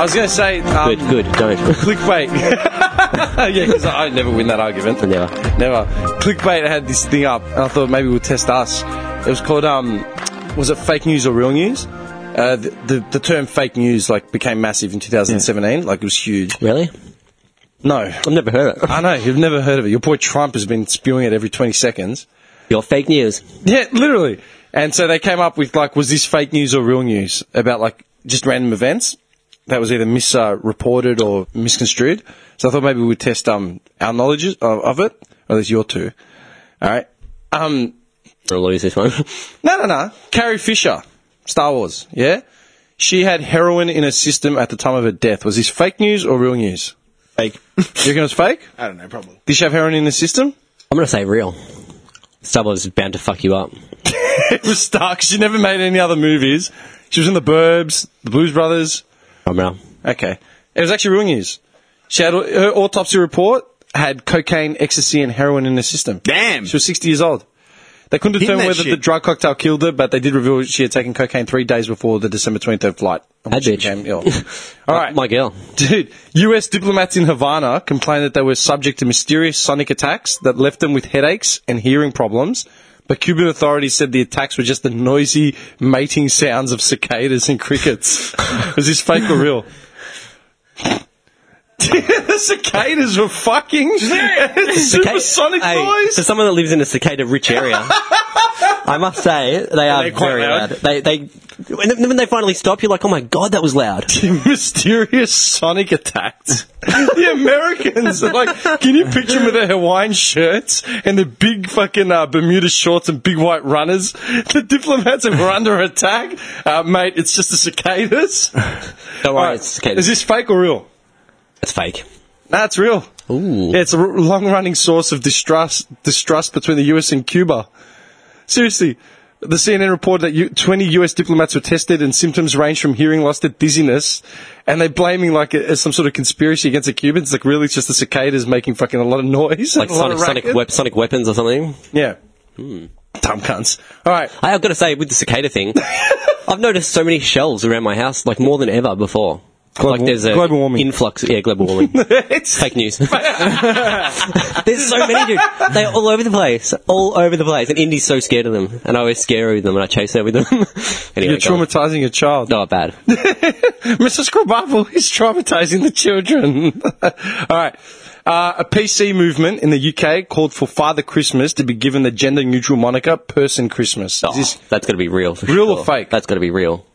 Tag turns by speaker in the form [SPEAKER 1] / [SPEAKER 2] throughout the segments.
[SPEAKER 1] was going to say. Um,
[SPEAKER 2] Good, good, don't.
[SPEAKER 1] Clickbait. yeah, because I never win that argument.
[SPEAKER 2] Never.
[SPEAKER 1] Never. Clickbait had this thing up, and I thought maybe we'll test us. It was called, um, was it fake news or real news? Uh, the, the, the term fake news like became massive in 2017. Like it was huge.
[SPEAKER 2] Really?
[SPEAKER 1] No,
[SPEAKER 2] I've never heard of it.
[SPEAKER 1] I know you've never heard of it. Your boy Trump has been spewing it every 20 seconds.
[SPEAKER 2] You're fake news.
[SPEAKER 1] Yeah, literally. And so they came up with like, was this fake news or real news about like just random events that was either misreported or misconstrued. So I thought maybe we'd test um our knowledge of, of it, or at least your two. All right. Um,
[SPEAKER 2] I'll lose this one.
[SPEAKER 1] no, no, no. Carrie Fisher, Star Wars. Yeah, she had heroin in her system at the time of her death. Was this fake news or real news?
[SPEAKER 3] Fake.
[SPEAKER 1] You reckon it was fake?
[SPEAKER 3] I don't know, probably.
[SPEAKER 1] Did she have heroin in her system?
[SPEAKER 2] I'm going to say real. Star Wars is bound to fuck you up.
[SPEAKER 1] It was Stark. She never made any other movies. She was in The Burbs, The Blues Brothers.
[SPEAKER 2] I'm out.
[SPEAKER 1] Okay. It was actually real news. She had her autopsy report had cocaine, ecstasy, and heroin in her system.
[SPEAKER 3] Damn.
[SPEAKER 1] She was 60 years old. They couldn't determine
[SPEAKER 3] that
[SPEAKER 1] whether the
[SPEAKER 3] shit.
[SPEAKER 1] drug cocktail killed her, but they did reveal she had taken cocaine three days before the December 23rd flight. on
[SPEAKER 2] That
[SPEAKER 1] which she
[SPEAKER 2] bitch.
[SPEAKER 1] became ill. All right.
[SPEAKER 2] My girl.
[SPEAKER 1] Dude, US diplomats in Havana complained that they were subject to mysterious sonic attacks that left them with headaches and hearing problems. But Cuban authorities said the attacks were just the noisy mating sounds of cicadas and crickets. Was this fake or real? the cicadas were fucking supersonic
[SPEAKER 2] Hey,
[SPEAKER 1] noise.
[SPEAKER 2] For someone that lives in a cicada rich area, I must say they are
[SPEAKER 1] quite
[SPEAKER 2] very
[SPEAKER 1] loud?
[SPEAKER 2] loud. They they when, when they finally stop, you're like, oh my god, that was loud.
[SPEAKER 1] mysterious sonic attacks. the Americans are like, can you picture them with their Hawaiian shirts and the big fucking uh, Bermuda shorts and big white runners? The diplomats were under attack. Uh, mate, it's just the cicadas.
[SPEAKER 2] Don't worry,
[SPEAKER 1] Alright,
[SPEAKER 2] it's cicadas.
[SPEAKER 1] Is this fake or real?
[SPEAKER 2] it's fake.
[SPEAKER 1] Nah, it's real.
[SPEAKER 2] Ooh.
[SPEAKER 1] Yeah, it's a r- long-running source of distrust distrust between the US and Cuba. Seriously, the CNN reported that U- 20 US diplomats were tested and symptoms ranged from hearing loss to dizziness, and they're blaming like it as some sort of conspiracy against the Cubans. Like really, it's just the cicadas making fucking a lot of noise,
[SPEAKER 2] Like
[SPEAKER 1] and a lot
[SPEAKER 2] sonic
[SPEAKER 1] of
[SPEAKER 2] sonic, Hmm.
[SPEAKER 1] racket.
[SPEAKER 2] wep- sonic weapons or something.
[SPEAKER 1] Yeah, dumb cunts. All right,
[SPEAKER 2] I, I've got to say, with the cicada thing, I've noticed so many shells around my house, like more than ever before. like there's a
[SPEAKER 1] global warming.
[SPEAKER 2] influx. Yeah, global warming.
[SPEAKER 1] it's
[SPEAKER 2] Fake news. There's so many, dude. They're all over the place. All over the place. And Indy's so scared of them. And I was scared of them and I chase her with them. anyway,
[SPEAKER 1] you're
[SPEAKER 2] go on.
[SPEAKER 1] traumatizing a child.
[SPEAKER 2] Oh, bad.
[SPEAKER 1] Mr. Skrabappel is traumatizing the children. All right. Uh, a PC movement in the UK called for Father Christmas to be given the gender neutral moniker Person Christmas.
[SPEAKER 2] Oh,
[SPEAKER 1] Is this-
[SPEAKER 2] that's got to be real. For
[SPEAKER 1] Real or
[SPEAKER 2] sure.
[SPEAKER 1] fake?
[SPEAKER 2] That's got to be real.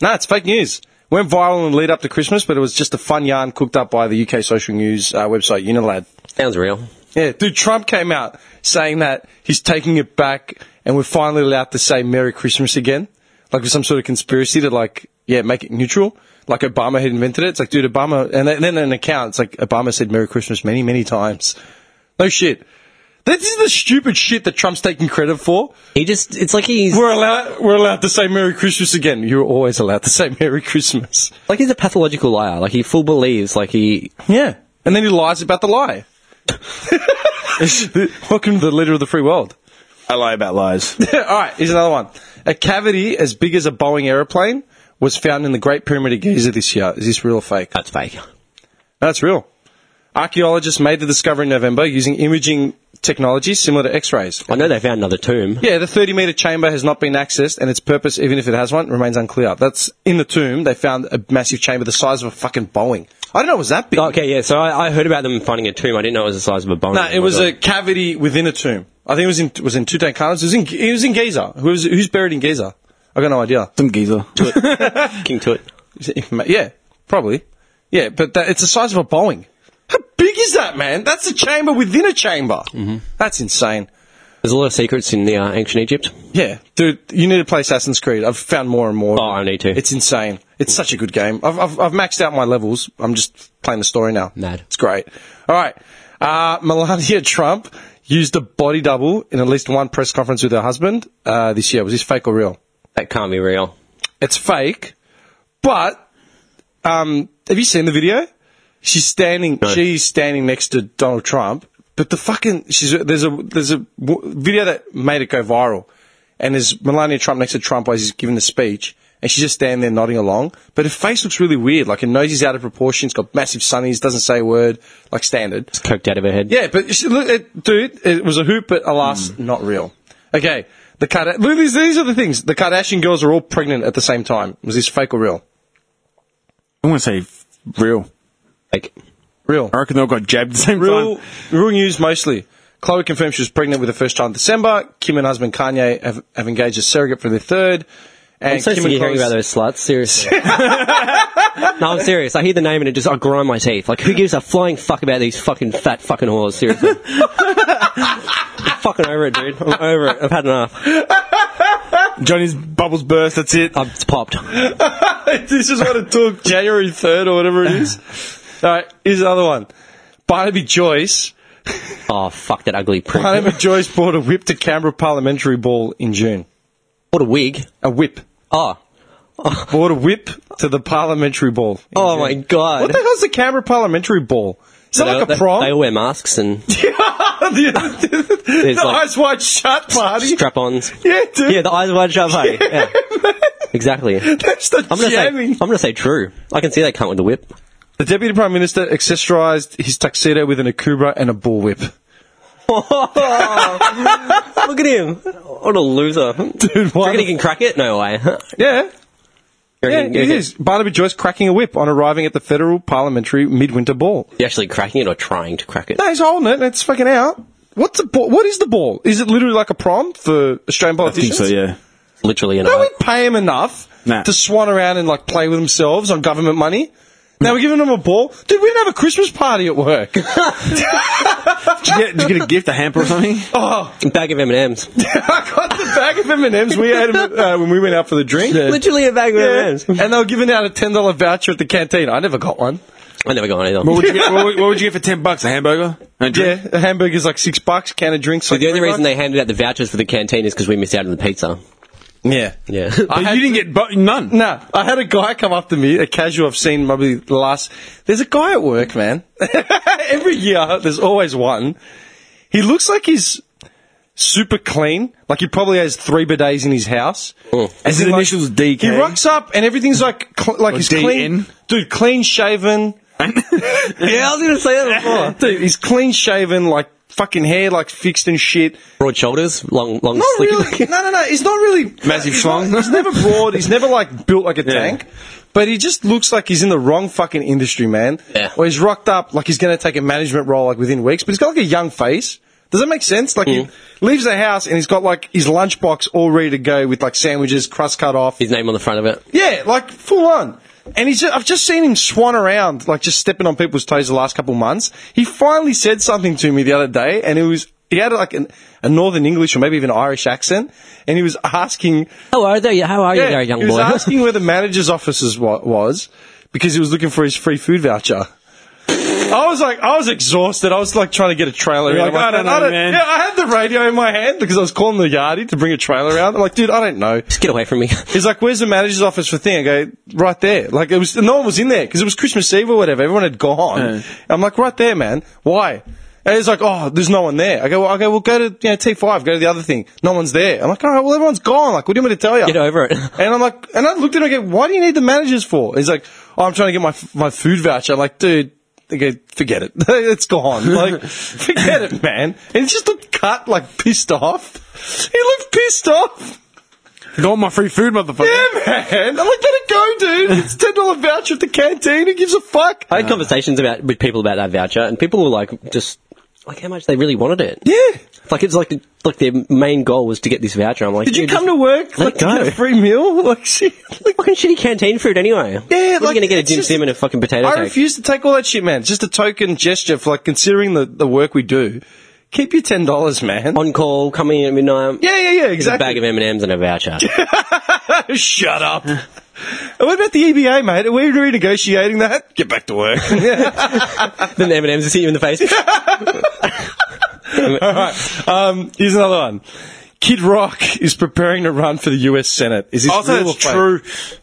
[SPEAKER 1] no, it's fake news. Went viral in the lead up to Christmas, but it was just a fun yarn cooked up by the UK social news uh, website Unilad.
[SPEAKER 2] Sounds real.
[SPEAKER 1] Yeah, dude, Trump came out saying that he's taking it back and we're finally allowed to say Merry Christmas again. Like with some sort of conspiracy to like, yeah, make it neutral. Like Obama had invented it. It's like, dude, Obama, and then an account, it's like Obama said Merry Christmas many, many times. No shit. This is the stupid shit that Trump's taking credit for.
[SPEAKER 2] He just, it's like he's,
[SPEAKER 1] We're allowed, we're allowed to say Merry Christmas again. You're always allowed to say Merry Christmas.
[SPEAKER 2] like he's a pathological liar. Like he full believes, like he,
[SPEAKER 1] Yeah. And then he lies about the lie. Welcome to the leader of the free world.
[SPEAKER 3] I lie about lies.
[SPEAKER 1] All right, here's another one. A cavity as big as a Boeing aeroplane was found in the Great Pyramid of Giza this year. Is this real or fake?
[SPEAKER 2] that's fake.
[SPEAKER 1] That's real. Archaeologists made the discovery in November using imaging technology similar to X-rays.
[SPEAKER 2] I know they found another tomb.
[SPEAKER 1] Yeah, the 30 meter chamber has not been accessed, and its purpose, even if it has one, remains unclear. That's in the tomb. They found a massive chamber the size of a fucking Boeing. I don't know, it was that big?
[SPEAKER 2] Oh, Okay, yeah, so I, I heard about them finding a tomb. I didn't know it was the size of a bone.
[SPEAKER 1] No, it was a cavity within a tomb. I think it was in was in Tutankhamun's. It was in it was in Giza. Who was, who's buried in Giza? I got no idea.
[SPEAKER 3] Some geezer.
[SPEAKER 2] a king to it.
[SPEAKER 1] Yeah, probably. Yeah, but that, it's the size of a Boeing. How big is that, man? That's a chamber within a chamber. Mm-hmm. That's insane.
[SPEAKER 2] There's a lot of secrets in the uh, ancient Egypt.
[SPEAKER 1] Yeah, dude, you need to play Assassin's Creed. I've found more and more.
[SPEAKER 2] Oh, I need to.
[SPEAKER 1] It's insane. It's such a good game. I've, I've, I've maxed out my levels. I'm just playing the story now.
[SPEAKER 2] Mad.
[SPEAKER 1] It's great. All right. Uh, Melania Trump used a body double in at least one press conference with her husband uh, this year. Was this fake or real?
[SPEAKER 2] that can't be real.
[SPEAKER 1] it's fake. But um, have you seen the video? She's standing. She's standing next to Donald Trump. But the fucking she's there's a there's a w- video that made it go viral, and there's Melania Trump next to Trump while he's giving the speech, and she's just standing there nodding along. But her face looks really weird. Like her nose is out of proportion. It's got massive sunnies. Doesn't say a word. Like standard.
[SPEAKER 2] Coked out of her head.
[SPEAKER 1] Yeah, but she, look, it, dude, it was a hoop, but alas,
[SPEAKER 2] Hmm.
[SPEAKER 1] not real. Okay, the Kardashian. Look, these, these are the things. The Kardashian girls are all pregnant at the same time. Was this fake or real?
[SPEAKER 3] I want to say real.
[SPEAKER 2] Like,
[SPEAKER 1] Real.
[SPEAKER 3] I reckon they all got jabbed at the same
[SPEAKER 1] Real,
[SPEAKER 3] time.
[SPEAKER 1] real news mostly. Chloe confirmed she was pregnant with her first child in December. Kim and husband Kanye have, have engaged a surrogate for their third. And
[SPEAKER 2] I'm so
[SPEAKER 1] Kim
[SPEAKER 2] sick of
[SPEAKER 1] and
[SPEAKER 2] hearing
[SPEAKER 1] Chloe's-
[SPEAKER 2] about those sluts, seriously. no, I'm serious. I hear the name and it just, I grind my teeth. Like, who gives a flying fuck about these fucking fat fucking whores, seriously? I'm fucking over it, dude. I'm over it. I've had enough.
[SPEAKER 3] Johnny's bubbles burst. That's it.
[SPEAKER 2] I'm it's popped.
[SPEAKER 1] this is what it took, January 3rd or whatever it is. All right, here's another one. Barnaby Joyce.
[SPEAKER 2] Oh, fuck that ugly prick.
[SPEAKER 1] Barnaby Joyce bought a whip to Canberra parliamentary ball in June.
[SPEAKER 2] What a wig.
[SPEAKER 1] A whip.
[SPEAKER 2] Oh.
[SPEAKER 1] Bought a whip to the parliamentary ball. in
[SPEAKER 2] Oh
[SPEAKER 1] June.
[SPEAKER 2] my god.
[SPEAKER 1] What the hell's the Canberra parliamentary ball? Is that
[SPEAKER 2] They-
[SPEAKER 1] like
[SPEAKER 2] they,
[SPEAKER 1] a prom?
[SPEAKER 2] They all wear masks and
[SPEAKER 1] the the
[SPEAKER 2] like-
[SPEAKER 1] eyes wide shut party.
[SPEAKER 2] strap-ons.
[SPEAKER 1] Yeah, dude.
[SPEAKER 2] Yeah, the eyes wide shut party. Yeah. Exactly. I'm
[SPEAKER 1] That's the
[SPEAKER 2] gonna say.
[SPEAKER 1] jamming.
[SPEAKER 2] I'm gonna say true. I can see that cunt with the whip.
[SPEAKER 1] the Deputy Prime Minister accessorised his tuxedo with an akubra and a bullwhip.
[SPEAKER 2] Look at him. What a loser. Do
[SPEAKER 1] Dude,
[SPEAKER 2] you
[SPEAKER 1] why?
[SPEAKER 2] reckon he
[SPEAKER 1] the-
[SPEAKER 2] can crack it? No way.
[SPEAKER 1] Yeah.
[SPEAKER 2] You
[SPEAKER 1] Yeah,
[SPEAKER 2] reckon-
[SPEAKER 1] it
[SPEAKER 2] you reckon-
[SPEAKER 1] is. Barnaby Joyce cracking a whip on arriving at the federal parliamentary midwinter ball.
[SPEAKER 2] you actually cracking it or trying to crack it?
[SPEAKER 1] No, he's holding it and it's fucking out. What's the ball? What is the ball? Is it literally like a prom for Australian
[SPEAKER 3] I think
[SPEAKER 1] politicians?
[SPEAKER 3] so. Yeah.
[SPEAKER 2] Literally, an
[SPEAKER 1] Don't
[SPEAKER 2] eye.
[SPEAKER 1] we pay him enough
[SPEAKER 3] Nah.
[SPEAKER 1] to swan around and like play with themselves on government money? Now we're giving them a ball. Dude, we don't have a Christmas party at work.
[SPEAKER 3] Did you, get, did you get a gift, a hamper or something?
[SPEAKER 2] bag of M and M's.
[SPEAKER 1] Oh, I got the bag of M and M's we had uh, when we went out for the drink.
[SPEAKER 2] Literally a bag of
[SPEAKER 1] Yeah.
[SPEAKER 2] M&Ms.
[SPEAKER 1] And they were giving out a ten dollar voucher at the canteen. I never got one.
[SPEAKER 2] I never got one either.
[SPEAKER 3] What would you get, what, would- what would you get for ten bucks? A hamburger? And a drink?
[SPEAKER 1] Yeah, a hamburger's like six bucks. Can of drinks. Like
[SPEAKER 2] the only
[SPEAKER 1] three
[SPEAKER 2] reason they handed out the vouchers for the canteen is because we missed out on the pizza.
[SPEAKER 1] bucks. yeah
[SPEAKER 2] Yeah.
[SPEAKER 1] I
[SPEAKER 3] But
[SPEAKER 1] had
[SPEAKER 3] you didn't get bu- none.
[SPEAKER 1] Nah, I had a guy come up to me, a casual I've seen probably the last. There's a guy at work, man. Every year, there's always one. He looks like he's super clean. Like he probably has three bidets in his house.
[SPEAKER 2] Oh.
[SPEAKER 3] Is it
[SPEAKER 1] in, like-
[SPEAKER 3] initials DK?
[SPEAKER 1] He rocks up and everything's like, cl- like
[SPEAKER 3] Or
[SPEAKER 1] he's
[SPEAKER 3] DN.
[SPEAKER 1] clean. Dude, clean shaven.
[SPEAKER 2] yeah, I was gonna say that before.
[SPEAKER 1] Dude, he's clean shaven, like fucking hair, like fixed and shit.
[SPEAKER 2] Broad shoulders, long, long,
[SPEAKER 1] Not
[SPEAKER 2] sleek.
[SPEAKER 1] really. No, no, no. He's not really
[SPEAKER 3] Massive
[SPEAKER 1] he's not-
[SPEAKER 3] schlong.
[SPEAKER 1] He's never broad. He's never like built like a tank. But he just looks like he's in the wrong fucking industry, man.
[SPEAKER 2] Yeah.
[SPEAKER 1] Or he's rocked up like he's going to take a management role like within weeks. But he's got like a young face. Does that make sense? Like
[SPEAKER 3] Mm.
[SPEAKER 1] he leaves the house and he's got like his lunchbox all ready to go with like sandwiches, crust cut off.
[SPEAKER 2] His name on the front of it.
[SPEAKER 1] Yeah, like full on. And he's, I've just seen him swan around, like just stepping on people's toes the last couple of months. He finally said something to me the other day, and it was he had like an, a Northern English or maybe even Irish accent, and he was asking,
[SPEAKER 2] How are they? How are you, there, young
[SPEAKER 1] he was
[SPEAKER 2] boy?
[SPEAKER 1] asking where the manager's office wa- was because he was looking for his free food voucher. I was like, I was exhausted. I was like trying to get a trailer.
[SPEAKER 3] You're
[SPEAKER 1] I'm
[SPEAKER 3] like, I don't know, man.
[SPEAKER 1] Yeah, I had the radio in my hand because I was calling the yardie to bring a trailer around. I'm like, dude, I don't know.
[SPEAKER 2] Just get away from me.
[SPEAKER 1] He's like, "Where's the manager's office for thing?" I go, "Right there." Like it was, no one was in there because it was Christmas Eve or whatever. Everyone had gone. I'm like, "Right there, man. Why?" And he's like, "Oh, there's no one there." I go, well, "I go, well, go to you know T5, go to the other thing. No one's there." I'm like, "All right, well, everyone's gone. Like, what do you want me to tell you?"
[SPEAKER 2] Get over it.
[SPEAKER 1] And I'm like, and I looked at him and I go, "Why do you need the managers for?" He's like, "Oh, I'm trying to get my my food voucher." I'm like, dude. I go, forget it. it's gone. Like, forget it, man. And he just looked cut, like pissed off. He looked pissed off.
[SPEAKER 3] I got my free food, motherfucker.
[SPEAKER 1] Yeah, man. I'm like, let it go, dude. It's ten dollar voucher at the canteen. Who gives a fuck?
[SPEAKER 2] I had conversations about with people about that voucher, and people were like, just like how much they really wanted it.
[SPEAKER 1] yeah.
[SPEAKER 2] Like it's like like their main goal was to get this voucher. I'm like,
[SPEAKER 1] Did you
[SPEAKER 2] dude,
[SPEAKER 1] come to work
[SPEAKER 2] let
[SPEAKER 1] like
[SPEAKER 2] it
[SPEAKER 1] to get
[SPEAKER 2] go.
[SPEAKER 1] a free meal? Like, shit.
[SPEAKER 2] like fucking shitty canteen food anyway? Yeah,
[SPEAKER 1] like,
[SPEAKER 2] we're gonna get a
[SPEAKER 1] it's
[SPEAKER 2] Jim
[SPEAKER 1] just-
[SPEAKER 2] Sim and a fucking potato
[SPEAKER 1] I
[SPEAKER 2] cake.
[SPEAKER 1] refuse to take all that shit, man. It's just a token gesture for like considering the, the work we do. Keep your ten dollars, man.
[SPEAKER 2] On call, coming in at midnight.
[SPEAKER 1] yeah, yeah, yeah.
[SPEAKER 2] Here's a
[SPEAKER 1] Exactly.
[SPEAKER 2] bag of M and M's and a voucher.
[SPEAKER 1] Shut up. And what about the EBA, mate? Are we renegotiating that? Get back to work.
[SPEAKER 2] then the M and M's hit you in the face.
[SPEAKER 1] um, here's another one. Kid Rock is preparing to run for the U.S. Senate. Is this
[SPEAKER 3] I'll say
[SPEAKER 1] real
[SPEAKER 3] it's
[SPEAKER 1] or fake?
[SPEAKER 3] true.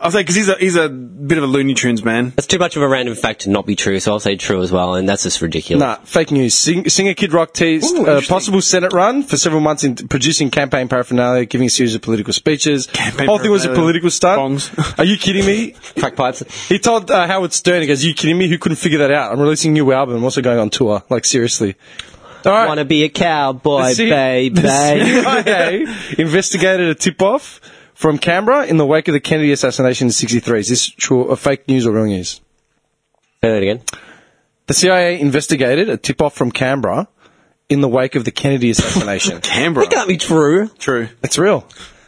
[SPEAKER 3] I'll say because he's a he's a bit of a Looney Tunes man.
[SPEAKER 2] That's too much of a random fact to not be true, so I'll say true as well, and that's just ridiculous.
[SPEAKER 1] Nah, fake news. Sing, singer Kid Rock teased
[SPEAKER 3] Ooh,
[SPEAKER 1] a
[SPEAKER 3] interesting.
[SPEAKER 1] possible Senate run for several months in producing campaign paraphernalia, giving a series of political speeches.
[SPEAKER 3] Campaign
[SPEAKER 1] Whole thing was a
[SPEAKER 3] paraphernalia.
[SPEAKER 1] political stunt.
[SPEAKER 3] Bongs.
[SPEAKER 1] Are you kidding me?
[SPEAKER 2] Crack pipes.
[SPEAKER 1] He told uh, Howard Stern, he goes, you kidding me? Who couldn't figure that out? I'm releasing a new album. I'm also going on tour. Like, seriously. All right.
[SPEAKER 2] Wanna be a cowboy,
[SPEAKER 1] The C- the
[SPEAKER 2] baby.
[SPEAKER 1] CIA investigated a tip-off from Canberra in the wake of the Kennedy assassination in 63. Is this true or fake news or real news?
[SPEAKER 2] Say that again.
[SPEAKER 1] The CIA investigated a tip-off from Canberra in the wake of the Kennedy assassination.
[SPEAKER 3] Canberra.
[SPEAKER 2] That can't be true.
[SPEAKER 3] True.
[SPEAKER 1] It's real.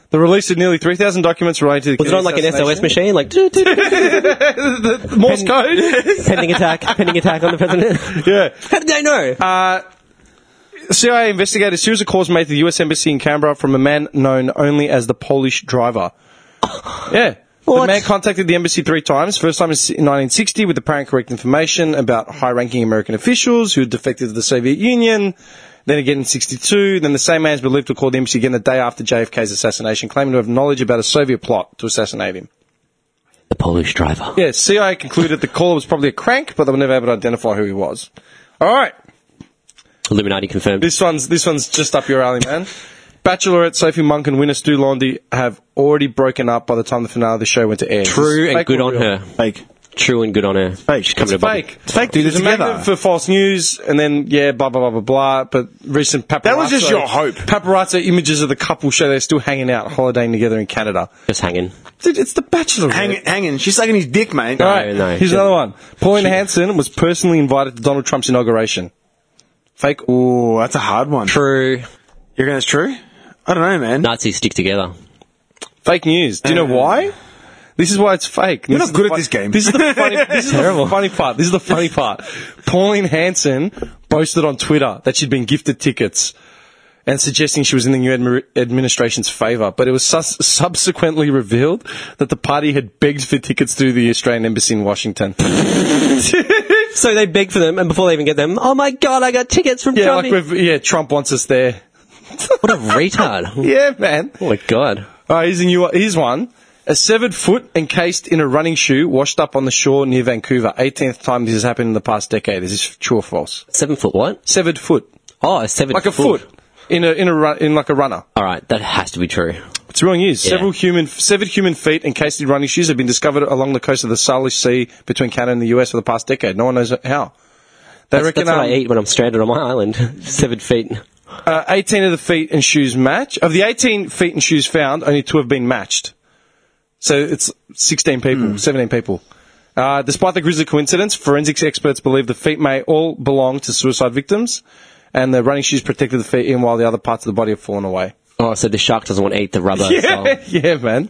[SPEAKER 1] The release of nearly 3,000 documents related to the
[SPEAKER 2] Was it on like an SOS machine? Like, doo, doo, doo,
[SPEAKER 1] machine? Morse code?
[SPEAKER 2] pending attack, pending attack on the president. Uh,
[SPEAKER 1] yeah.
[SPEAKER 2] How did they know?
[SPEAKER 1] CIA investigators sues Uh, a calls made to the U.S. Embassy in Canberra from a man known only as the Polish driver. Yeah. The
[SPEAKER 2] What?
[SPEAKER 1] man contacted the embassy three times. First time in 1960 with apparent correct information about high-ranking American officials who had defected to the Soviet Union. Then again in 62. Then the same man is believed to call the embassy again the day after JFK's assassination, claiming to have knowledge about a Soviet plot to assassinate him.
[SPEAKER 2] the Polish driver.
[SPEAKER 1] Yeah, CIA concluded the caller was probably a crank, but they were never able to identify who he was. All right.
[SPEAKER 2] Illuminati confirmed.
[SPEAKER 1] This one's this one's just up your alley, man. Bachelorette Sophie Monk and winner Stu Laundy have already broken up by the time the finale of the show went to air.
[SPEAKER 2] True
[SPEAKER 1] Is this
[SPEAKER 2] and
[SPEAKER 1] fake
[SPEAKER 2] good
[SPEAKER 1] or
[SPEAKER 2] on
[SPEAKER 1] real?
[SPEAKER 2] her.
[SPEAKER 3] Fake.
[SPEAKER 2] True and good on her.
[SPEAKER 3] Fake.
[SPEAKER 2] She's coming
[SPEAKER 3] It's
[SPEAKER 2] to Bobby.
[SPEAKER 1] Fake.
[SPEAKER 3] It's fake, dude. They're
[SPEAKER 1] It's a magnet
[SPEAKER 3] together.
[SPEAKER 1] for false news, and then yeah, blah blah blah blah blah. But recent paparazzo
[SPEAKER 3] was just your hope.
[SPEAKER 1] Paparazzo images of the couple show they're still hanging out, holidaying together in Canada.
[SPEAKER 2] Just hanging.
[SPEAKER 1] Dude, it's the Bachelorette.
[SPEAKER 3] Hanging, hanging. She's sucking his dick, mate.
[SPEAKER 1] All right,
[SPEAKER 2] no,
[SPEAKER 1] here's
[SPEAKER 2] she-
[SPEAKER 1] another one. Pauline Hanson was personally invited to Donald Trump's inauguration. Fake or
[SPEAKER 3] Oh, that's a hard one.
[SPEAKER 2] True.
[SPEAKER 3] You reckon it's true? I don't know, man.
[SPEAKER 2] Nazis stick together.
[SPEAKER 1] Fake news. Do you know
[SPEAKER 3] Uh,
[SPEAKER 1] why? This is why it's fake. You're
[SPEAKER 3] not good at this game.
[SPEAKER 1] This is the funny, this is the funny part. This is the funny part. Pauline Hanson boasted on Twitter that she'd been gifted tickets and suggesting she was in the new admi- administration's favour, but it was sus- subsequently revealed that the party had begged for tickets through the Australian Embassy in Washington.
[SPEAKER 2] So they beg for them, and before they even get them, oh my god, I got tickets from
[SPEAKER 1] yeah,
[SPEAKER 2] Johnny.
[SPEAKER 1] like we've, yeah, Trump wants us there.
[SPEAKER 2] what a retard.
[SPEAKER 1] Yeah, man.
[SPEAKER 2] Oh my god.
[SPEAKER 1] All right, here's a new. Here's one. A severed foot encased in a running shoe washed up on the shore near Vancouver. 18th time this has happened in the past decade. Is this true or false?
[SPEAKER 2] Seven foot what?
[SPEAKER 1] Severed foot.
[SPEAKER 2] Oh, a seven
[SPEAKER 1] Like a foot. In a, in a, run, in like a runner.
[SPEAKER 2] Alright, that has to be true.
[SPEAKER 1] It's real news.
[SPEAKER 2] Yeah.
[SPEAKER 1] Several human, severed human feet encased in running shoes have been discovered along the coast of the Salish Sea between Canada and the US for the past decade. No one knows how. They
[SPEAKER 2] That's,
[SPEAKER 1] reckon
[SPEAKER 2] that's what
[SPEAKER 1] um,
[SPEAKER 2] I eat when I'm stranded on my island. Seven feet.
[SPEAKER 1] Uh, 18 of the feet and shoes match. Of the 18 feet and shoes found, only two have been matched. So it's 16 people,
[SPEAKER 2] Hmm.
[SPEAKER 1] 17 people. Uh, despite the grisly coincidence, forensics experts believe the feet may all belong to suicide victims, and the running shoes protected the feet in while the other parts of the body have fallen away.
[SPEAKER 2] Oh, so the shark doesn't want to eat the rubber.
[SPEAKER 1] Yeah,
[SPEAKER 2] So.
[SPEAKER 1] yeah, man.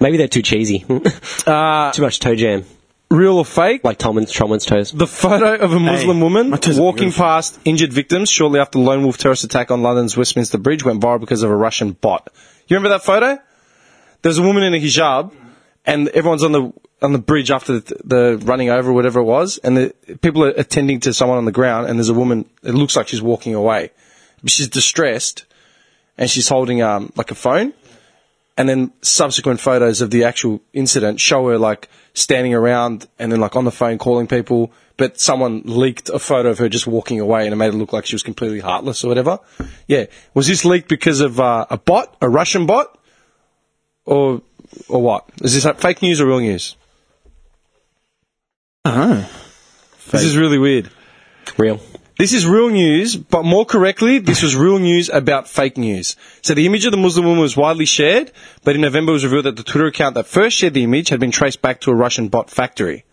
[SPEAKER 2] Maybe they're too cheesy. too much toe jam.
[SPEAKER 1] Real or fake?
[SPEAKER 2] Like Tomlin's, Tromlin's toes.
[SPEAKER 1] The photo of a Muslim
[SPEAKER 3] Hey,
[SPEAKER 1] woman
[SPEAKER 3] my toes are
[SPEAKER 1] walking
[SPEAKER 3] beautiful.
[SPEAKER 1] past injured victims shortly after the lone wolf terrorist attack on London's Westminster Bridge went viral because of a Russian bot. You remember that photo? There's a woman in a hijab, and everyone's on the on the bridge after the, the running over, or whatever it was, and the people are attending to someone on the ground, and there's a woman. It looks like she's walking away, but she's distressed, and she's holding um like a phone. And then subsequent photos of the actual incident show her like standing around and then like on the phone calling people. But someone leaked a photo of her just walking away and it made it look like she was completely heartless or whatever. Yeah. Was this leaked because of uh, a bot, a Russian bot? Or, or what? Is this like, fake news or real news? Oh. This is really weird.
[SPEAKER 2] Real.
[SPEAKER 1] This is real news, but more correctly, this was real news about fake news. So the image of the Muslim woman was widely shared, but in November it was revealed that the Twitter account that first shared the image had been traced back to a Russian bot factory.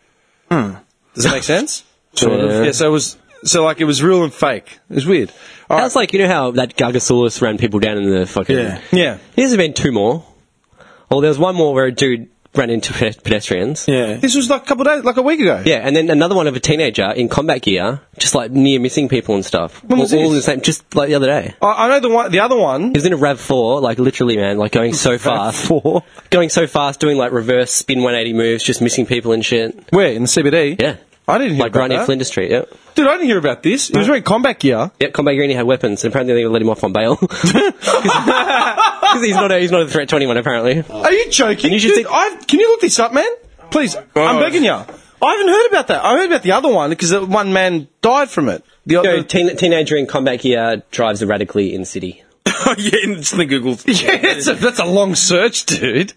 [SPEAKER 1] Does that make sense?
[SPEAKER 2] Sort of.
[SPEAKER 1] Yeah, so it was so like it was real and fake. It was weird. All right.
[SPEAKER 2] That's like, you know how that Gargasaurus ran people down in the fucking.
[SPEAKER 3] Yeah.
[SPEAKER 1] yeah.
[SPEAKER 2] There's been two more. Well, there was one more where a dude ran into pe- pedestrians.
[SPEAKER 3] Yeah.
[SPEAKER 1] This was like a couple of days like a week ago.
[SPEAKER 2] Yeah, and then another one of a teenager in combat gear, just like near missing people and stuff.
[SPEAKER 1] When was
[SPEAKER 2] all, all
[SPEAKER 1] this?
[SPEAKER 2] in the same, just like the other day.
[SPEAKER 1] I, I know the one the other one
[SPEAKER 2] He was in a Rav Four, like literally, man, like going so fast,
[SPEAKER 1] four.
[SPEAKER 2] going so fast, doing like reverse spin 180 moves, just missing people and shit.
[SPEAKER 1] Where, in the CBD?
[SPEAKER 2] Yeah,
[SPEAKER 1] I didn't hear
[SPEAKER 2] like
[SPEAKER 1] about
[SPEAKER 2] right near
[SPEAKER 1] that.
[SPEAKER 2] Flinders Street. Yeah,
[SPEAKER 1] Dude, I didn't hear about this. He was wearing combat gear.
[SPEAKER 2] yeah. Combat gear only had weapons, and apparently they let him off on bail. Because he's not a, he's not a threat to anyone apparently.
[SPEAKER 1] Are you joking?
[SPEAKER 2] And you should
[SPEAKER 1] Dude,
[SPEAKER 2] think-
[SPEAKER 1] I've, can you look this up, man? Please, I'm begging you. I haven't heard about that. I heard about the other one because that one man died from it. The
[SPEAKER 3] Oh,
[SPEAKER 1] other,
[SPEAKER 2] So,
[SPEAKER 3] uh,
[SPEAKER 2] teen, teenager in combat gear drives erratically in city.
[SPEAKER 3] yeah, instantly Google.
[SPEAKER 1] yeah, that's a, that's a long search, dude.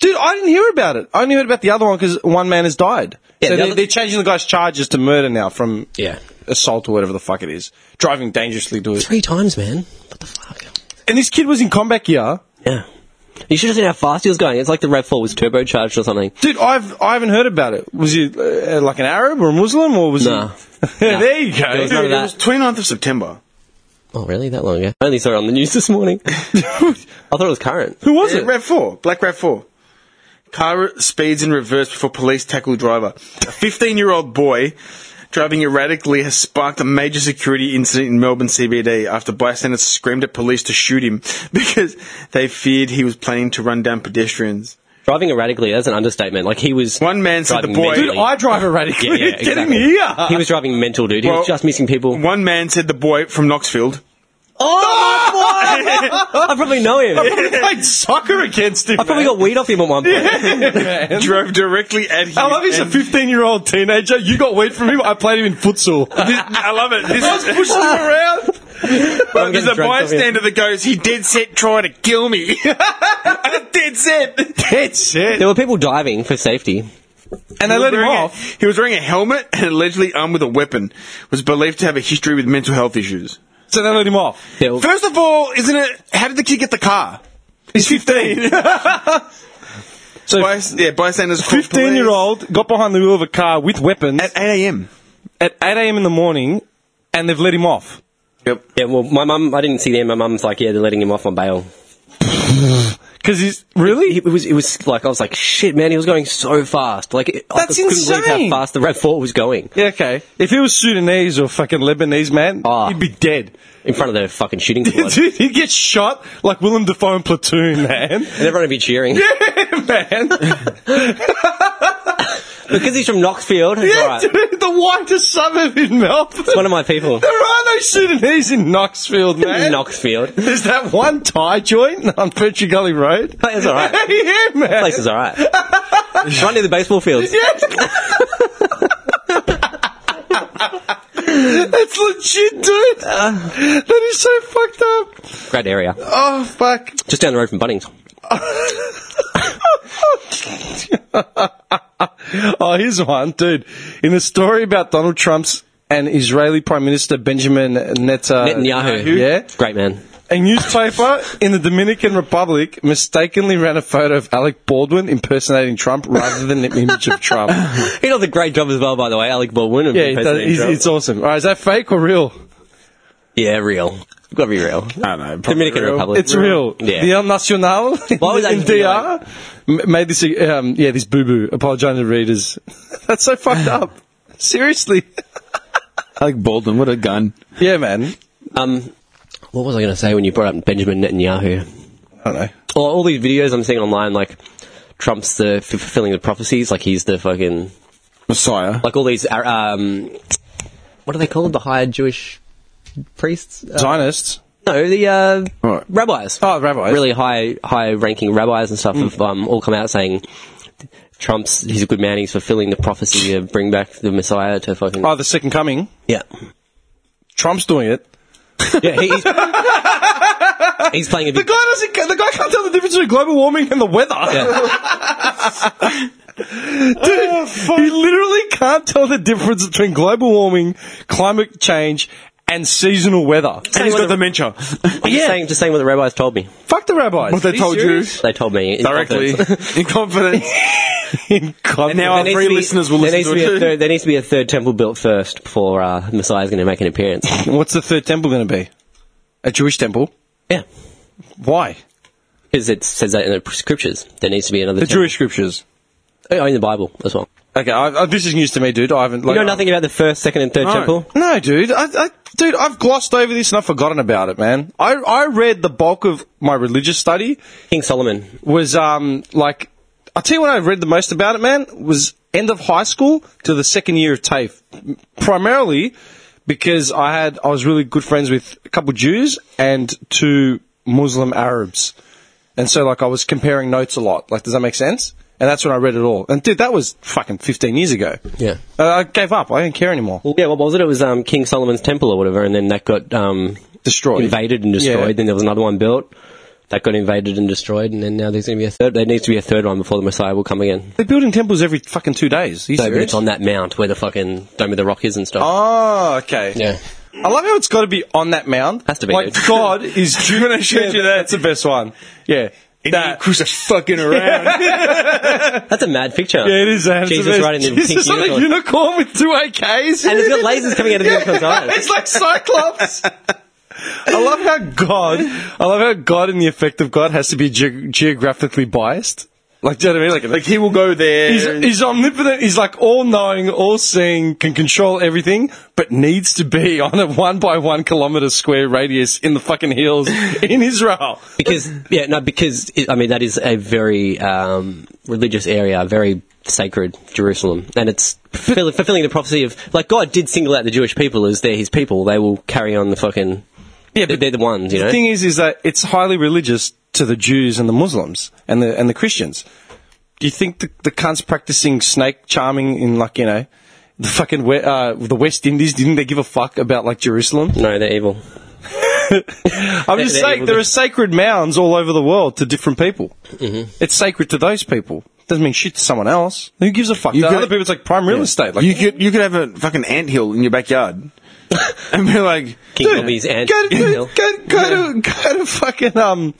[SPEAKER 1] Dude, I didn't hear about it. I only heard about the other one because one man has died. so
[SPEAKER 2] Yeah, the
[SPEAKER 1] they,
[SPEAKER 2] other-
[SPEAKER 1] they're changing the guy's charges to murder now from
[SPEAKER 2] Yeah.
[SPEAKER 1] assault or whatever the fuck it is. Driving dangerously to it.
[SPEAKER 2] Three times, man. What the fuck?
[SPEAKER 1] And this kid was in combat gear.
[SPEAKER 2] Yeah. You should have seen how fast he was going. It's like the Rav4 was turbocharged or something.
[SPEAKER 1] Dude, I've, I haven't heard about it. Was he uh, like an Arab or a Muslim or was
[SPEAKER 2] Nah.
[SPEAKER 1] he? there you go.
[SPEAKER 2] There was none of
[SPEAKER 3] It
[SPEAKER 2] that.
[SPEAKER 3] was 29th of September.
[SPEAKER 2] Oh, really? That long ago? I only saw it on the news this morning. I thought it was current.
[SPEAKER 1] Who was
[SPEAKER 3] Yeah,
[SPEAKER 1] it?
[SPEAKER 3] Rav 4. Black Rav 4. Car speeds in reverse before police tackle driver. A 15 year old boy driving erratically has sparked a major security incident in Melbourne CBD after bystanders screamed at police to shoot him because they feared he was planning to run down pedestrians.
[SPEAKER 2] Driving erratically, that's an understatement. Like, he was.
[SPEAKER 3] One man said the
[SPEAKER 2] driving
[SPEAKER 3] boy-
[SPEAKER 2] mentally.
[SPEAKER 1] Dude, I drive erratically.
[SPEAKER 2] Yeah, yeah,
[SPEAKER 1] Get him
[SPEAKER 2] exactly.
[SPEAKER 1] here.
[SPEAKER 2] He was driving mental, dude. He
[SPEAKER 3] Well-
[SPEAKER 2] was just missing people.
[SPEAKER 3] One man said the boy from Knoxfield.
[SPEAKER 2] I probably know him. I
[SPEAKER 1] played soccer against him.
[SPEAKER 2] probably got weed off him at one point.
[SPEAKER 3] Drove directly at him.
[SPEAKER 1] I love he's a
[SPEAKER 3] and-
[SPEAKER 1] 15 year old teenager. You got weed from him. I played him in futsal.
[SPEAKER 3] I love it. This is
[SPEAKER 1] pushing him around.
[SPEAKER 3] But there's
[SPEAKER 2] getting
[SPEAKER 3] a
[SPEAKER 2] drunk off here.
[SPEAKER 3] bystander that goes, he dead set trying to kill me. I dead set. Dead set.
[SPEAKER 2] There were people diving for safety.
[SPEAKER 1] And they let him off.
[SPEAKER 3] he was wearing a helmet and allegedly armed with a weapon. Was believed to have a history with mental health issues.
[SPEAKER 1] So they let him off.
[SPEAKER 2] There were-
[SPEAKER 3] First of all, isn't it, how did the kid get the car?
[SPEAKER 1] He's 15. so
[SPEAKER 3] Bys- yeah, bystanders called
[SPEAKER 1] 15 year
[SPEAKER 3] police.
[SPEAKER 1] old got behind the wheel of a car with weapons
[SPEAKER 3] At 8 a.m.
[SPEAKER 1] at 8 a.m. in the morning and they've let him off.
[SPEAKER 3] Yep.
[SPEAKER 2] Yeah, well, my mum, I didn't see them. My mum's like, yeah, they're letting him off on bail.
[SPEAKER 1] Because he's. Really?
[SPEAKER 2] It was, it was like, I was like, shit, man, he was going so fast. Like, it,
[SPEAKER 1] That's
[SPEAKER 2] I couldn't
[SPEAKER 1] insane.
[SPEAKER 2] believe how fast the RAV4 was going
[SPEAKER 1] Yeah, okay. If he was Sudanese or fucking Lebanese, man,
[SPEAKER 2] Ah.
[SPEAKER 1] he'd be dead.
[SPEAKER 2] in front of the fucking shooting squad. and
[SPEAKER 1] Dude, he'd get shot like Willem Dafoe in Platoon, man.
[SPEAKER 2] everyone would be cheering.
[SPEAKER 1] man.
[SPEAKER 2] Because he's from Knoxfield. it's
[SPEAKER 1] Yeah,
[SPEAKER 2] alright.
[SPEAKER 1] dude, the whitest suburb in Melbourne.
[SPEAKER 2] It's one of my people.
[SPEAKER 1] There are no Sudanese in Knoxfield, man.
[SPEAKER 2] Knoxfield.
[SPEAKER 1] There's that one Thai joint on Petrie Gully Road.
[SPEAKER 2] Hey, it's all right.
[SPEAKER 1] yeah, man.
[SPEAKER 2] Place is alright. right near the baseball fields.
[SPEAKER 1] Yeah. That's legit, dude.
[SPEAKER 2] Uh.
[SPEAKER 1] that is so fucked up.
[SPEAKER 2] Great area.
[SPEAKER 1] Oh, fuck.
[SPEAKER 2] Just down the road from Bunnings.
[SPEAKER 1] Uh, Oh, here's one, dude. In the story about Donald Trump's and Israeli Prime Minister Benjamin Neta-
[SPEAKER 2] Netanyahu.
[SPEAKER 1] Yeah.
[SPEAKER 2] Great man.
[SPEAKER 1] A newspaper in the Dominican Republic mistakenly ran a photo of Alec Baldwin impersonating Trump rather than an image of Trump. Yeah,
[SPEAKER 2] He does a great job as well, by the way, Alec Baldwin. of
[SPEAKER 1] it does,
[SPEAKER 2] impersonating
[SPEAKER 1] it's,
[SPEAKER 2] Trump.
[SPEAKER 1] it's awesome. All right, is that fake or real?
[SPEAKER 2] yeah, real. You've got to be real.
[SPEAKER 3] I don't know. probably
[SPEAKER 2] Dominican
[SPEAKER 3] real.
[SPEAKER 2] Republic.
[SPEAKER 1] It's real.
[SPEAKER 2] Yeah.
[SPEAKER 1] The El Nacional in,
[SPEAKER 2] Why was that
[SPEAKER 1] in
[SPEAKER 2] just be
[SPEAKER 1] DR m- made this, um, yeah, this boo-boo. Apologise to readers. That's so fucked up. Seriously.
[SPEAKER 3] Alec Baldwin, what a gun.
[SPEAKER 1] Yeah, man.
[SPEAKER 2] Um, what was I going to say when you brought up Benjamin Netanyahu?
[SPEAKER 1] I don't know.
[SPEAKER 2] All, all these videos I'm seeing online, like Trump's the f- fulfilling the prophecies, like he's the fucking
[SPEAKER 3] Messiah.
[SPEAKER 2] like all these uh, um, what are they called? The higher Jewish priests? Uh,
[SPEAKER 1] Zionists.
[SPEAKER 2] no, the uh,
[SPEAKER 3] Right.
[SPEAKER 2] rabbis.
[SPEAKER 1] Oh, rabbis.
[SPEAKER 2] really high high ranking rabbis and stuff have um, all come out saying Trump's he's a good man. He's fulfilling the prophecy of bring back the Messiah to fucking
[SPEAKER 1] Oh, the second coming.
[SPEAKER 2] yeah
[SPEAKER 1] Trump's doing it.
[SPEAKER 2] yeah. he- He's, he's playing a
[SPEAKER 1] The
[SPEAKER 2] big.
[SPEAKER 1] guy doesn't. The guy can't tell the difference between global warming and the weather. Dude, he literally can't tell the difference between global warming, climate change, and seasonal weather.
[SPEAKER 3] And he's
[SPEAKER 2] what
[SPEAKER 3] got
[SPEAKER 2] the-
[SPEAKER 3] dementia.
[SPEAKER 2] I'm just saying, just saying what the rabbis told me.
[SPEAKER 1] Fuck the rabbis.
[SPEAKER 3] What they told you
[SPEAKER 2] They told me in
[SPEAKER 3] directly.
[SPEAKER 2] confidence.
[SPEAKER 3] In confidence.
[SPEAKER 1] In
[SPEAKER 3] And now
[SPEAKER 1] confidence.
[SPEAKER 3] our
[SPEAKER 2] There needs
[SPEAKER 3] free
[SPEAKER 2] to be-
[SPEAKER 3] listeners will
[SPEAKER 2] there
[SPEAKER 3] listen
[SPEAKER 2] needs
[SPEAKER 3] to
[SPEAKER 2] be a
[SPEAKER 3] it.
[SPEAKER 2] third- there needs to be a third temple built first before uh, Messiah is going to make an appearance.
[SPEAKER 1] What's the third temple going to be? A Jewish temple.
[SPEAKER 2] yeah,
[SPEAKER 1] Why?
[SPEAKER 2] because it says that in the scriptures. There needs to be another.
[SPEAKER 1] The
[SPEAKER 2] temple.
[SPEAKER 1] Jewish scriptures.
[SPEAKER 2] Oh, in the Bible as well.
[SPEAKER 1] Okay, I, I, this is news to me, dude. I haven't.
[SPEAKER 2] You
[SPEAKER 1] Like,
[SPEAKER 2] know nothing about the first, second, and third
[SPEAKER 3] No.
[SPEAKER 2] temple.
[SPEAKER 1] No, dude. I, I, dude, I've glossed over this and I've forgotten about it, man. I, I read the bulk of my religious study
[SPEAKER 2] King Solomon.
[SPEAKER 1] was um like I'll tell you what I read the most about it, man, was end of high school to the second year of TAFE. Primarily because I had I was really good friends with a couple Jews and two Muslim Arabs. And so, like, I was comparing notes a lot. Like, does that make sense? And that's when I read it all. And dude, that was fucking 15 years ago.
[SPEAKER 2] Yeah.
[SPEAKER 1] Uh, I gave up. I didn't care anymore.
[SPEAKER 2] Well, yeah, what was it? It was um, King Solomon's Temple or whatever, and then that got um,
[SPEAKER 1] Destroyed.
[SPEAKER 2] invaded and destroyed.
[SPEAKER 1] Yeah.
[SPEAKER 2] Then there was another one built that got invaded and destroyed, and then now there's going to be a third. There needs to be a third one before the Messiah will come again.
[SPEAKER 1] They're building temples every fucking two days. Are you
[SPEAKER 2] So but
[SPEAKER 1] serious?
[SPEAKER 2] it's on that mount where the fucking Dome of the Rock is and stuff.
[SPEAKER 1] Oh, okay.
[SPEAKER 2] Yeah.
[SPEAKER 1] I love how it's got to be on that mound.
[SPEAKER 2] Has to be,
[SPEAKER 1] Like
[SPEAKER 2] dude.
[SPEAKER 1] God is due when I showed you that. That's the best one. Yeah. That.
[SPEAKER 3] Equals a fucking around.
[SPEAKER 2] That's a mad picture.
[SPEAKER 1] Yeah, it is. That's the
[SPEAKER 2] Jesus
[SPEAKER 1] best.
[SPEAKER 2] riding the
[SPEAKER 1] Jesus
[SPEAKER 2] pink
[SPEAKER 1] on a
[SPEAKER 2] unicorn.
[SPEAKER 1] unicorn with two AKs.
[SPEAKER 2] And it's got lasers coming out of the unicorn's eyes.
[SPEAKER 1] It's like Cyclops. I love how God, I love how God and the effect of God has to be ge- geographically biased. Like, do you know what I mean? Like,
[SPEAKER 3] like he will go there.
[SPEAKER 1] he's, he's omnipotent. He's like all knowing, all seeing, can control everything, but needs to be on a one by one kilometer square radius in the fucking hills in Israel.
[SPEAKER 2] Because, yeah, no, because, it, I mean, that is a very um, religious area, very sacred Jerusalem. And it's fulfill- fulfilling the prophecy of, like, God did single out the Jewish people as they're his people. They will carry on the fucking. Yeah, but they're the ones, you know?
[SPEAKER 1] The thing is, is that it's highly religious to the Jews and the Muslims and the and the Christians. Do you think the, the cunts practicing snake charming in like you know the fucking we- uh, the West Indies? Didn't they give a fuck about like Jerusalem?
[SPEAKER 2] no, they're evil.
[SPEAKER 1] I'm just
[SPEAKER 2] they're
[SPEAKER 1] saying
[SPEAKER 2] evil.
[SPEAKER 1] there are sacred mounds all over the world to different people. Mm-hmm. It's sacred to those people. Doesn't mean shit to someone else. Who gives a fuck? to
[SPEAKER 3] could-
[SPEAKER 1] other people, it's like prime real estate. Like
[SPEAKER 3] you could you could have a fucking anthill in your backyard, and be like,
[SPEAKER 2] King Bobby's and
[SPEAKER 1] Go, to-
[SPEAKER 2] Hill.
[SPEAKER 1] go, go, go to go to fucking um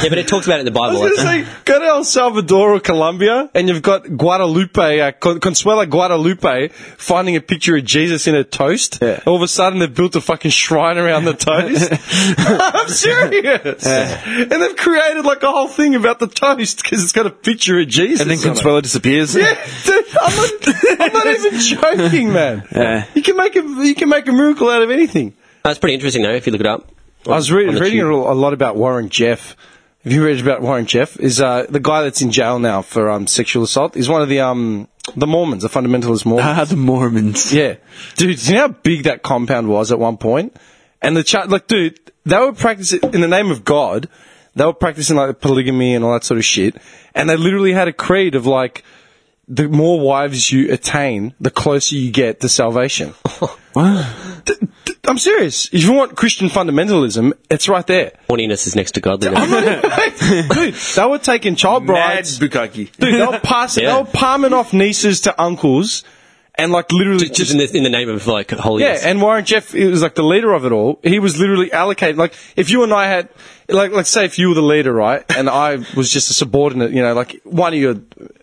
[SPEAKER 2] Yeah, but it talks about it in
[SPEAKER 1] I
[SPEAKER 2] the Bible.
[SPEAKER 1] was
[SPEAKER 2] like-
[SPEAKER 1] going to say, go to El Salvador or Colombia, and you've got Guadalupe, uh, Con- Consuela Guadalupe, finding a picture of Jesus in a toast.
[SPEAKER 3] Yeah.
[SPEAKER 1] All of a sudden, they've built a fucking shrine around the toast. I'm serious. And they've created like a whole thing about the toast because it's got a picture of Jesus.
[SPEAKER 3] and then
[SPEAKER 1] on it.
[SPEAKER 3] Consuelo disappears.
[SPEAKER 1] Yeah, dude, I'm not, I'm not even joking, man.
[SPEAKER 3] Yeah.
[SPEAKER 1] You can make a you can make a miracle out of anything.
[SPEAKER 2] That's pretty interesting, though, if you look it up.
[SPEAKER 1] I was reading,
[SPEAKER 2] on the
[SPEAKER 1] reading
[SPEAKER 2] tube.
[SPEAKER 1] a lot about Warren Jeff. Have you read about Warren Jeff? Is uh, the guy that's in jail now for um, sexual assault? He's one of the um, the Mormons, the fundamentalist Mormons.
[SPEAKER 3] Ah, the Mormons.
[SPEAKER 1] yeah, dude, do you know how big that compound was at one point? And the chat, like, dude, they were practicing in the name of God. They were practicing like polygamy and all that sort of shit. And they literally had a creed of like, the more wives you attain, the closer you get to salvation.
[SPEAKER 2] Oh,
[SPEAKER 1] Th- th- I'm serious. If you want Christian fundamentalism, it's right there.
[SPEAKER 2] Horniness is next to godliness.
[SPEAKER 1] Dude, they were taking child
[SPEAKER 3] Mad
[SPEAKER 1] brides.
[SPEAKER 3] Bukaki.
[SPEAKER 1] Dude, they were passing,
[SPEAKER 2] Yeah.
[SPEAKER 1] they were palming off nieces to uncles, and like literally
[SPEAKER 2] just
[SPEAKER 1] just.
[SPEAKER 2] in the, in the name of, like,
[SPEAKER 1] Yeah,
[SPEAKER 2] holiness.
[SPEAKER 1] and Warren Jeff he was like the leader of it all. He was literally allocated. Like, if you and I had, like, let's say if you were the leader, right, and I was just a subordinate, you know, like one of your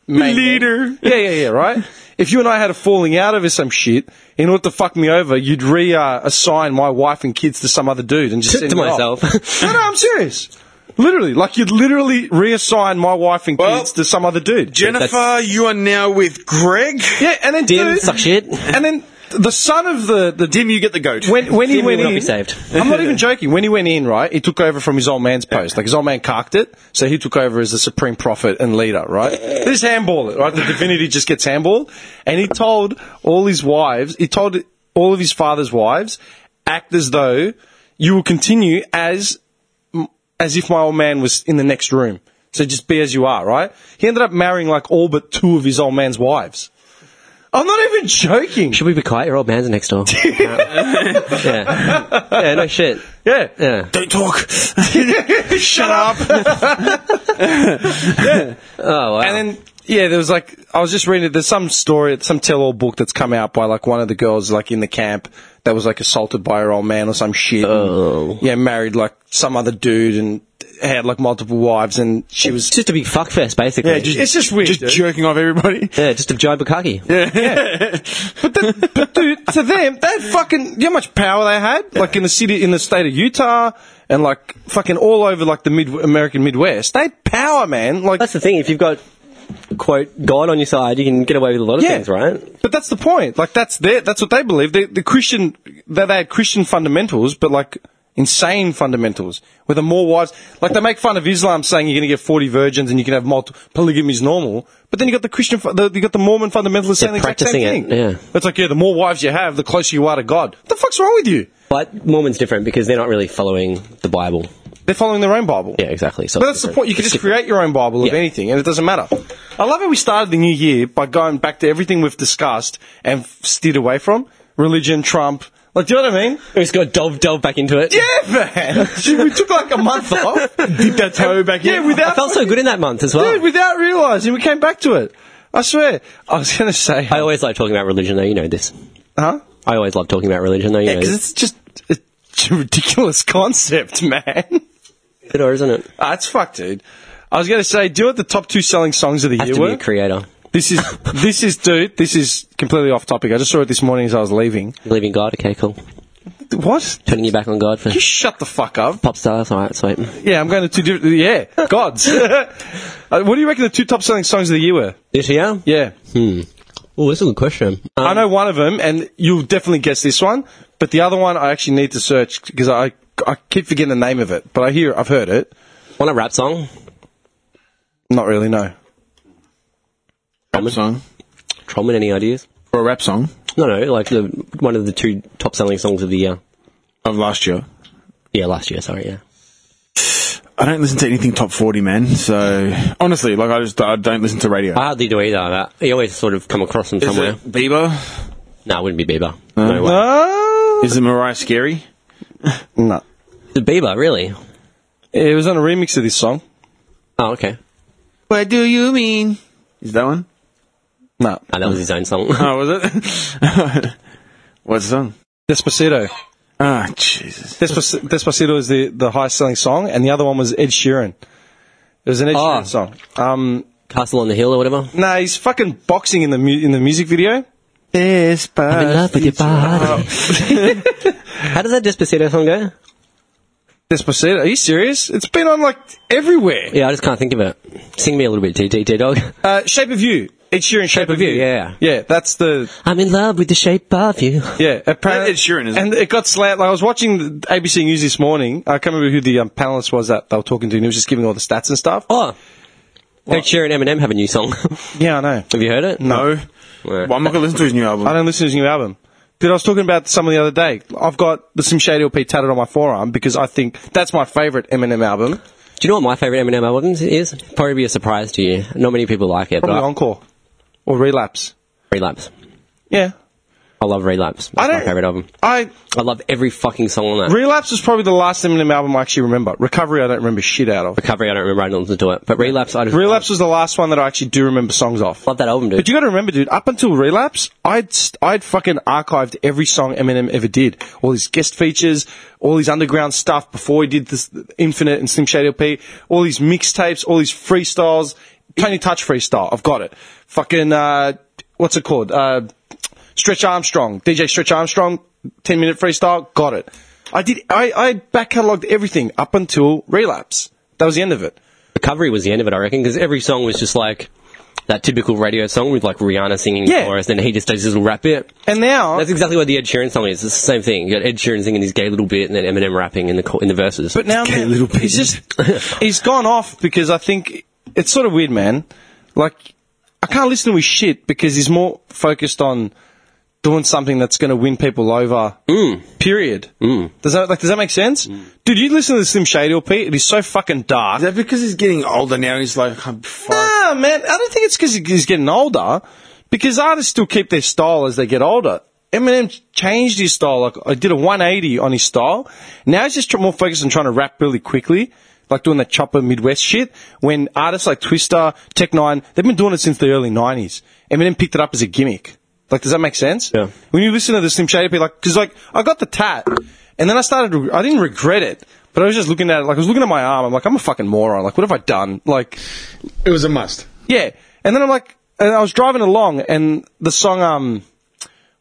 [SPEAKER 1] main
[SPEAKER 3] Leader.
[SPEAKER 1] Yeah, yeah, yeah, right. If you and I had a falling out over some shit, in order to fuck me over, you'd re uh, assign my wife and kids to some other dude and just
[SPEAKER 2] To-
[SPEAKER 1] send
[SPEAKER 2] to
[SPEAKER 1] me off.
[SPEAKER 2] myself.
[SPEAKER 1] no, no, I'm serious. Literally, like you'd literally reassign my wife and
[SPEAKER 3] Well,
[SPEAKER 1] kids to some other dude.
[SPEAKER 3] Jennifer,
[SPEAKER 2] That's-
[SPEAKER 3] you are now with Greg.
[SPEAKER 1] yeah, and then
[SPEAKER 2] Dim,
[SPEAKER 1] dude,
[SPEAKER 2] suck shit.
[SPEAKER 1] and then the son of the the
[SPEAKER 3] Dim, you get the goat.
[SPEAKER 1] when when he
[SPEAKER 2] Dim, you
[SPEAKER 1] went
[SPEAKER 2] will
[SPEAKER 1] in,
[SPEAKER 2] not be saved.
[SPEAKER 1] I'm not even joking. When he went in, right, he took over from his old man's post. Like his old man cocked it, so he took over as the supreme prophet and leader, right? This handball it, right? The divinity just gets handballed, and he told all his wives, he told all of his father's wives, act as though you will continue as as if my old man was in the next room. So just be as you are, right? He ended up marrying like all but two of his old man's wives. I'm not even joking.
[SPEAKER 2] Should we be quiet? Your old man's next door. yeah. Yeah, no shit.
[SPEAKER 1] Yeah.
[SPEAKER 2] Yeah.
[SPEAKER 3] Don't talk.
[SPEAKER 1] Shut up.
[SPEAKER 2] Oh, wow.
[SPEAKER 1] And then yeah, there was like I was just reading it. There's some story, some tell-all book that's come out by like one of the girls like in the camp that was like assaulted by her old man or some shit. and,
[SPEAKER 2] Oh.
[SPEAKER 1] yeah, married like some other dude and had like multiple wives, and she was.
[SPEAKER 2] it's just a big fuckfest, basically.
[SPEAKER 1] Yeah, it's just weird.
[SPEAKER 3] Just
[SPEAKER 1] dude.
[SPEAKER 3] jerking off everybody.
[SPEAKER 2] Yeah, just a Joe Bukaki.
[SPEAKER 1] but dude, to them, they had fucking. You know how much power they had? Like in the city, in the state of Utah, and like fucking all over like the mid American Midwest, they had power, man. Like
[SPEAKER 2] That's the thing. If you've got, quote, God on your side, you can get away with a lot of things, right?
[SPEAKER 1] But that's the point. Like that's their, that's what they believe. They, the Christian they, they had Christian fundamentals, but like insane fundamentals. Where the more wives, like they make fun of Islam saying you're going to get forty virgins and you can have multiple polygamy is normal. But then you got the Christian, fu- the, you got the Mormon fundamentalists saying the exact same
[SPEAKER 2] practicing it,
[SPEAKER 1] thing.
[SPEAKER 2] yeah.
[SPEAKER 1] it's like yeah, the more wives you have, the closer you are to God. What the fuck's wrong with you?
[SPEAKER 2] But Mormon's different because they're not really following the Bible.
[SPEAKER 1] They're following their own Bible.
[SPEAKER 2] Yeah, exactly. So
[SPEAKER 1] But
[SPEAKER 2] it's
[SPEAKER 1] that's the
[SPEAKER 2] different.
[SPEAKER 1] point. You can
[SPEAKER 2] It's
[SPEAKER 1] just create your own Bible of
[SPEAKER 2] Yeah.
[SPEAKER 1] anything, and it doesn't matter. I love how we started the new year by going back to everything we've discussed and f- steered away from religion, Trump. Like, do you know what I mean?
[SPEAKER 2] different. We just got delved delve back into it.
[SPEAKER 1] Yeah, man. Dude, we took like a month off. Dipped our toe back yeah,
[SPEAKER 2] I
[SPEAKER 1] without
[SPEAKER 2] felt so good in that month as well.
[SPEAKER 1] Dude, without realizing, we came back to it. I swear. I was going to say,
[SPEAKER 2] I always like talking about religion, though. You know this.
[SPEAKER 1] huh?
[SPEAKER 2] I always love talking about religion, though. You
[SPEAKER 1] Yeah,
[SPEAKER 2] know
[SPEAKER 1] because
[SPEAKER 2] this.
[SPEAKER 1] it's just it's a ridiculous concept, man.
[SPEAKER 2] It or isn't it?
[SPEAKER 1] That's fucked, dude. I was going to say, do you know what the top two selling songs of the
[SPEAKER 2] Have
[SPEAKER 1] year
[SPEAKER 2] to be
[SPEAKER 1] were?
[SPEAKER 2] a creator.
[SPEAKER 1] this is this is, dude. This is completely off topic. I just saw it this morning as I was leaving.
[SPEAKER 2] Believe in God. Okay, cool.
[SPEAKER 1] What?
[SPEAKER 2] Turning your back on God for
[SPEAKER 1] You shut the fuck up.
[SPEAKER 2] pop stars. All right, sweet.
[SPEAKER 1] Yeah, I'm going to two different. Yeah, gods. Uh, what do you reckon the two top selling songs of the year were?
[SPEAKER 2] This year?
[SPEAKER 1] Yeah,
[SPEAKER 2] Oh, that's a good question. Um,
[SPEAKER 1] I know one of them, and you'll definitely guess this one. But the other one, I actually need to search because I I keep forgetting the name of it. But I hear I've heard it.
[SPEAKER 2] want a rap song?
[SPEAKER 1] Not really. No.
[SPEAKER 3] Rap song.
[SPEAKER 2] Trollman, any ideas?
[SPEAKER 3] Or a rap song
[SPEAKER 2] No, no, like the one of the two top selling songs of the year.
[SPEAKER 3] of last year.
[SPEAKER 2] Yeah, last year, sorry, yeah.
[SPEAKER 3] I don't listen to anything top 40, man. So, honestly, like, I just I don't listen to radio.
[SPEAKER 2] I hardly do either. That. You always sort of come across them
[SPEAKER 3] Is
[SPEAKER 2] somewhere.
[SPEAKER 3] it Bieber?
[SPEAKER 2] No, it wouldn't be Bieber. No way.
[SPEAKER 1] Uh,
[SPEAKER 3] Is it Mariah Scary?
[SPEAKER 1] no.
[SPEAKER 2] The Bieber, really?
[SPEAKER 1] It was on a remix of this song.
[SPEAKER 2] Oh, okay.
[SPEAKER 3] What do you mean? Is that one?
[SPEAKER 1] No.
[SPEAKER 2] No, that was his own song.
[SPEAKER 3] Oh, was it? What's the song?
[SPEAKER 1] Despacito.
[SPEAKER 3] Ah, Jesus.
[SPEAKER 1] Despac- Despacito is the, the highest selling song, and the other one was Ed Sheeran. It was an Ed
[SPEAKER 2] Oh.
[SPEAKER 1] Sheeran song. Um,
[SPEAKER 2] Castle on the Hill or whatever.
[SPEAKER 1] nah, he's fucking boxing in the mu- in the music video.
[SPEAKER 2] I'm in love with your body. How does that Despacito song go?
[SPEAKER 1] Despacito. Are you serious? It's been on like everywhere.
[SPEAKER 2] Yeah, I just can't think of it. Sing me a little bit, TTT dog.
[SPEAKER 1] Uh, Shape of You. Ed Sheeran. Shape,
[SPEAKER 2] of You, yeah.
[SPEAKER 1] Yeah, that's the
[SPEAKER 2] I'm in love with the shape of you.
[SPEAKER 1] yeah. Apparently,
[SPEAKER 3] Ed Sheeran, isn't
[SPEAKER 1] and it got slammed. Like, I was watching the ABC News this morning. I can't remember who the um, panelist was that they were talking to, and he was just giving all the stats and stuff.
[SPEAKER 2] Oh, Ed Sheeran and Eminem have a new song.
[SPEAKER 1] Yeah, I know.
[SPEAKER 2] have you heard it?
[SPEAKER 3] No.
[SPEAKER 2] Well,
[SPEAKER 3] Well, I'm not going to listen to his new album.
[SPEAKER 1] I don't listen to his new album. Dude, I was talking about someone the other day. I've got the Slim Shady LP tatted on my forearm because I think that's my favourite Eminem album.
[SPEAKER 2] Do you know what my favourite Eminem album is? Probably be a surprise to you. Not many people like it,
[SPEAKER 1] Probably
[SPEAKER 2] but I-
[SPEAKER 1] Encore or Relapse.
[SPEAKER 2] Relapse.
[SPEAKER 1] Yeah.
[SPEAKER 2] I love Relapse. That's
[SPEAKER 1] I
[SPEAKER 2] my favourite album.
[SPEAKER 1] I
[SPEAKER 2] I love every fucking song on that.
[SPEAKER 1] Relapse was probably the last Eminem album I actually remember. Recovery, I don't remember shit out of.
[SPEAKER 2] Recovery, I don't remember. I don't listen to it. But Relapse, I just
[SPEAKER 1] Relapse was the last one that I actually do remember songs off.
[SPEAKER 2] love that album, dude.
[SPEAKER 1] But you got to remember, dude. Up until Relapse, I'd st- I'd fucking archived every song Eminem ever did, all his guest features, all his underground stuff before he did this Infinite and Slim Shady LP, all his mixtapes, all his freestyles, Tony Touch freestyle. I've got it. Fucking uh, what's it called? Uh, Stretch Armstrong, DJ Stretch Armstrong, ten minute freestyle. Got it. I did. I I back catalogued everything up until Relapse. That was the end of it.
[SPEAKER 2] Recovery was the end of it, I reckon, because every song was just like that typical radio song with like Rihanna singing
[SPEAKER 1] Yeah.
[SPEAKER 2] the chorus, then he just does his little rap bit.
[SPEAKER 1] And now
[SPEAKER 2] That's exactly what the Ed Sheeran song is. It's the same thing. You got Ed Sheeran singing his gay little bit, and then Eminem rapping in the co- in the verses.
[SPEAKER 1] But now man, he's just he's gone off because I think it's sort of weird, man. Like I can't listen to his shit because he's more focused on doing something that's going to win people over. Period. Does that like does that make sense, dude? You listen to the Slim Shady LP; it is so fucking dark.
[SPEAKER 3] Is that because he's getting older now? He's like, I'm fucked.
[SPEAKER 1] Nah, man. I don't think it's because he's getting older. Because artists still keep their style as they get older. Eminem changed his style. Like I did a 180 on his style. Now he's just tr- more focused on trying to rap really quickly, like doing that chopper Midwest shit. When artists like Twister, Tech Nine, they've been doing it since the early 90s. Eminem picked it up as a gimmick. Like, does that make sense?
[SPEAKER 2] Yeah.
[SPEAKER 1] When you listen to the Slim Shady, people like, because like I got the tat, and then I started. to- I didn't regret it, but I was just looking at it. Like I was looking at my arm. I'm like, I'm a fucking moron. Like, what have I done? Like.
[SPEAKER 3] It was a must.
[SPEAKER 1] Yeah. And then I'm like, and I was driving along, and the song, um,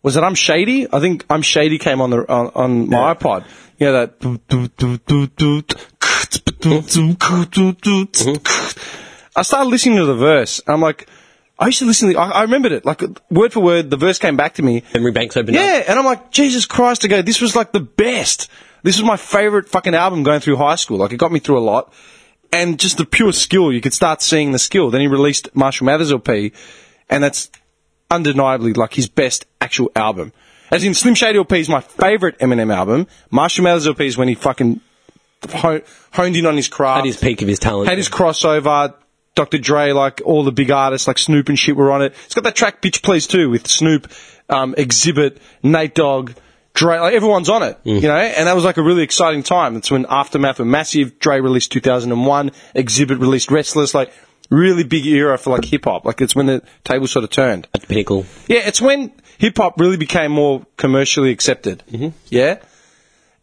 [SPEAKER 1] was it I'm Shady? I think I'm Shady came on the on, on my iPod. You know that. I started listening to the verse, and I'm like, I used to listen to. I, I remembered it, like word for word. The verse came back to me,
[SPEAKER 2] Memory banks opened up.
[SPEAKER 1] yeah, and I'm like, Jesus Christ, I go, this was like the best. This was my favorite fucking album going through high school. Like, it got me through a lot. And just the pure skill, you could start seeing the skill. Then he released Marshall Mathers LP, and that's undeniably like his best actual album. As in, Slim Shady LP is my favorite Eminem album. Marshall Mathers LP is when he fucking ho- honed in on his craft.
[SPEAKER 2] At his peak of his talent.
[SPEAKER 1] Had his crossover. Dr. Dre, like all the big artists, like Snoop and shit, were on it. It's got that track "Bitch Please" too with Snoop, um, Exhibit, Nate Dogg, Dre. Like everyone's on it, you know. And that was like a really exciting time. It's when Aftermath were massive. Dre released 2001. Exhibit released Restless. Like really big era for like hip hop. Like it's when the table sort of turned.
[SPEAKER 2] At the pinnacle.
[SPEAKER 1] Yeah, it's when hip hop really became more commercially accepted. Mm-hmm. Yeah,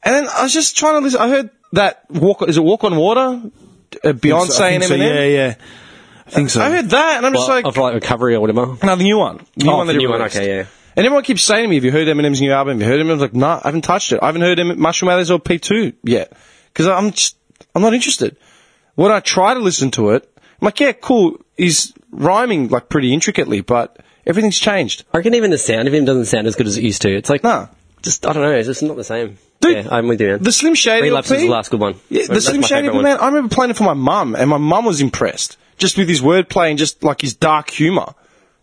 [SPEAKER 1] and then I was just trying to listen. I heard that walk is it Walk on Water, uh, Beyonce
[SPEAKER 3] So I
[SPEAKER 1] and
[SPEAKER 3] think
[SPEAKER 1] Eminem.
[SPEAKER 3] so, yeah, yeah. I think so.
[SPEAKER 1] I heard that, and I'm just
[SPEAKER 2] Well,
[SPEAKER 1] like
[SPEAKER 2] of like recovery or whatever.
[SPEAKER 1] another new one, new
[SPEAKER 2] Oh,
[SPEAKER 1] one that
[SPEAKER 2] the
[SPEAKER 1] he
[SPEAKER 2] new one,
[SPEAKER 1] released.
[SPEAKER 2] okay, yeah.
[SPEAKER 1] And everyone keeps saying to me, "Have you heard Eminem's new album? Have you heard him?" I was like, "Nah, I haven't touched it. I haven't heard Em- Mushroom Alley's or P2 yet because I'm just I'm not interested." When I try to listen to it, I'm like, "Yeah, cool. He's rhyming like pretty intricately, but everything's changed."
[SPEAKER 2] I reckon even the sound of him doesn't sound as good as it used to. It's like,
[SPEAKER 1] Nah.
[SPEAKER 2] just I don't know. It's just not the same.
[SPEAKER 1] Dude,
[SPEAKER 2] yeah, I'm with you, man.
[SPEAKER 1] The Slim Shady
[SPEAKER 2] relapse
[SPEAKER 1] LP?
[SPEAKER 2] is the last good one.
[SPEAKER 1] Yeah, the
[SPEAKER 2] That's
[SPEAKER 1] Slim
[SPEAKER 2] my
[SPEAKER 1] Shady
[SPEAKER 2] favourite
[SPEAKER 1] LP,
[SPEAKER 2] one.
[SPEAKER 1] man. I remember playing it for my mum, and my mum was impressed just with his wordplay and just like his dark humor.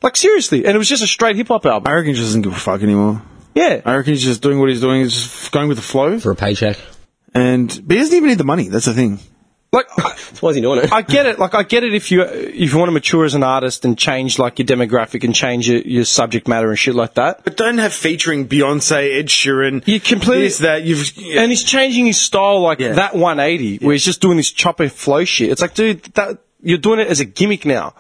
[SPEAKER 1] Like seriously, and it was just a straight hip hop album.
[SPEAKER 3] I reckon he just doesn't give a fuck anymore.
[SPEAKER 1] Yeah,
[SPEAKER 3] I reckon he's just doing what he's doing, he's just going with the flow.
[SPEAKER 2] for a paycheck.
[SPEAKER 3] And but he doesn't even need the money. That's the thing.
[SPEAKER 1] like
[SPEAKER 2] Why is he doing it?
[SPEAKER 1] I get it. Like I get it if you if you want to mature as an artist and change like your demographic and change your, your subject matter and shit like that.
[SPEAKER 3] But don't have featuring Beyonce, Ed Sheeran.
[SPEAKER 1] You completely-
[SPEAKER 3] this, that you've
[SPEAKER 1] And he's changing his style like
[SPEAKER 3] Yeah.
[SPEAKER 1] that 180, where he's just doing this chopper flow shit. It's like, dude, that, you're doing it as a gimmick now.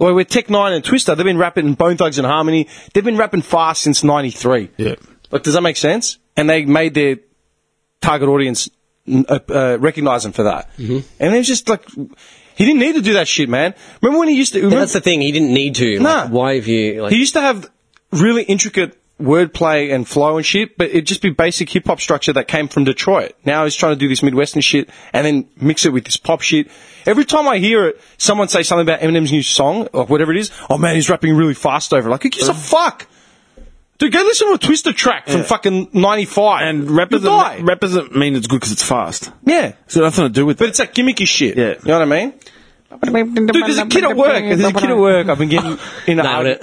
[SPEAKER 1] Like with Tech Nine and Twister, they've been rapping in Bone Thugs and Harmony. They've been rapping fast since '93.
[SPEAKER 3] Yeah.
[SPEAKER 1] Like, does that make sense? And they made their target audience n- uh, uh, recognize him for that. Mm-hmm. And it was just like, he didn't need to do that shit, man. Remember when he used to? Remember,
[SPEAKER 2] That's the thing. He didn't need to. Like,
[SPEAKER 1] Nah.
[SPEAKER 2] Why have you? Like,
[SPEAKER 1] he used to have really intricate wordplay and flow and shit, but it'd just be basic hip hop structure that came from Detroit. Now he's trying to do this Midwestern shit and then mix it with this pop shit. Every time I hear it, someone say something about Eminem's new song, or whatever it is, oh man, he's rapping really fast over. it." Like, who
[SPEAKER 3] Uh-huh.
[SPEAKER 1] gives a fuck? Dude, go listen to a Twister track from fucking 95.
[SPEAKER 3] and rap
[SPEAKER 1] You'll die.
[SPEAKER 3] doesn't, rap doesn't mean it's good because it's fast.
[SPEAKER 1] yeah.
[SPEAKER 3] So nothing to do with
[SPEAKER 1] But
[SPEAKER 3] it.
[SPEAKER 1] it's that gimmicky shit.
[SPEAKER 3] Yeah.
[SPEAKER 1] You know what I mean? Dude, there's a kid at work. There's a kid at work. I've been getting in a
[SPEAKER 2] Nailed it.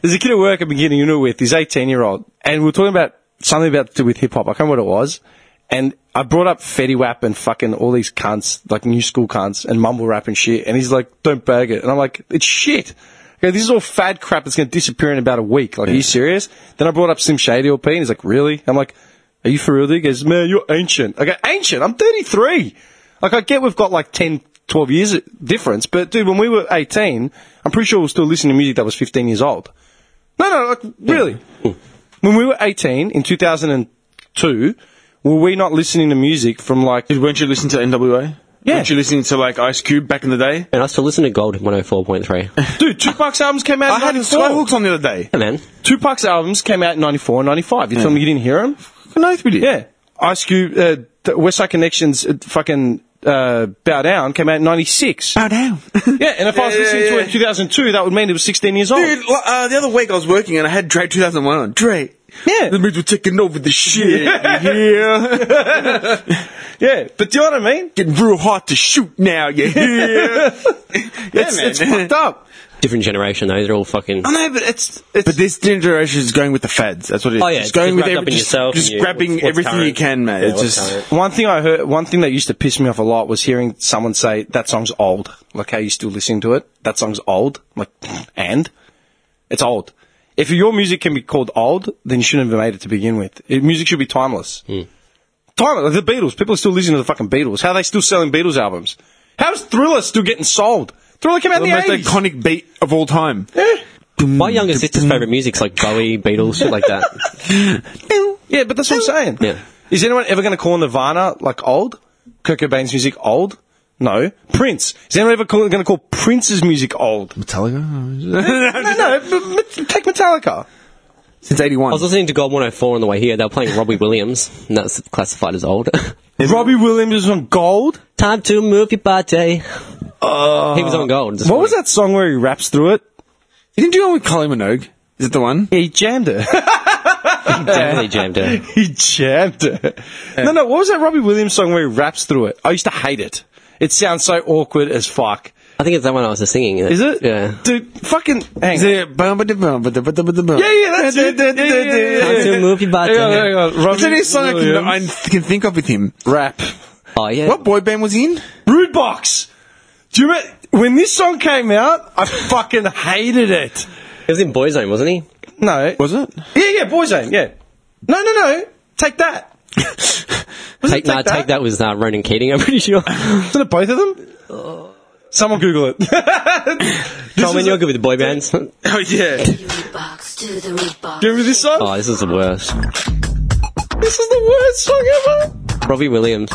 [SPEAKER 1] There's a kid at work I've been getting into it with. He's 18 year old, and we were talking about something about to do with hip hop. I can't remember what it was. And I brought up Fetty Wap and fucking all these cunts, like new school cunts and mumble rap and shit. And he's like, don't bag it. And I'm like, it's shit. Okay, this is all fad crap that's going to disappear in about a week. Like, are you serious? Then I brought up Slim Shady LP and he's like, really? I'm like, are you for real? dude? He goes, man, you're ancient. I go, ancient? I'm 33. Like, I get we've got like 10, 12 years difference, but dude, when we were 18, I'm pretty sure we were still listening to music that was 15 years old. No, no, like, really. When we were 18 in 2002, were we not listening to music from like.
[SPEAKER 3] Dude, weren't you listening to NWA?
[SPEAKER 1] Yeah.
[SPEAKER 3] Weren't you listening to like Ice Cube back in the day?
[SPEAKER 2] and I still listen to Gold 104.3.
[SPEAKER 1] Dude, Tupac's albums came out
[SPEAKER 3] I
[SPEAKER 1] in
[SPEAKER 3] had Skyhooks
[SPEAKER 1] 94.
[SPEAKER 3] on the other day.
[SPEAKER 2] yeah, man.
[SPEAKER 1] Tupac's albums came out in 94 and 95. You tell me you didn't hear them?
[SPEAKER 3] No, we did.
[SPEAKER 1] Yeah. Ice Cube, uh, th- Westside Connections, uh, fucking uh, Bow Down came out in 96.
[SPEAKER 3] Bow down.
[SPEAKER 1] Yeah, and if I was
[SPEAKER 3] Yeah, yeah,
[SPEAKER 1] listening to it
[SPEAKER 3] yeah.
[SPEAKER 1] in 2002, that would mean it was 16 years old.
[SPEAKER 3] Dude, l- uh, the other week I was working and I had Dre 2001 on. Dre.
[SPEAKER 1] Yeah.
[SPEAKER 3] The mids were taking over the shit. yeah.
[SPEAKER 1] Yeah, but do you know what I mean?
[SPEAKER 3] Getting real hard to shoot now. Yeah. yeah.
[SPEAKER 1] It's, it's fucked up.
[SPEAKER 2] Different generation. Those are all fucking.
[SPEAKER 1] I know, but it's. it's
[SPEAKER 3] But this generation is going with the fads. That's what it is.
[SPEAKER 2] Oh, yeah,
[SPEAKER 3] It's
[SPEAKER 2] it's
[SPEAKER 3] going
[SPEAKER 2] just
[SPEAKER 3] with
[SPEAKER 2] wrapped
[SPEAKER 3] every-
[SPEAKER 2] up in
[SPEAKER 3] just,
[SPEAKER 2] yourself
[SPEAKER 3] Just
[SPEAKER 2] and you-
[SPEAKER 3] grabbing
[SPEAKER 2] what's- what's
[SPEAKER 3] everything you
[SPEAKER 2] current.
[SPEAKER 3] can, man.
[SPEAKER 2] Yeah,
[SPEAKER 3] it's
[SPEAKER 2] what's
[SPEAKER 3] just.
[SPEAKER 2] current.
[SPEAKER 1] One thing I heard, one thing that used to piss me off a lot was hearing someone say that song's old. Like, how you still listening to it? That song's old. I'm like, and it's old. If your music can be called old, then you shouldn't have made it to begin with. It, music should be timeless. Timeless. Like the Beatles. People are still listening to the fucking Beatles. How are they still selling Beatles albums? How's Thriller still getting sold? Thriller came out
[SPEAKER 3] The
[SPEAKER 1] in the
[SPEAKER 3] most
[SPEAKER 1] 80s.
[SPEAKER 3] iconic beat of all time.
[SPEAKER 2] My younger sister's favorite music's like Bowie, Beatles, shit like that.
[SPEAKER 1] yeah, but that's what I'm saying.
[SPEAKER 2] Yeah.
[SPEAKER 1] Is anyone ever going to call Nirvana like old? Kurt Cobain's music old? No. Prince. Is anyone ever going to call Prince's music old?
[SPEAKER 3] Metallica?
[SPEAKER 1] No, no, but, but take Metallica.
[SPEAKER 3] Since 81.
[SPEAKER 2] I was listening to Gold 104 on the way here. They were playing Robbie Williams, and that's classified as old.
[SPEAKER 1] Robbie Williams was on Gold.
[SPEAKER 2] Time to move your body. he was on Gold.
[SPEAKER 1] What was that song where he raps through it?
[SPEAKER 3] Didn't you go with Kylie Minogue? Is it the one?
[SPEAKER 1] Yeah, he jammed it.
[SPEAKER 2] Definitely jammed it.
[SPEAKER 1] he jammed it. No, no, what was that Robbie Williams song where he raps through it? I used to hate it. It sounds so awkward as fuck.
[SPEAKER 2] I think it's that one I was just singing.
[SPEAKER 1] Is it?
[SPEAKER 2] Yeah.
[SPEAKER 1] Dude, fucking. Hang
[SPEAKER 3] Is
[SPEAKER 1] on.
[SPEAKER 3] it? Yeah,
[SPEAKER 1] Yeah, yeah, that's it. Yeah, yeah, yeah, yeah,
[SPEAKER 2] Time to move your button.
[SPEAKER 1] Hang on, hang on.
[SPEAKER 3] Is there
[SPEAKER 1] Robbie
[SPEAKER 3] any song I can, I
[SPEAKER 1] Williams.
[SPEAKER 3] can think of with him?
[SPEAKER 1] Rap.
[SPEAKER 2] Oh yeah.
[SPEAKER 3] What boy band was he in?
[SPEAKER 1] Rude Box. Do you remember? When this song came out, I fucking hated it.
[SPEAKER 2] He was in Boyzone, wasn't he?
[SPEAKER 1] No.
[SPEAKER 3] Was it?
[SPEAKER 1] Yeah, yeah, Boyzone, yeah. No, no, no. Take that. Was it
[SPEAKER 2] Take, nah, take that was uh, Ronan Keating. I'm pretty sure.
[SPEAKER 1] Isn't it both of them? Someone Google it.
[SPEAKER 2] Coleman, you're good with boy bands. oh,
[SPEAKER 3] Oh yeah.
[SPEAKER 4] Root box to the root box.
[SPEAKER 1] Remember this song?
[SPEAKER 2] this is the worst.
[SPEAKER 1] This is the worst song ever.
[SPEAKER 2] Robbie Williams.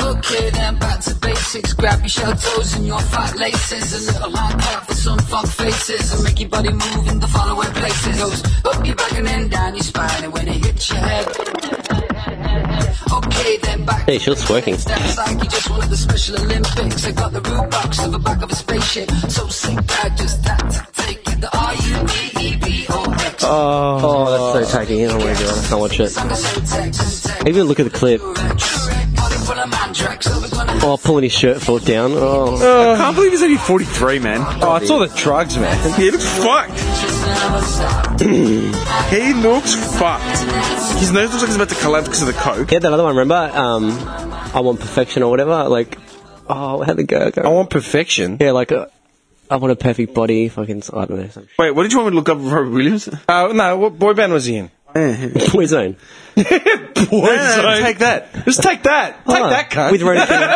[SPEAKER 5] Okay, then back to basics. Grab your shell toes and your fat laces. A little hard cap for some fuck faces. And make your body move in the following places. Goes up your back and then down your spine. And when it hits your head. Okay, then back
[SPEAKER 2] Hey, she's twerking.
[SPEAKER 5] Steps like you just wanted the Special Olympics. I got the root box of the back of a spaceship. So sick, I just had to take it. The R U B E B O X.
[SPEAKER 2] Oh, that's so tacky. Oh my god, I can't watch it.
[SPEAKER 5] I'm so Texas Tech.
[SPEAKER 2] Even look at the clip.
[SPEAKER 5] Rex. Body full of mandrax. So we're gonna
[SPEAKER 2] Oh, pulling his shirt fork down. Oh,
[SPEAKER 3] I can't believe he's only 43, man.
[SPEAKER 1] Oh, it's all the drugs, man.
[SPEAKER 3] He looks fucked. he looks fucked. His nose looks like he's about to collapse because of the coke.
[SPEAKER 2] he had that other one. Remember? Um, I want perfection or whatever. Like, oh, how'd it go?
[SPEAKER 1] I want perfection.
[SPEAKER 2] Yeah, like, uh, I want a perfect body. Fucking, I don't know. Some
[SPEAKER 3] Wait, what did you want me to look up with Robert Williams?
[SPEAKER 1] Uh, no, what boy band was he in?
[SPEAKER 2] Boyzone.
[SPEAKER 1] Boyzone.
[SPEAKER 3] no, take
[SPEAKER 1] that. Just take that. Take
[SPEAKER 2] Oh,
[SPEAKER 1] that, cunt.
[SPEAKER 2] With Ronan Keating.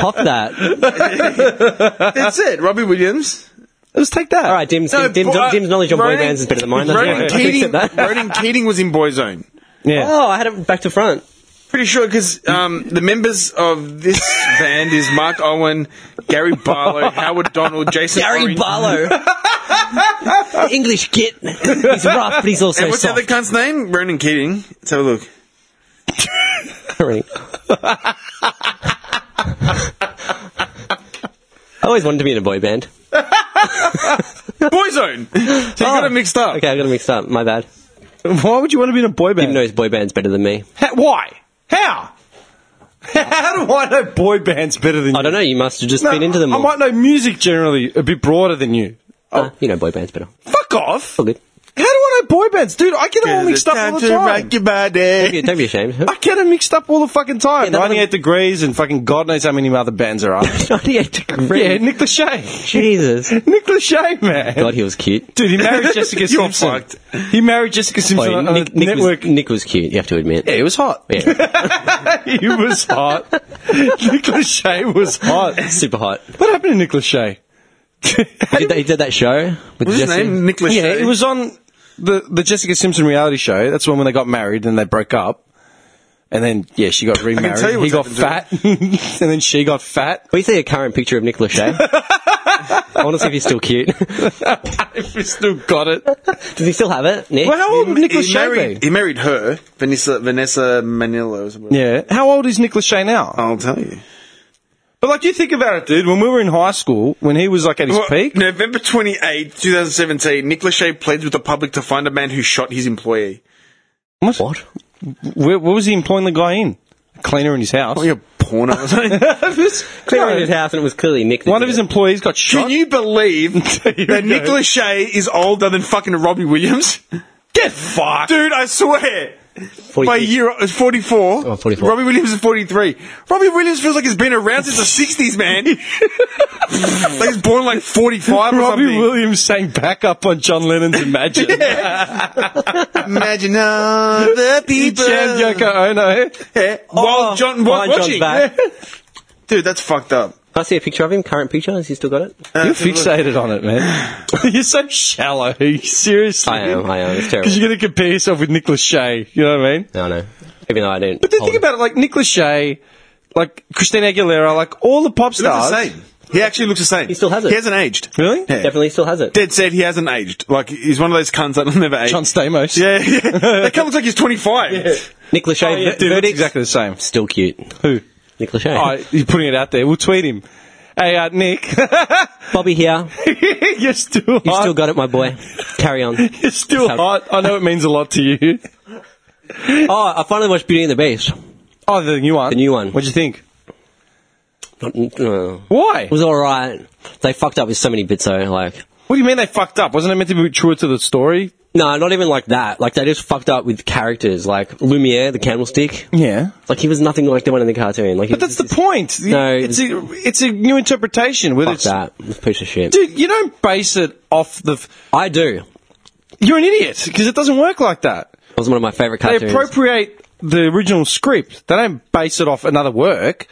[SPEAKER 2] Cop that.
[SPEAKER 3] That's it, Robbie Williams.
[SPEAKER 1] Just take that.
[SPEAKER 2] All right, Dim's,
[SPEAKER 3] No,
[SPEAKER 2] Dim's,
[SPEAKER 3] Bo- uh,
[SPEAKER 2] Dim's knowledge on
[SPEAKER 3] Ronan-
[SPEAKER 2] boy bands is better than mine. That's
[SPEAKER 3] Ronan
[SPEAKER 2] right. I fixed
[SPEAKER 3] Keating,
[SPEAKER 2] it, that.
[SPEAKER 3] Ronan Keating was in Boyzone.
[SPEAKER 1] Yeah.
[SPEAKER 2] Oh, I had it back to front.
[SPEAKER 3] Pretty sure because um, the members of this band is Mark Owen, Gary Barlow, Howard Donald, Jason
[SPEAKER 2] Gary
[SPEAKER 3] Orange-
[SPEAKER 2] Barlow. English git. He's rough, but he's also
[SPEAKER 3] And what's the other
[SPEAKER 2] soft.
[SPEAKER 3] cunt's name? Ronan Keating. Let's have a look.
[SPEAKER 2] Really. I always wanted to be in a boy band.
[SPEAKER 3] Boyzone. so you
[SPEAKER 1] Oh,
[SPEAKER 3] got it mixed up.
[SPEAKER 2] Okay, I got it mixed up. My bad.
[SPEAKER 1] Why would you want to be in a boy band?
[SPEAKER 2] Who knows boy bands better than me?
[SPEAKER 1] Ha- why? How? How do I know boy bands better than you?
[SPEAKER 2] I don't know. You must have just
[SPEAKER 1] No,
[SPEAKER 2] been into them.
[SPEAKER 1] I
[SPEAKER 2] more.
[SPEAKER 1] might know music generally a bit broader than you.
[SPEAKER 2] Uh, you know boy bands better.
[SPEAKER 1] Fuck off.
[SPEAKER 2] All good.
[SPEAKER 1] How do I know boy bands? Dude, I get them all mixed up all the time.
[SPEAKER 3] your body.
[SPEAKER 2] Yeah, don't be ashamed.
[SPEAKER 1] I get them mixed up all the fucking time.
[SPEAKER 2] that
[SPEAKER 1] 98
[SPEAKER 2] one-
[SPEAKER 1] Degrees and fucking God knows how many other bands there are out.
[SPEAKER 2] 98
[SPEAKER 1] yeah,
[SPEAKER 2] degrees.
[SPEAKER 1] Nick Lachey.
[SPEAKER 2] Jesus.
[SPEAKER 1] Nick Lachey, man.
[SPEAKER 2] God, he was cute.
[SPEAKER 1] Dude, he married Jessica
[SPEAKER 3] You're
[SPEAKER 1] Simpson.
[SPEAKER 3] fucked.
[SPEAKER 1] He married Jessica Simpson
[SPEAKER 2] Oh,
[SPEAKER 1] on
[SPEAKER 2] Nick,
[SPEAKER 1] the
[SPEAKER 2] Nick
[SPEAKER 1] network.
[SPEAKER 2] Was, Nick was cute, you have to admit.
[SPEAKER 1] yeah, he was hot.
[SPEAKER 2] Yeah.
[SPEAKER 1] he was hot. Nick Lachey was hot.
[SPEAKER 2] Oh, Super hot.
[SPEAKER 1] What happened to Nick Lachey?
[SPEAKER 2] He did, that, he did that show with
[SPEAKER 3] What's his
[SPEAKER 2] Jesse.
[SPEAKER 3] name? Nick Lachey.
[SPEAKER 1] Yeah, it was on the the Jessica Simpson reality show. That's when when they got married and they broke up. And then yeah, she got remarried.
[SPEAKER 3] tell you
[SPEAKER 1] he
[SPEAKER 3] what's
[SPEAKER 1] got
[SPEAKER 3] happened
[SPEAKER 1] fat, and then she got fat.
[SPEAKER 2] Can we see a current picture of Nick Lachey? I want to see if he's still cute.
[SPEAKER 1] if we still got it.
[SPEAKER 2] Does he still have it, Nick?
[SPEAKER 1] Well, how old would Nick
[SPEAKER 3] he
[SPEAKER 1] Lachey
[SPEAKER 3] married,
[SPEAKER 1] be?
[SPEAKER 3] he married her, Vanessa Vanessa Manila or something.
[SPEAKER 1] Yeah, how old is Nick Lachey now?
[SPEAKER 3] I'll tell you.
[SPEAKER 1] But like, you think about it, dude. When we were in high school, when he was like at his
[SPEAKER 3] Well,
[SPEAKER 1] peak,
[SPEAKER 3] November 28, 2017, Nick Lachey pleads with the public to find a man who shot his employee.
[SPEAKER 2] What?
[SPEAKER 1] where, where was he employing the guy in? Cleaner in his house.
[SPEAKER 3] Like a porno or something.
[SPEAKER 1] It was-
[SPEAKER 2] Clear
[SPEAKER 1] no,
[SPEAKER 2] in his house and it was clearly Nick. that
[SPEAKER 1] one
[SPEAKER 2] did
[SPEAKER 1] of his
[SPEAKER 2] it.
[SPEAKER 1] employees got shot.
[SPEAKER 3] Can you believe
[SPEAKER 1] There you
[SPEAKER 3] that
[SPEAKER 1] go.
[SPEAKER 3] Nick Lachey is older than fucking Robbie Williams?
[SPEAKER 1] get fucked?
[SPEAKER 3] Dude, I swear. By
[SPEAKER 2] 46.
[SPEAKER 3] year, it's 44.
[SPEAKER 2] Oh, 44.
[SPEAKER 3] Robbie Williams is 43. Robbie Williams feels like he's been around since the 60s, man. like he's born like 45 or
[SPEAKER 1] Robbie
[SPEAKER 3] something.
[SPEAKER 1] Williams sang back up on John Lennon's Imagine.
[SPEAKER 3] Imagine all the
[SPEAKER 1] He jammed Yoko Ono.
[SPEAKER 3] Yeah. While John was
[SPEAKER 2] While John's
[SPEAKER 3] watching.
[SPEAKER 2] back.
[SPEAKER 3] Dude, that's fucked up.
[SPEAKER 2] Can I see a picture of him? Current picture? Has he still got it?
[SPEAKER 1] You're fixated on it, man. You're so shallow. Seriously.
[SPEAKER 2] I am, I am. It's terrible.
[SPEAKER 1] Because you're going to compare yourself with Nick Lachey. You know what I mean?
[SPEAKER 2] No, no. Even though I didn't.
[SPEAKER 1] But then
[SPEAKER 2] hold
[SPEAKER 1] think about it. Like, Nick Lachey, like, Christina Aguilera, like, all the pop
[SPEAKER 3] He looks
[SPEAKER 1] stars.
[SPEAKER 3] the same. He actually looks the same. He
[SPEAKER 2] still has it.
[SPEAKER 3] He hasn't aged.
[SPEAKER 1] Really?
[SPEAKER 3] Yeah.
[SPEAKER 2] Definitely still has it.
[SPEAKER 3] Dead said he hasn't aged. Like, he's one of those cunts that'll never age.
[SPEAKER 1] John Stamos.
[SPEAKER 3] yeah, yeah. That cunt looks like he's 25.
[SPEAKER 2] Nick Lachey,
[SPEAKER 1] Oh, yeah,
[SPEAKER 2] ver-
[SPEAKER 1] dude, looks
[SPEAKER 2] verdict?
[SPEAKER 1] exactly the same.
[SPEAKER 2] Still cute.
[SPEAKER 1] Who?
[SPEAKER 2] Nick Lachey.
[SPEAKER 1] Oh, he's putting it out there. We'll tweet him. Hey, uh, Nick,
[SPEAKER 2] Bobby here.
[SPEAKER 1] you're still hot.
[SPEAKER 2] You still got it, my boy. Carry on.
[SPEAKER 1] You're still hot. I know it means a lot to you.
[SPEAKER 2] Oh, I finally watched Beauty and the Beast.
[SPEAKER 1] Oh, the new one.
[SPEAKER 2] The new one.
[SPEAKER 1] What'd you think?
[SPEAKER 2] Not, uh,
[SPEAKER 1] Why?
[SPEAKER 2] it was all right. They fucked up with so many bits though. Like,
[SPEAKER 1] What do you mean they fucked up? Wasn't it meant to be truer to the story?
[SPEAKER 2] no, not even like that. Like they just fucked up with characters. Like Lumiere, the candlestick.
[SPEAKER 1] Yeah.
[SPEAKER 2] Like he was nothing like the one in the cartoon. Like,
[SPEAKER 1] But that's the point.
[SPEAKER 2] No,
[SPEAKER 1] it's a, it's a new interpretation. Whether
[SPEAKER 2] Fuck
[SPEAKER 1] it's
[SPEAKER 2] that. It was a piece of shit.
[SPEAKER 1] dude, you don't base it off the. F-
[SPEAKER 2] I do.
[SPEAKER 1] You're an idiot because it doesn't work like that.
[SPEAKER 2] It was one of my favorite
[SPEAKER 1] They
[SPEAKER 2] cartoons.
[SPEAKER 1] appropriate the original script. They don't base it off another work.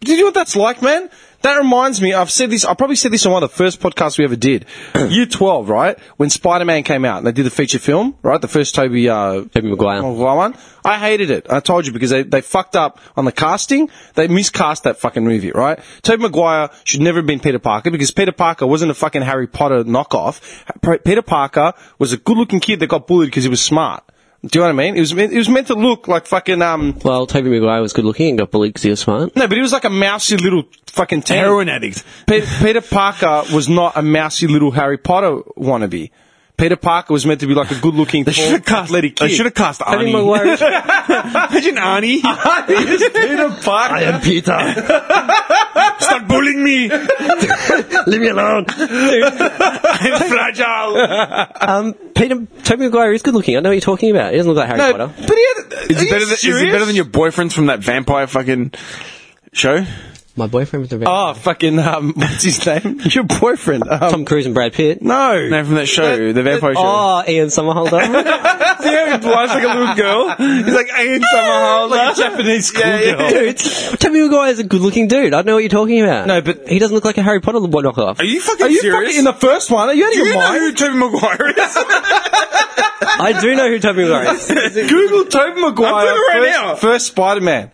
[SPEAKER 1] Do you know what that's like, man? That reminds me. I've said this. I probably said this on one of the first podcasts we ever did. Year twelve, right? When Spider Man came out and they did the feature film, right? The first Toby uh,
[SPEAKER 2] Toby Maguire.
[SPEAKER 1] Well, well, one. I hated it. I told you because they, they fucked up on the casting. They miscast that fucking movie, right? Tobey Maguire should never have been Peter Parker because Peter Parker wasn't a fucking Harry Potter knockoff. P- Peter Parker was a good looking kid that got bullied because he was smart. Do you know what I mean? It was meant, it was meant to look like fucking um
[SPEAKER 2] Well, Toby Maguire was good looking and got bullied because he was smart.
[SPEAKER 1] no, but he was like a mousy little fucking teen.
[SPEAKER 6] Heroin addict.
[SPEAKER 1] Pe- Peter Parker was not a mousy little Harry Potter wannabe. Peter Parker was meant to be like a good looking,
[SPEAKER 6] They should have cast.
[SPEAKER 1] athletic kid.
[SPEAKER 6] They should have cast
[SPEAKER 2] Toby
[SPEAKER 6] Arnie.
[SPEAKER 2] Maguire.
[SPEAKER 6] Imagine Arnie
[SPEAKER 1] Peter Parker.
[SPEAKER 2] Peter,
[SPEAKER 6] start bullying me.
[SPEAKER 2] leave me alone.
[SPEAKER 6] I'm fragile.
[SPEAKER 2] Um, Peter, Toby Maguire is good looking. I know what you're talking about. He doesn't look like Harry
[SPEAKER 1] No,
[SPEAKER 2] Potter.
[SPEAKER 1] but he had,
[SPEAKER 3] Is it, better than, is it better than your boyfriends from that vampire fucking show?
[SPEAKER 2] My boyfriend was a
[SPEAKER 1] Oh, fucking, um, what's his name? Your boyfriend. Um,
[SPEAKER 2] Tom Cruise and Brad Pitt.
[SPEAKER 1] no.
[SPEAKER 3] No, from that show, the vampire show.
[SPEAKER 2] Oh, Ian Somerhalder.
[SPEAKER 1] Yeah, he blushed like a little girl.
[SPEAKER 3] oh,
[SPEAKER 1] He's like, I ain't Summerhold. Like a Japanese schoolgirl.
[SPEAKER 2] dude, Toby Maguire is a good looking dude. I know what you're talking about.
[SPEAKER 1] No, but-
[SPEAKER 2] he doesn't look like a Harry Potter knockoff.
[SPEAKER 3] Are you fucking
[SPEAKER 1] Are you
[SPEAKER 3] serious?
[SPEAKER 1] fucking in the first one? Are you out of
[SPEAKER 3] Do
[SPEAKER 1] your
[SPEAKER 3] you know
[SPEAKER 1] mind?
[SPEAKER 3] who Toby Maguire is?
[SPEAKER 2] I do know who Toby Maguire is.
[SPEAKER 1] Google Tobey Maguire.
[SPEAKER 3] I'm doing it right
[SPEAKER 1] first,
[SPEAKER 3] now.
[SPEAKER 1] First Spider-Man.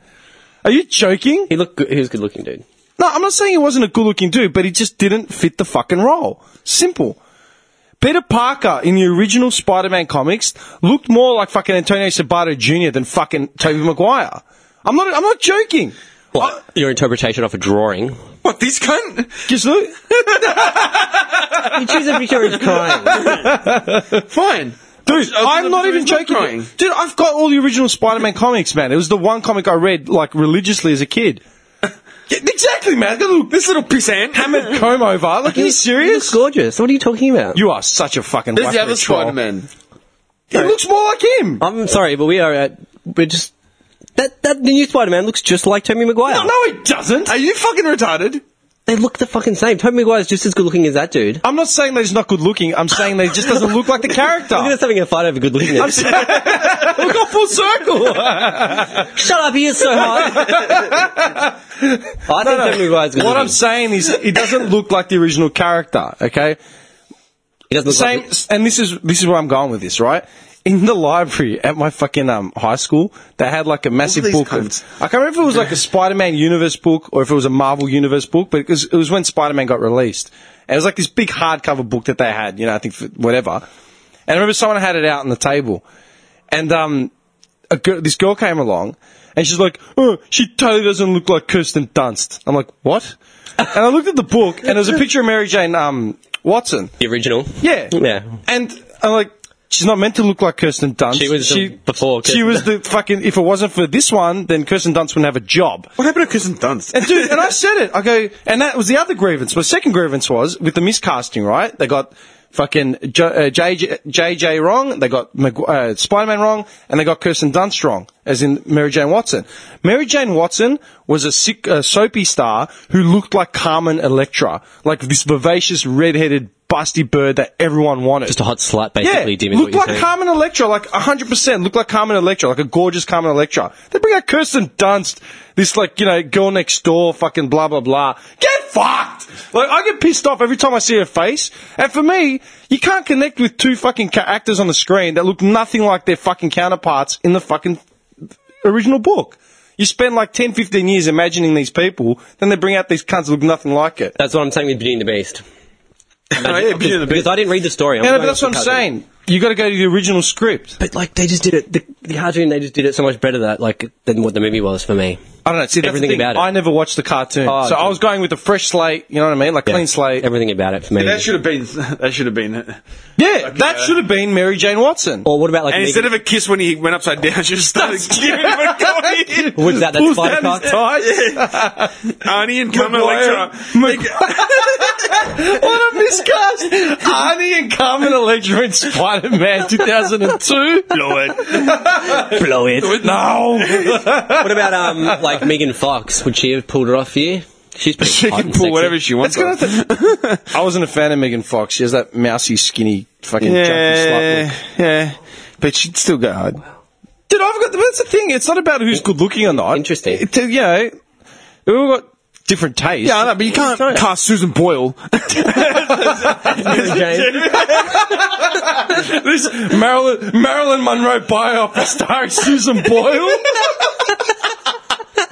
[SPEAKER 1] Are you joking?
[SPEAKER 2] He looked good. He was good looking dude.
[SPEAKER 1] No, I'm not saying he wasn't a good looking dude, but he just didn't fit the fucking role. Simple. Peter Parker in the original Spider-Man comics looked more like fucking Antonio Sabato Jr. than fucking Tobey Maguire. I'm not, I'm not joking.
[SPEAKER 2] What? Your interpretation of a drawing.
[SPEAKER 3] what, this cunt?
[SPEAKER 1] Just look.
[SPEAKER 2] You choose a picture of crying.
[SPEAKER 3] Fine.
[SPEAKER 1] Dude,
[SPEAKER 3] I was-
[SPEAKER 1] I'm not
[SPEAKER 3] I was
[SPEAKER 1] even
[SPEAKER 3] not
[SPEAKER 1] joking.
[SPEAKER 3] crying.
[SPEAKER 1] Dude, I've got all the original Spider-Man comics, man. It was the one comic I read like religiously as a kid. Yeah, exactly, man. That little
[SPEAKER 3] This little pissant.
[SPEAKER 1] hammered comb over. Like, are you
[SPEAKER 2] He looks
[SPEAKER 1] serious?
[SPEAKER 2] gorgeous. What are you talking about?
[SPEAKER 1] You are such a fucking.
[SPEAKER 3] There's the
[SPEAKER 1] whack
[SPEAKER 3] other
[SPEAKER 1] of a troll.
[SPEAKER 3] Spider-Man.
[SPEAKER 1] He
[SPEAKER 3] Oh.
[SPEAKER 1] looks more like him.
[SPEAKER 2] I'm sorry, but we are at. We're just. That, that the new Spider-Man looks just like Toby Maguire.
[SPEAKER 1] No, he doesn't.
[SPEAKER 3] Are you fucking retarded?
[SPEAKER 2] They look the fucking same. Toby Maguire's just as good looking as that dude.
[SPEAKER 1] I'm not saying that he's not good looking. I'm saying that he just doesn't look like the character.
[SPEAKER 2] Look at us having a fight over good lookingness.
[SPEAKER 1] We got full circle.
[SPEAKER 2] Shut up, he is so hot. I think Toby Maguire's good
[SPEAKER 1] what
[SPEAKER 2] looking.
[SPEAKER 1] I'm saying is, he doesn't look like the original character. Okay,
[SPEAKER 2] He doesn't look
[SPEAKER 1] same.
[SPEAKER 2] like
[SPEAKER 1] and this is this is where I'm going with this, right? In the library at my fucking um, high school, they had like a massive
[SPEAKER 3] Look at these
[SPEAKER 1] book. Of,
[SPEAKER 3] cunts.
[SPEAKER 1] I can't remember if it was like a Spider-Man universe book or if it was a Marvel universe book, but it was, it was when Spider-Man got released. And it was like this big hardcover book that they had, you know, I think for whatever. And I remember someone had it out on the table, and um, a girl, this girl came along, and she's like, "Oh, she totally doesn't look like Kirsten Dunst." I'm like, "What?" and I looked at the book, and there was a picture of Mary Jane um, Watson.
[SPEAKER 2] the original.
[SPEAKER 1] Yeah.
[SPEAKER 2] Yeah.
[SPEAKER 1] And I'm like, she's not meant to look like Kirsten Dunst.
[SPEAKER 2] She was the- before
[SPEAKER 1] she
[SPEAKER 2] Kirsten
[SPEAKER 1] was the fucking. If it wasn't for this one, then Kirsten Dunst wouldn't have a job.
[SPEAKER 3] What happened to Kirsten Dunst?
[SPEAKER 1] And dude, and I said it. I go, and that was the other grievance. My second grievance was with the miscasting. Right? They got fucking J- uh, JJ, JJ wrong. They got Mag- uh, Spider Man wrong, and they got Kirsten Dunst wrong, as in Mary Jane Watson. Mary Jane Watson was a sick, uh, soapy star who looked like Carmen Electra, like this vivacious red-headed. Busty bird that everyone wanted.
[SPEAKER 2] Just a hot slut,
[SPEAKER 1] Yeah,
[SPEAKER 2] basically, Demon.
[SPEAKER 1] look
[SPEAKER 2] what you're
[SPEAKER 1] like
[SPEAKER 2] saying.
[SPEAKER 1] Carmen Electra, like 100%. Look like Carmen Electra, like a gorgeous Carmen Electra. They bring out Kirsten Dunst, this like, you know, girl next door, fucking blah, blah, blah. Get fucked! Like, I get pissed off every time I see her face. And for me, you can't connect with two fucking ca- actors on the screen that look nothing like their fucking counterparts in the fucking original book. You spend like 10, 15 years imagining these people, then they bring out these cunts that look nothing like it.
[SPEAKER 2] That's what I'm saying with Beauty and the Beast.
[SPEAKER 3] Oh, yeah, Beauty and the Beast.
[SPEAKER 2] Because I didn't read the story. I'm
[SPEAKER 1] Yeah, no,
[SPEAKER 2] going
[SPEAKER 1] but that's
[SPEAKER 2] off
[SPEAKER 1] what
[SPEAKER 2] the
[SPEAKER 1] I'm
[SPEAKER 2] cartoon.
[SPEAKER 1] saying. You gotta go to the original script.
[SPEAKER 2] But like, they just did it. The, the cartoon, they just did it so much better that like than what the movie was for me.
[SPEAKER 1] I don't know. See, that's
[SPEAKER 2] Everything
[SPEAKER 1] the thing.
[SPEAKER 2] about it.
[SPEAKER 1] I never watched the cartoon,
[SPEAKER 2] Oh,
[SPEAKER 1] so I
[SPEAKER 2] good.
[SPEAKER 1] was going with a fresh slate. You know what I mean? Like clean slate.
[SPEAKER 2] Everything about it for me.
[SPEAKER 3] That should have been. That should have been. it.
[SPEAKER 1] yeah, that
[SPEAKER 3] yeah.
[SPEAKER 1] should have been Mary Jane Watson.
[SPEAKER 2] or what about like
[SPEAKER 3] And
[SPEAKER 2] Megan-
[SPEAKER 3] instead of a kiss when he went upside down, she just started giving him a coin.
[SPEAKER 2] What's that, that
[SPEAKER 1] Pulls
[SPEAKER 2] spider
[SPEAKER 1] down his
[SPEAKER 2] cock?
[SPEAKER 3] Arnie and Carmen
[SPEAKER 1] Maguire.
[SPEAKER 3] Electra.
[SPEAKER 1] What a miscast! Arnie and Carmen Electra in Spider Man 2002. Blow it.
[SPEAKER 2] blow it.
[SPEAKER 1] No!
[SPEAKER 2] What about um like Megan Fox? Would she have pulled it off for you? She's pretty
[SPEAKER 3] She
[SPEAKER 2] hot
[SPEAKER 3] can
[SPEAKER 2] and
[SPEAKER 3] pull
[SPEAKER 2] sexy.
[SPEAKER 3] whatever she wants.
[SPEAKER 1] That's kinda th- I wasn't a fan of Megan Fox. She has that mousy, skinny, fucking junky slut look.
[SPEAKER 3] yeah, yeah. But she'd still go hard.
[SPEAKER 1] Dude, I've got. That's the thing. It's not about who's good looking or not.
[SPEAKER 2] Interesting.
[SPEAKER 1] It, you know, we've all got different tastes.
[SPEAKER 3] Yeah, I know, but you can't cast Susan Boyle.
[SPEAKER 2] Jane.
[SPEAKER 1] this Marilyn Marilyn Monroe biop starring Susan Boyle.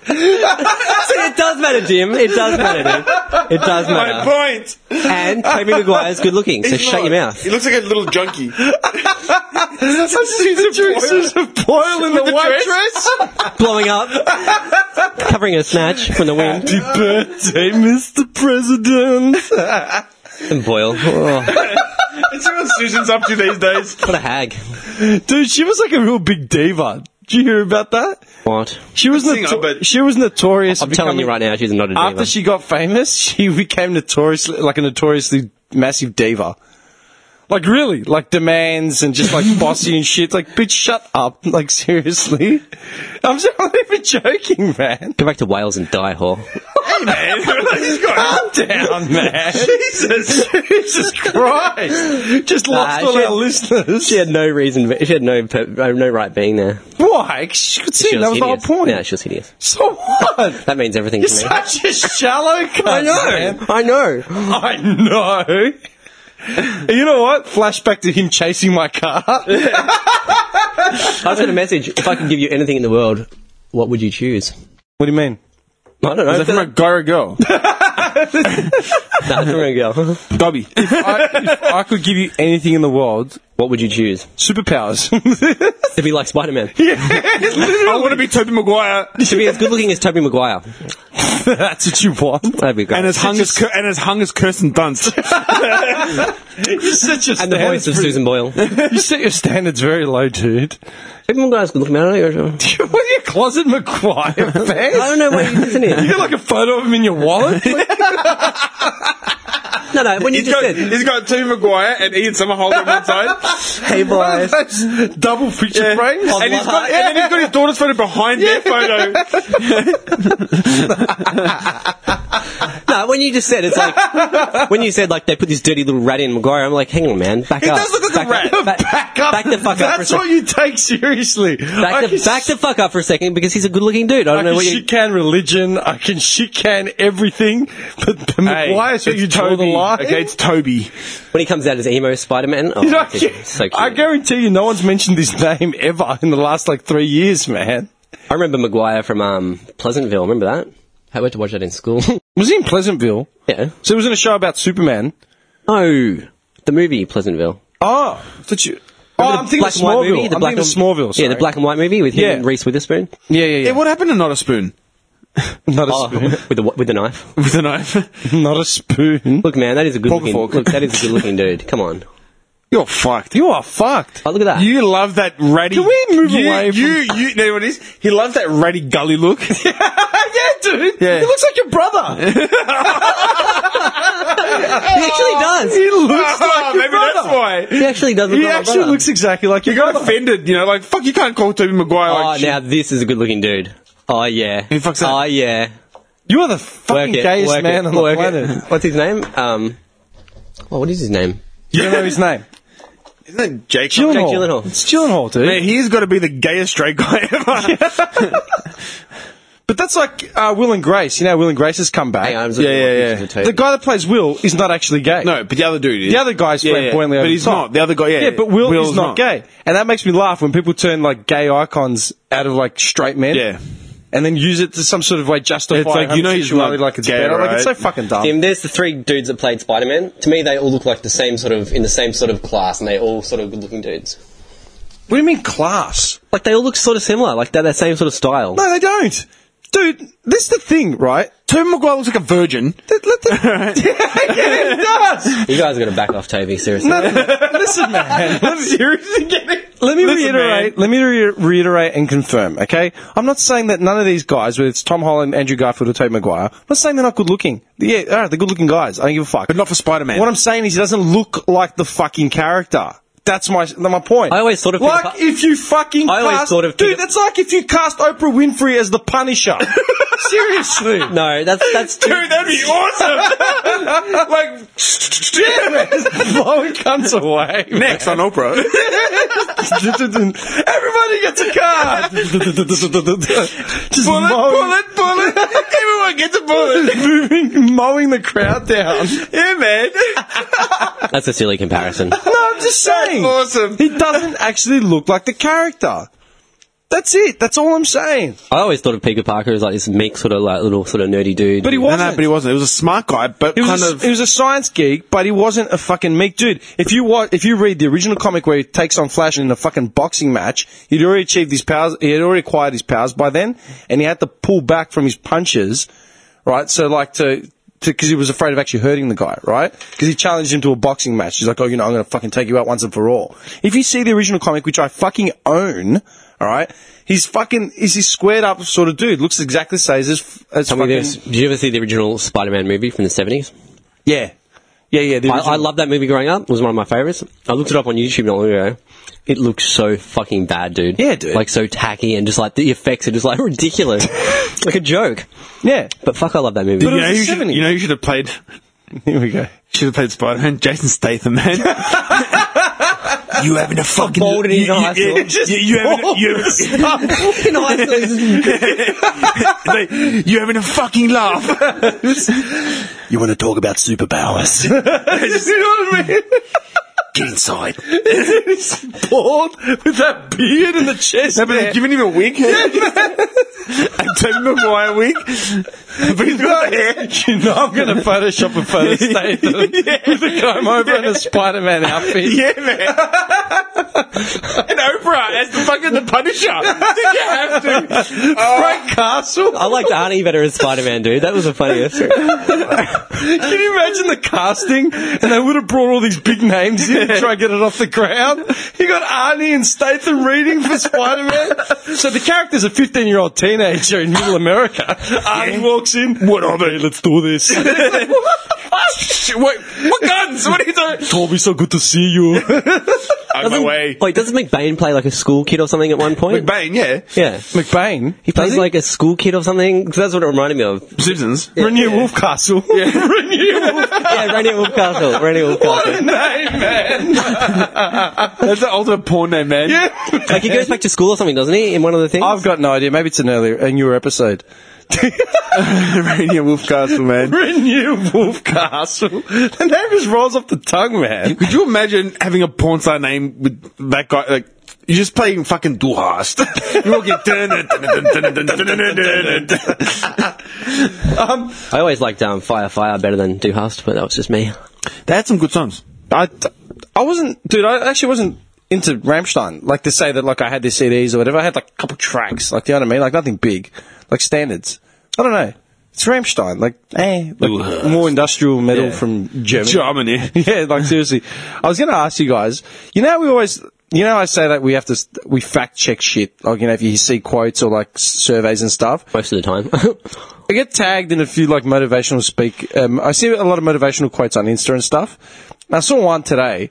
[SPEAKER 2] See, it does matter, Jim. It does matter, dude. It does matter.
[SPEAKER 3] point.
[SPEAKER 2] And Toby Maguire's good looking, so shut your mouth.
[SPEAKER 3] He looks like a little junkie.
[SPEAKER 1] Susan, Boyle. Susan Boyle in the,
[SPEAKER 3] the
[SPEAKER 1] white
[SPEAKER 3] dress?
[SPEAKER 1] dress.
[SPEAKER 2] Blowing up, covering a snatch from the wind.
[SPEAKER 1] Happy birthday, Mr. President.
[SPEAKER 2] And Boyle. Oh,
[SPEAKER 3] That's what Susan's up to these days.
[SPEAKER 2] what a hag.
[SPEAKER 1] Dude, she was like a real big diva. Did you hear about that?
[SPEAKER 2] What?
[SPEAKER 1] She was
[SPEAKER 3] Singer,
[SPEAKER 1] noto-
[SPEAKER 3] but-
[SPEAKER 1] she was notorious.
[SPEAKER 2] I'm telling you right now, she's not a diva.
[SPEAKER 1] After she got famous, she became notoriously like a notoriously massive diva. Like really, like demands and just like bossy and shit. Like, bitch, shut up. Like seriously, I'm just not even joking, man.
[SPEAKER 2] Go back to Wales and die, whore.
[SPEAKER 3] Man, he's got
[SPEAKER 1] Calm down, man.
[SPEAKER 3] Jesus.
[SPEAKER 1] Jesus Christ! Just lost
[SPEAKER 2] Nah,
[SPEAKER 1] all
[SPEAKER 2] she
[SPEAKER 1] our
[SPEAKER 2] had-
[SPEAKER 1] listeners.
[SPEAKER 2] She had no reason, she had no, per- uh, no right being there.
[SPEAKER 1] Why? 'Cause She could
[SPEAKER 2] She
[SPEAKER 1] sing. That was
[SPEAKER 2] hideous.
[SPEAKER 1] the whole point.
[SPEAKER 2] Yeah, she was hideous.
[SPEAKER 1] so what?
[SPEAKER 2] That means everything
[SPEAKER 1] You're
[SPEAKER 2] to me.
[SPEAKER 1] such a shallow cunt, man.
[SPEAKER 2] I know.
[SPEAKER 1] I know. You know what? Flashback to him chasing my car.
[SPEAKER 2] I was going to message if I could give you anything in the world, what would you choose?
[SPEAKER 1] What do you mean?
[SPEAKER 2] I don't know.
[SPEAKER 3] Is that from a guy or a girl?
[SPEAKER 2] Nah, it's from a girl.
[SPEAKER 3] Dobby.
[SPEAKER 1] I, if I could give you anything in the world.
[SPEAKER 2] what would you choose?
[SPEAKER 1] Superpowers.
[SPEAKER 2] To be like Spider Man.
[SPEAKER 3] I want to be Toby Maguire.
[SPEAKER 2] to be as good looking as Toby Maguire.
[SPEAKER 1] That's what you want.
[SPEAKER 2] That'd be great.
[SPEAKER 3] And as hung as, Kir- and as hung as Kirsten Dunst.
[SPEAKER 1] You're such a
[SPEAKER 2] And the voice of Susan Boyle. Toby
[SPEAKER 1] You set your standards very low, dude.
[SPEAKER 2] Maguire's good looking man. I don't know.
[SPEAKER 1] what are you, Closet McGuire,
[SPEAKER 2] I
[SPEAKER 1] man?
[SPEAKER 2] don't know what you listen
[SPEAKER 1] You
[SPEAKER 2] to.
[SPEAKER 1] got like a photo of him in your wallet?
[SPEAKER 2] No, no, when you
[SPEAKER 3] He's
[SPEAKER 2] just
[SPEAKER 3] got,
[SPEAKER 2] said,
[SPEAKER 3] he's got Toby Maguire and Ian Somerhalder on one side.
[SPEAKER 2] hey,
[SPEAKER 1] One
[SPEAKER 2] boy.
[SPEAKER 1] of those double picture frames.
[SPEAKER 2] Of
[SPEAKER 3] And he's
[SPEAKER 2] what?
[SPEAKER 3] got, and then he's got his daughter's photo behind their photo.
[SPEAKER 2] No, when you just said, it's like, when you said, like, they put this dirty little rat in Maguire, I'm like, hang on, man, back up.
[SPEAKER 3] does look like a
[SPEAKER 2] back up,
[SPEAKER 1] back, up.
[SPEAKER 2] Back the fuck up for a
[SPEAKER 1] That's what
[SPEAKER 2] second.
[SPEAKER 1] you take seriously. I
[SPEAKER 2] Back
[SPEAKER 1] can
[SPEAKER 2] the, back the fuck up for a second because he's a good looking dude. I
[SPEAKER 1] I
[SPEAKER 2] don't know
[SPEAKER 1] can
[SPEAKER 2] what you.
[SPEAKER 1] shit can religion. I can shit can everything. But the Maguire's where you draw the line.
[SPEAKER 3] Okay, it's Toby.
[SPEAKER 2] When he comes out as emo Spider Man, oh,
[SPEAKER 1] You know, I,
[SPEAKER 2] it's so cute.
[SPEAKER 1] I guarantee you, no one's mentioned his name ever in the last like three years, man.
[SPEAKER 2] I remember Maguire from um, Pleasantville. Remember that? I went to watch that in school.
[SPEAKER 1] Was he in Pleasantville?
[SPEAKER 2] yeah.
[SPEAKER 1] So he was in a show about Superman.
[SPEAKER 2] Oh, the movie Pleasantville.
[SPEAKER 1] Oh, did you? Oh, I'm thinking of
[SPEAKER 2] Black and white
[SPEAKER 1] Smallville.
[SPEAKER 2] movie, the
[SPEAKER 1] I'm
[SPEAKER 2] black
[SPEAKER 1] thinking of
[SPEAKER 2] and-
[SPEAKER 1] Smallville.
[SPEAKER 2] Yeah, the
[SPEAKER 1] sorry.
[SPEAKER 2] black and white movie with him
[SPEAKER 1] Yeah.
[SPEAKER 2] and Reese Witherspoon.
[SPEAKER 1] Yeah, yeah, yeah.
[SPEAKER 3] Yeah, what happened to Not a Spoon?
[SPEAKER 1] not a
[SPEAKER 2] Oh,
[SPEAKER 1] spoon.
[SPEAKER 2] with the with the knife.
[SPEAKER 3] With a knife.
[SPEAKER 1] not a spoon.
[SPEAKER 2] Look, man, that is a good
[SPEAKER 3] Poker
[SPEAKER 2] looking.
[SPEAKER 3] fork.
[SPEAKER 2] Look, that is a good looking dude. Come on.
[SPEAKER 3] You're fucked.
[SPEAKER 1] You are fucked.
[SPEAKER 2] Oh, look at that.
[SPEAKER 3] You love that ratty.
[SPEAKER 1] Can we move
[SPEAKER 3] you,
[SPEAKER 1] away
[SPEAKER 3] You, you, know what it is? He loves that ratty gully look.
[SPEAKER 1] yeah, dude.
[SPEAKER 3] Yeah.
[SPEAKER 1] He looks like your brother.
[SPEAKER 2] he actually does.
[SPEAKER 1] He looks
[SPEAKER 3] Ah,
[SPEAKER 1] like your
[SPEAKER 3] maybe
[SPEAKER 1] brother.
[SPEAKER 3] that's why.
[SPEAKER 2] He actually does. Look
[SPEAKER 1] He
[SPEAKER 2] like my
[SPEAKER 1] actually
[SPEAKER 2] brother.
[SPEAKER 1] looks exactly like
[SPEAKER 3] You
[SPEAKER 1] your
[SPEAKER 3] got
[SPEAKER 1] brother.
[SPEAKER 3] offended, you know, like, fuck, you can't call Toby Maguire
[SPEAKER 2] Oh,
[SPEAKER 3] like shit.
[SPEAKER 2] now this is a good looking dude. Oh yeah.
[SPEAKER 3] He fucks
[SPEAKER 2] oh
[SPEAKER 3] up.
[SPEAKER 2] yeah.
[SPEAKER 1] You are the fucking
[SPEAKER 2] Work it.
[SPEAKER 1] gayest
[SPEAKER 2] work
[SPEAKER 1] man
[SPEAKER 2] it,
[SPEAKER 1] on the
[SPEAKER 2] work
[SPEAKER 1] planet.
[SPEAKER 2] It. What's his name? Um. Oh, what is his name?
[SPEAKER 1] You don't know his name. Oh,
[SPEAKER 3] Isn't that Jake?
[SPEAKER 1] Gyllenhaal.
[SPEAKER 2] Gyllenhaal.
[SPEAKER 1] It's Gyllenhaal, dude.
[SPEAKER 3] Man, he's got to be the gayest straight guy ever.
[SPEAKER 1] But that's like uh, Will and Grace. You know, Will and Grace has come back.
[SPEAKER 2] Hang on, I was
[SPEAKER 3] Yeah,
[SPEAKER 2] looking
[SPEAKER 3] yeah,
[SPEAKER 2] at
[SPEAKER 3] yeah.
[SPEAKER 2] pictures of
[SPEAKER 1] the guy that plays Will is not actually gay.
[SPEAKER 3] no, but the other dude is.
[SPEAKER 1] The other guy's
[SPEAKER 3] Yeah, yeah.
[SPEAKER 1] flamboyantly over
[SPEAKER 3] But he's
[SPEAKER 1] the top.
[SPEAKER 3] not. The other guy, yeah.
[SPEAKER 1] Yeah, but Will
[SPEAKER 3] Will's
[SPEAKER 1] is not, gay. And that makes me laugh when people turn like gay icons out of like straight men.
[SPEAKER 3] Yeah.
[SPEAKER 1] And then use it to some sort of way justify
[SPEAKER 3] It's like, you know he's
[SPEAKER 1] homosexuality
[SPEAKER 3] not
[SPEAKER 1] like it's
[SPEAKER 3] gay,
[SPEAKER 1] better. Like it's so
[SPEAKER 3] right?
[SPEAKER 1] fucking dumb.
[SPEAKER 2] Tim, there's the three dudes that played Spider Man. To me, they all look like the same sort of in the same sort of class, and they all sort of good looking dudes.
[SPEAKER 1] What do you mean class?
[SPEAKER 2] Like they all look sort of similar, like they're that same sort of style.
[SPEAKER 1] No, they don't. Dude, this is the thing, right?
[SPEAKER 3] Toby Maguire looks like a virgin.
[SPEAKER 1] Let- let the- yeah, yeah, he does.
[SPEAKER 2] You guys are going to back off Toby, seriously.
[SPEAKER 1] Listen, man. Let me, Let me
[SPEAKER 3] Listen,
[SPEAKER 1] reiterate. Let me re- reiterate and confirm. Okay, I'm not saying that none of these guys, whether it's Tom Holland, Andrew Garfield, or Tobey Maguire, I'm not saying they're not good looking. Yeah, all right, they're good looking guys. I don't give a fuck.
[SPEAKER 3] But not for Spider-Man.
[SPEAKER 1] What I'm saying is he doesn't look like the fucking character. That's my that's my point.
[SPEAKER 2] I always thought of Peter
[SPEAKER 1] like
[SPEAKER 2] Pa-
[SPEAKER 1] if you fucking
[SPEAKER 2] I always
[SPEAKER 1] cast,
[SPEAKER 2] thought of
[SPEAKER 1] dude.
[SPEAKER 2] Peter-
[SPEAKER 1] That's like if you cast Oprah Winfrey as the Punisher. Seriously,
[SPEAKER 2] no, that's that's too.
[SPEAKER 1] Dude, that'd be awesome. like, yeah, man, blowing cunts away.
[SPEAKER 3] Next on Oprah.
[SPEAKER 1] Everybody gets a card. Just
[SPEAKER 3] bullet,
[SPEAKER 1] mowing,
[SPEAKER 3] bullet, bullet. Everyone gets a bullet.
[SPEAKER 1] moving, mowing the crowd down.
[SPEAKER 3] Yeah, man.
[SPEAKER 2] That's a silly comparison.
[SPEAKER 1] No, I'm just saying.
[SPEAKER 3] awesome.
[SPEAKER 1] He doesn't actually look like the character. That's it. That's all I'm saying.
[SPEAKER 2] I always thought of Peter Parker as like this meek sort of like little sort of nerdy dude.
[SPEAKER 1] But he
[SPEAKER 3] No,
[SPEAKER 1] wasn't.
[SPEAKER 3] no, but he wasn't. He was a smart guy, but
[SPEAKER 1] He was,
[SPEAKER 3] kind
[SPEAKER 1] a,
[SPEAKER 3] of.
[SPEAKER 1] he was a science geek, but he wasn't a fucking meek dude. If you wa if you read the original comic where he takes on Flash in a fucking boxing match, he'd already achieved his powers. He had already acquired his powers by then, and he had to pull back from his punches, right? So like to. Because he was afraid of actually hurting the guy, right? Because he challenged him to a boxing match. He's like, "Oh, you know, I'm going to fucking take you out once and for all." If you see the original comic, which I fucking own, all right, he's fucking is he squared up sort of dude. Looks exactly the same as as
[SPEAKER 2] Tell me
[SPEAKER 1] fucking,
[SPEAKER 2] this. Did you ever see the original Spider-Man movie from the 70s?
[SPEAKER 1] yeah, yeah, yeah. the
[SPEAKER 2] I, I
[SPEAKER 1] original-
[SPEAKER 2] loved that movie growing up. It was one of my favorites. I looked it up on YouTube not long ago. It looks so fucking bad, dude.
[SPEAKER 1] Yeah, dude.
[SPEAKER 2] Like so tacky and just like the effects are just like ridiculous, like a joke.
[SPEAKER 1] yeah.
[SPEAKER 2] But fuck, I love that movie.
[SPEAKER 1] But it
[SPEAKER 3] you,
[SPEAKER 1] was
[SPEAKER 3] know,
[SPEAKER 1] the
[SPEAKER 3] you, should,
[SPEAKER 1] 70s.
[SPEAKER 3] you know, you should have played.
[SPEAKER 1] Here we go.
[SPEAKER 3] Should have played Spider-Man. Jason Statham, man. you haven't a fucking.
[SPEAKER 2] Bald in his eyes,
[SPEAKER 3] You,
[SPEAKER 2] Phil.
[SPEAKER 3] you, you, haven't, you, haven't-
[SPEAKER 2] Fucking awesome.
[SPEAKER 3] Like, you having a fucking laugh.
[SPEAKER 1] You want to talk about superpowers?
[SPEAKER 3] Get inside.
[SPEAKER 1] Bald with that beard and the chest.
[SPEAKER 3] No, but they've given him a wig. a Toby Maguire wig. But he's got the hair.
[SPEAKER 1] you know I'm going to Photoshop a photo statement with a comb over and a Spider-Man outfit.
[SPEAKER 3] Yeah, man. and Oprah as the fucking the Punisher. Did you have to?
[SPEAKER 1] Frank Castle.
[SPEAKER 2] I liked Arnie better as Spider-Man, dude. That was the funniest.
[SPEAKER 1] Can you imagine the casting? And they would have brought all these big names in to try and get it off the ground. You got Arnie and Statham reading for Spider-Man. So the character's a 15-year-old teenager in middle America. Arnie walks in. What are they? Let's do this.
[SPEAKER 3] what, what guns? What are you doing?
[SPEAKER 1] Toby, so good to see you.
[SPEAKER 3] On my way.
[SPEAKER 2] Wait, doesn't McBain play like a school kid or something at one point?
[SPEAKER 3] Bane, yeah.
[SPEAKER 2] Yeah.
[SPEAKER 1] McBain.
[SPEAKER 2] He plays like a school kid or something. 'Cause that's what it reminded me of.
[SPEAKER 3] Simpsons.
[SPEAKER 1] Renew Wolfcastle. Renew Wolfcastle.
[SPEAKER 2] yeah, Rainier Wolfcastle. Rainier Wolfcastle.
[SPEAKER 1] name, man.
[SPEAKER 3] That's the ultimate porn name, man.
[SPEAKER 2] Like he goes back to school or something, doesn't he? In one of the things.
[SPEAKER 1] I've got no idea. Maybe it's an earlier, a newer episode.
[SPEAKER 3] Rainier Wolfcastle, man.
[SPEAKER 1] Renew Wolfcastle. The name just rolls off the tongue, man.
[SPEAKER 3] Could you imagine having a porn star name with that guy? Like, you're just playing fucking Duhast. you walk in.
[SPEAKER 1] Um,
[SPEAKER 2] I always liked um, Fire Fire better than Do Hast, but that was just me.
[SPEAKER 3] They had some good songs.
[SPEAKER 1] I, I wasn't, dude. I actually wasn't into Ramstein. Like to say that, like I had their CDs or whatever. I had like a couple tracks. Like, do you know what I mean? Like nothing big. Like standards. I don't know. It's Ramstein. Like, eh, like
[SPEAKER 3] Ugh.
[SPEAKER 1] more industrial metal
[SPEAKER 3] Yeah.
[SPEAKER 1] from Germany.
[SPEAKER 3] Germany.
[SPEAKER 1] yeah, like seriously. I was going to ask you guys. You know, how we always, you know, I say that we have to s- we fact check shit. Like, you know, if you see quotes or like s- surveys and stuff.
[SPEAKER 2] Most of the time.
[SPEAKER 1] I get tagged in a few like motivational speak. Um, I see a lot of motivational quotes on Insta and stuff. And I saw one today,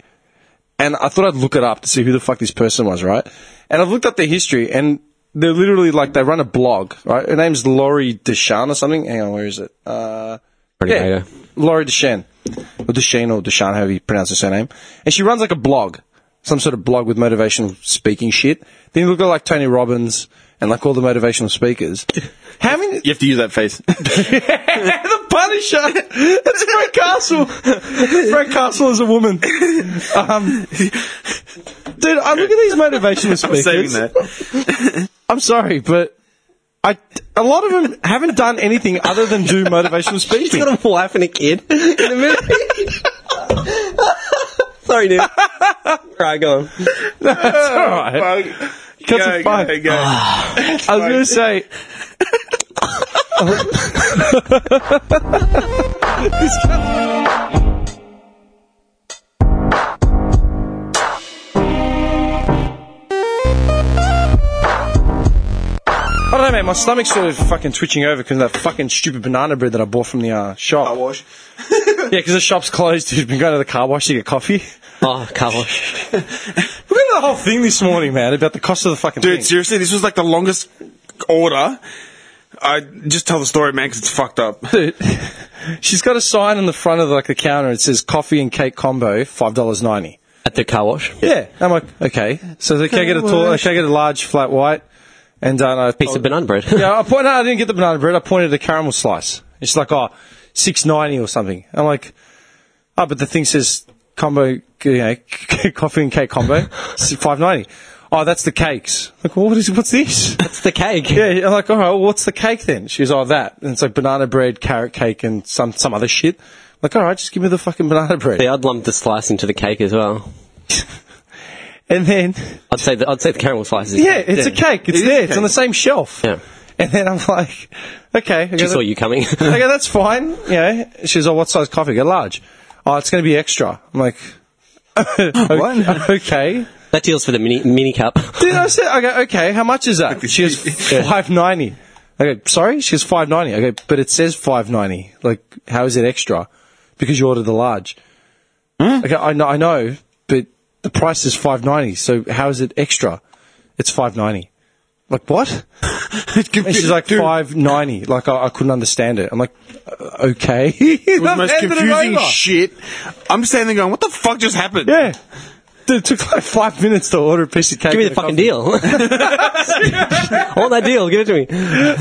[SPEAKER 1] and I thought I'd look it up to see who the fuck this person was, right? And I've looked up their history, and they're literally like they run a blog, right? Her name's Laurie Deshan or something. Hang on, where is it? Uh,
[SPEAKER 2] Pretty hater.
[SPEAKER 1] Laurie Deshan, or Deshan or Deshan, however you pronounce her surname. And she runs like a blog, some sort of blog with motivational speaking shit. Then you look at like Tony Robbins and like all the motivational speakers. How many?
[SPEAKER 3] You have to use that face.
[SPEAKER 1] the Punisher. It's Frank Castle. Frank Castle is a woman. Um, dude, I look at these motivational speakers.
[SPEAKER 3] Saving that.
[SPEAKER 1] I'm sorry, but I a lot of them haven't done anything other than do motivational
[SPEAKER 2] He's
[SPEAKER 1] speaking.
[SPEAKER 2] got a wife and a kid in the movie. Sorry, dude. Alright, go on.
[SPEAKER 1] All right.
[SPEAKER 3] Fuck. Ah.
[SPEAKER 1] Cut some fun.
[SPEAKER 3] go.
[SPEAKER 1] I was going to say. I don't know, man. My stomach's sort of fucking twitching over because of that fucking stupid banana bread that I bought from the uh, shop.
[SPEAKER 3] Car wash.
[SPEAKER 1] Yeah, because the shop's closed. Dude, been going to the car wash to get coffee.
[SPEAKER 2] Oh, come on.
[SPEAKER 1] We got the whole thing this morning, man, about the cost of the fucking
[SPEAKER 3] Dude,
[SPEAKER 1] thing.
[SPEAKER 3] seriously, this was like the longest order. I just tell the story, man, because it's fucked up.
[SPEAKER 1] Dude, she's got a sign on the front of like the counter. It says coffee and cake combo, five dollars ninety.
[SPEAKER 2] At the car wash.
[SPEAKER 1] Yeah, I'm like, okay. So they can I get a tall, can I get a large flat white, and uh, I
[SPEAKER 2] Piece of banana bread.
[SPEAKER 1] yeah, I point. No, I didn't get the banana bread. I pointed at a caramel slice. It's like oh, six ninety or something. I'm like, oh, but the thing says combo, you know, coffee and cake combo, five ninety. Oh, that's the cakes. Like, well, what is what's this?
[SPEAKER 2] It's the cake.
[SPEAKER 1] Yeah, I'm like, all right, well, what's the cake then? She goes, oh, that. And it's like banana bread, carrot cake, and some, some other shit. I'm like, all right, just give me the fucking banana bread.
[SPEAKER 2] Yeah, I'd lump the slice into the cake as well.
[SPEAKER 1] And then,
[SPEAKER 2] I'd say the, I'd say the caramel slice is
[SPEAKER 1] yeah, it's a cake. It's
[SPEAKER 3] It is
[SPEAKER 1] there.
[SPEAKER 3] a
[SPEAKER 1] It's on
[SPEAKER 3] cake.
[SPEAKER 1] the same shelf.
[SPEAKER 2] Yeah.
[SPEAKER 1] And then I'm like, okay. I go,
[SPEAKER 2] She saw you coming.
[SPEAKER 1] I go, that's fine. You know, she goes, oh, what size coffee? I go, large. Oh, it's going to be extra. I'm like, what? okay.
[SPEAKER 2] that deals for the mini mini cup.
[SPEAKER 1] Dude, I said, I go, okay, how much is that? She goes, five ninety. I go, sorry? She goes, five ninety. I go, but it says five ninety. Like, how is it extra? Because you ordered the large. I go, I know, I know, but the price is five ninety. So how is it extra? It's five ninety. Like what? And she's like five ninety. Like I, I couldn't understand it. I'm like, "Uh, okay.
[SPEAKER 3] It was the most confusing shit. I'm standing there going, what the fuck just happened?
[SPEAKER 1] Yeah. Dude, it took like five minutes to order a piece of cake.
[SPEAKER 2] Give me
[SPEAKER 1] and
[SPEAKER 2] the
[SPEAKER 1] a
[SPEAKER 2] fucking
[SPEAKER 1] coffee.
[SPEAKER 2] deal. I want that deal. Give it to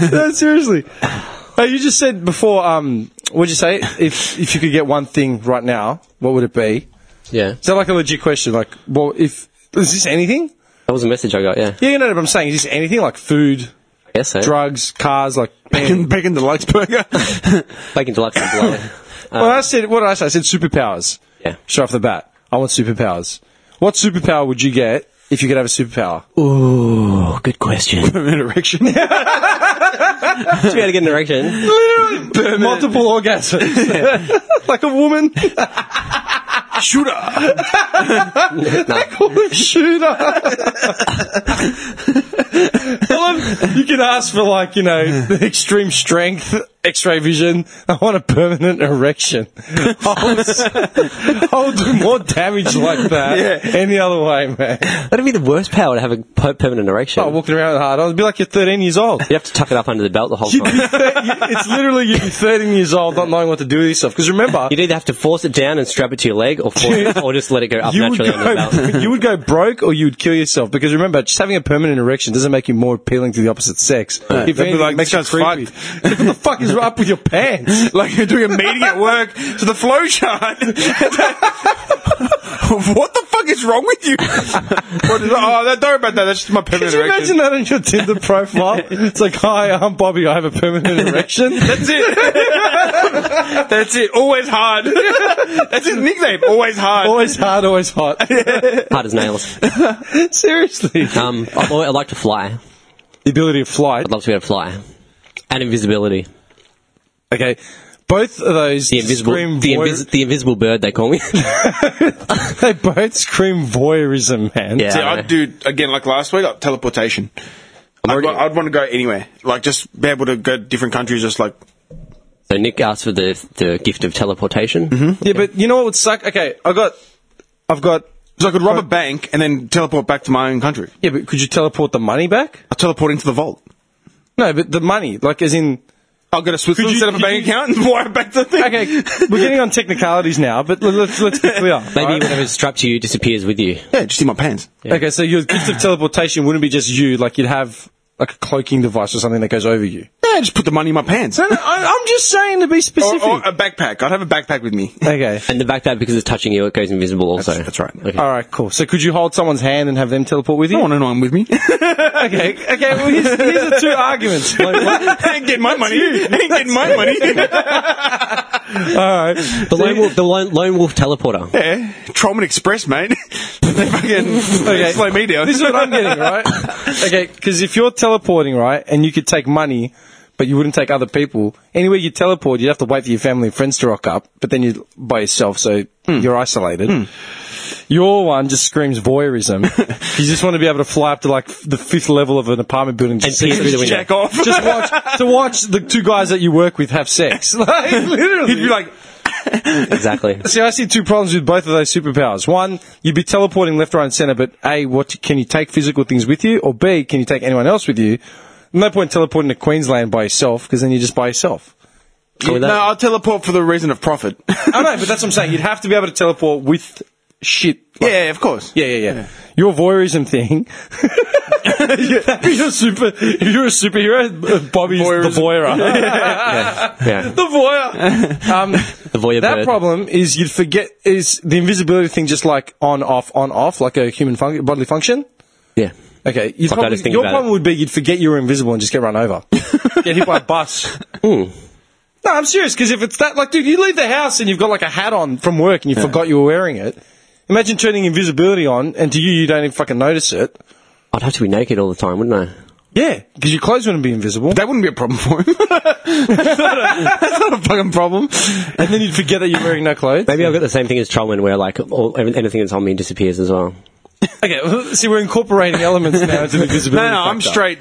[SPEAKER 2] me.
[SPEAKER 1] no, seriously. Uh, you just said before. Um, what'd you say? If if you could get one thing right now, what would it be?
[SPEAKER 2] Yeah.
[SPEAKER 1] Is that like a legit question? Like, well, if is this anything?
[SPEAKER 2] That was a message I got, yeah.
[SPEAKER 1] Yeah, you know what I'm saying. Is this anything like food,
[SPEAKER 2] I guess so.
[SPEAKER 1] drugs, cars? Like,
[SPEAKER 3] Bacon, bacon deluxe burger.
[SPEAKER 2] Bacon deluxe and blow.
[SPEAKER 1] well, I said what did I say? I said superpowers.
[SPEAKER 2] Yeah.
[SPEAKER 1] Straight off the bat, I want superpowers. What superpower would you get if you could have a superpower?
[SPEAKER 2] Ooh, good question. to
[SPEAKER 3] An erection.
[SPEAKER 2] be able to get an erection.
[SPEAKER 1] Multiple orgasms, like a woman.
[SPEAKER 3] Shooter.
[SPEAKER 1] shooter. Well, I'm- you can ask for like you know extreme strength, X-ray vision. I want a permanent erection. I'll, s- I'll do more damage like that any other way, man.
[SPEAKER 2] That'd be the worst power to have a per- permanant erection.
[SPEAKER 1] i walking around hard. I'll be like you're 13 years old.
[SPEAKER 2] You'd have to tuck it up under the belt the whole time.
[SPEAKER 1] it's literally you'd be 13 years old, not knowing what to do with yourself. Because remember,
[SPEAKER 2] You'd either have to force it down and strap it to your leg or force it, or just let it go up
[SPEAKER 1] you would,
[SPEAKER 2] naturally under the belt.
[SPEAKER 1] go, you would go broke or you would kill yourself because remember just having a permanent erection doesn't make you more appealing to the opposite sex if
[SPEAKER 3] They'd be
[SPEAKER 1] anything,
[SPEAKER 3] like,
[SPEAKER 1] it makes you
[SPEAKER 3] "This
[SPEAKER 1] creepy
[SPEAKER 3] guy's
[SPEAKER 1] what the fuck is up with your pants
[SPEAKER 3] like you're doing a meeting at work to the flow chart. what the fuck is wrong with you? what is, oh, that, don't worry about that. That's just my
[SPEAKER 1] could
[SPEAKER 3] permanent
[SPEAKER 1] you
[SPEAKER 3] erection.
[SPEAKER 1] imagine that on your Tinder profile it's like hi I'm Bobby I have a permanent erection
[SPEAKER 3] That's it. That's it. Always hard. That's his nickname. Always hard.
[SPEAKER 1] always hard always hot
[SPEAKER 2] Hard as nails.
[SPEAKER 1] seriously
[SPEAKER 2] Um, I'd, al- I'd like to fly.
[SPEAKER 1] the ability of flight
[SPEAKER 2] I'd love to be able to fly. And invisibility.
[SPEAKER 1] okay both of those
[SPEAKER 2] The invisible,
[SPEAKER 1] scream
[SPEAKER 2] the,
[SPEAKER 1] voyeur-
[SPEAKER 2] invis- the invisible bird, they call me.
[SPEAKER 1] they both scream voyeurism man
[SPEAKER 2] Yeah.
[SPEAKER 3] See, I'd do again like last week. Like, teleportation. I'd,
[SPEAKER 2] already-
[SPEAKER 3] wa- I'd want to go anywhere, like just be able to go to different countries, just like
[SPEAKER 2] so Nick asked for the, the gift of teleportation. Mm-hmm.
[SPEAKER 1] yeah but you know what would suck okay I got I've got
[SPEAKER 3] so I could rob a bank and then teleport back to my own country.
[SPEAKER 1] yeah but could you teleport the money back
[SPEAKER 3] I teleport into the vault.
[SPEAKER 1] No, but the money, like as in.
[SPEAKER 3] I'll go to Switzerland,
[SPEAKER 1] you-
[SPEAKER 3] set up a
[SPEAKER 1] could
[SPEAKER 3] bank
[SPEAKER 1] you-
[SPEAKER 3] account, and wire it back to the thing.
[SPEAKER 1] Okay, we're getting on technicalities now, but l- let's let's be clear.
[SPEAKER 2] Maybe
[SPEAKER 1] alright?
[SPEAKER 2] whatever's strapped to you disappears with you.
[SPEAKER 3] Yeah, just in my pants.
[SPEAKER 1] Okay, so your gift of teleportation wouldn't be just you; like you'd have like a cloaking device or something that goes over you.
[SPEAKER 3] Yeah, just put the money in my pants.
[SPEAKER 1] No, no, I, I'm just saying to be
[SPEAKER 3] Or,
[SPEAKER 1] specific.
[SPEAKER 3] or a backpack. I'd have a backpack with me.
[SPEAKER 1] okay.
[SPEAKER 2] And the backpack, because it's touching you, it goes invisible also.
[SPEAKER 3] That's- that's right.
[SPEAKER 2] Okay.
[SPEAKER 1] All right, cool. So, could you hold someone's hand and have them teleport with
[SPEAKER 3] I
[SPEAKER 1] you?
[SPEAKER 3] want anyone with me.
[SPEAKER 1] Okay, okay. Well, here's, here's the two arguments. Like, like-
[SPEAKER 3] ain't getting my money. ain't getting my money.
[SPEAKER 1] all right,
[SPEAKER 2] The, lone wolf, the lone, lone wolf teleporter.
[SPEAKER 3] yeah, Trollman Express, mate. they fucking
[SPEAKER 1] Okay.
[SPEAKER 3] slow me down.
[SPEAKER 1] this is what I'm getting right. Okay, because if you're teleporting right and you could take money, but you wouldn't take other people. Anywhere you teleport, you'd have to wait for your family and friends to rock up, but then you're by yourself, so
[SPEAKER 3] Hmm.
[SPEAKER 1] you're isolated. Your one just screams voyeurism. you just want to be able to fly up to like f- the fifth level of an apartment building and just
[SPEAKER 2] peer
[SPEAKER 1] see-
[SPEAKER 2] through the window.
[SPEAKER 1] jack off. Just watch, to watch the two guys that you work with have sex. Like, literally.
[SPEAKER 3] You'd be like,
[SPEAKER 2] Exactly.
[SPEAKER 1] See, I see two problems with both of those superpowers. One, you'd be teleporting left, right, and centre, but A, what can you take physical things with you? Or B, can you take anyone else with you? No point teleporting to Queensland by yourself, because then you're just by yourself.
[SPEAKER 2] Well,
[SPEAKER 3] no,
[SPEAKER 2] that-
[SPEAKER 3] I'll teleport for the reason of profit.
[SPEAKER 1] I know, but that's what I'm saying. You'd have to be able to teleport with shit. Like,
[SPEAKER 3] yeah, of course.
[SPEAKER 1] yeah, yeah, yeah, Your voyeurism thing. you're, a super, you're a superhero. Bobby's
[SPEAKER 3] Voyeurism.
[SPEAKER 1] the voyeur.
[SPEAKER 2] yeah.
[SPEAKER 1] The voyeur. Um,
[SPEAKER 2] The voyeur
[SPEAKER 1] That
[SPEAKER 2] bird.
[SPEAKER 1] problem is you'd forget is the invisibility thing just like on off on off like a human func- bodily function.
[SPEAKER 2] yeah.
[SPEAKER 1] Okay, you'd
[SPEAKER 2] Fuck, I
[SPEAKER 1] probably-
[SPEAKER 2] just think
[SPEAKER 1] your
[SPEAKER 2] about
[SPEAKER 1] problem
[SPEAKER 2] it.
[SPEAKER 1] would be you'd forget you were invisible and just get run over, get hit by a bus. No, I'm serious because if it's that like, dude, you leave the house and you've got like a hat on from work and you forgot you were wearing it. Imagine turning invisibility on and to you you don't even fucking notice it.
[SPEAKER 2] I'd have to be naked all the time, wouldn't I?
[SPEAKER 1] Yeah, because your clothes wouldn't be invisible.
[SPEAKER 3] That wouldn't be a problem for him. that's not a fucking problem.
[SPEAKER 1] and then you'd forget that you're wearing no clothes.
[SPEAKER 2] Maybe I've got the same thing as Trollman, where like all, every- anything that's on me disappears as well.
[SPEAKER 1] Okay, see, we're incorporating elements now into the
[SPEAKER 3] No,
[SPEAKER 1] invisibility.
[SPEAKER 3] no, I'm
[SPEAKER 1] factor.
[SPEAKER 3] straight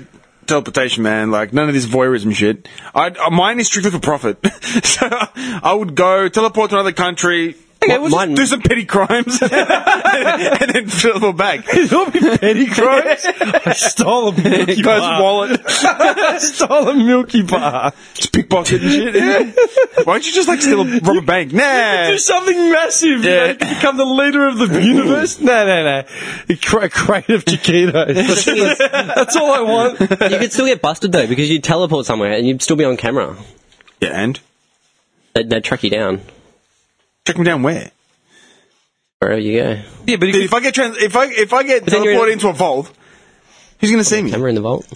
[SPEAKER 3] teleportation, man. Like none of this voyeurism shit. I uh, mine is strictly for profit. so I would go teleport to another country.
[SPEAKER 2] Okay, we'll
[SPEAKER 3] we'll just
[SPEAKER 2] just-
[SPEAKER 3] do some petty crimes and, then teleport back.
[SPEAKER 1] There'll be petty crimes. I stole a Milky
[SPEAKER 3] Guy's
[SPEAKER 1] Bar.
[SPEAKER 3] wallet,
[SPEAKER 1] I stole a Milky Bar.
[SPEAKER 3] just pickpocket and shit. Why don't you just like steal a rob a bank? Nah.
[SPEAKER 1] Do something massive.
[SPEAKER 3] Yeah.
[SPEAKER 1] You know, become the leader of the universe. No, no, no. A cra- a crate of chiquitos. That's all I want.
[SPEAKER 2] you could still get busted though because you teleport somewhere and you'd still be on camera.
[SPEAKER 3] Yeah, and
[SPEAKER 2] They'd, they'd track you down
[SPEAKER 3] check me down where?
[SPEAKER 2] wherever you go.
[SPEAKER 1] Yeah, but
[SPEAKER 3] If I get trans- if I if I get
[SPEAKER 2] then you're in-
[SPEAKER 3] teleported into a vault, who's gonna see me?
[SPEAKER 2] Camera in the vault.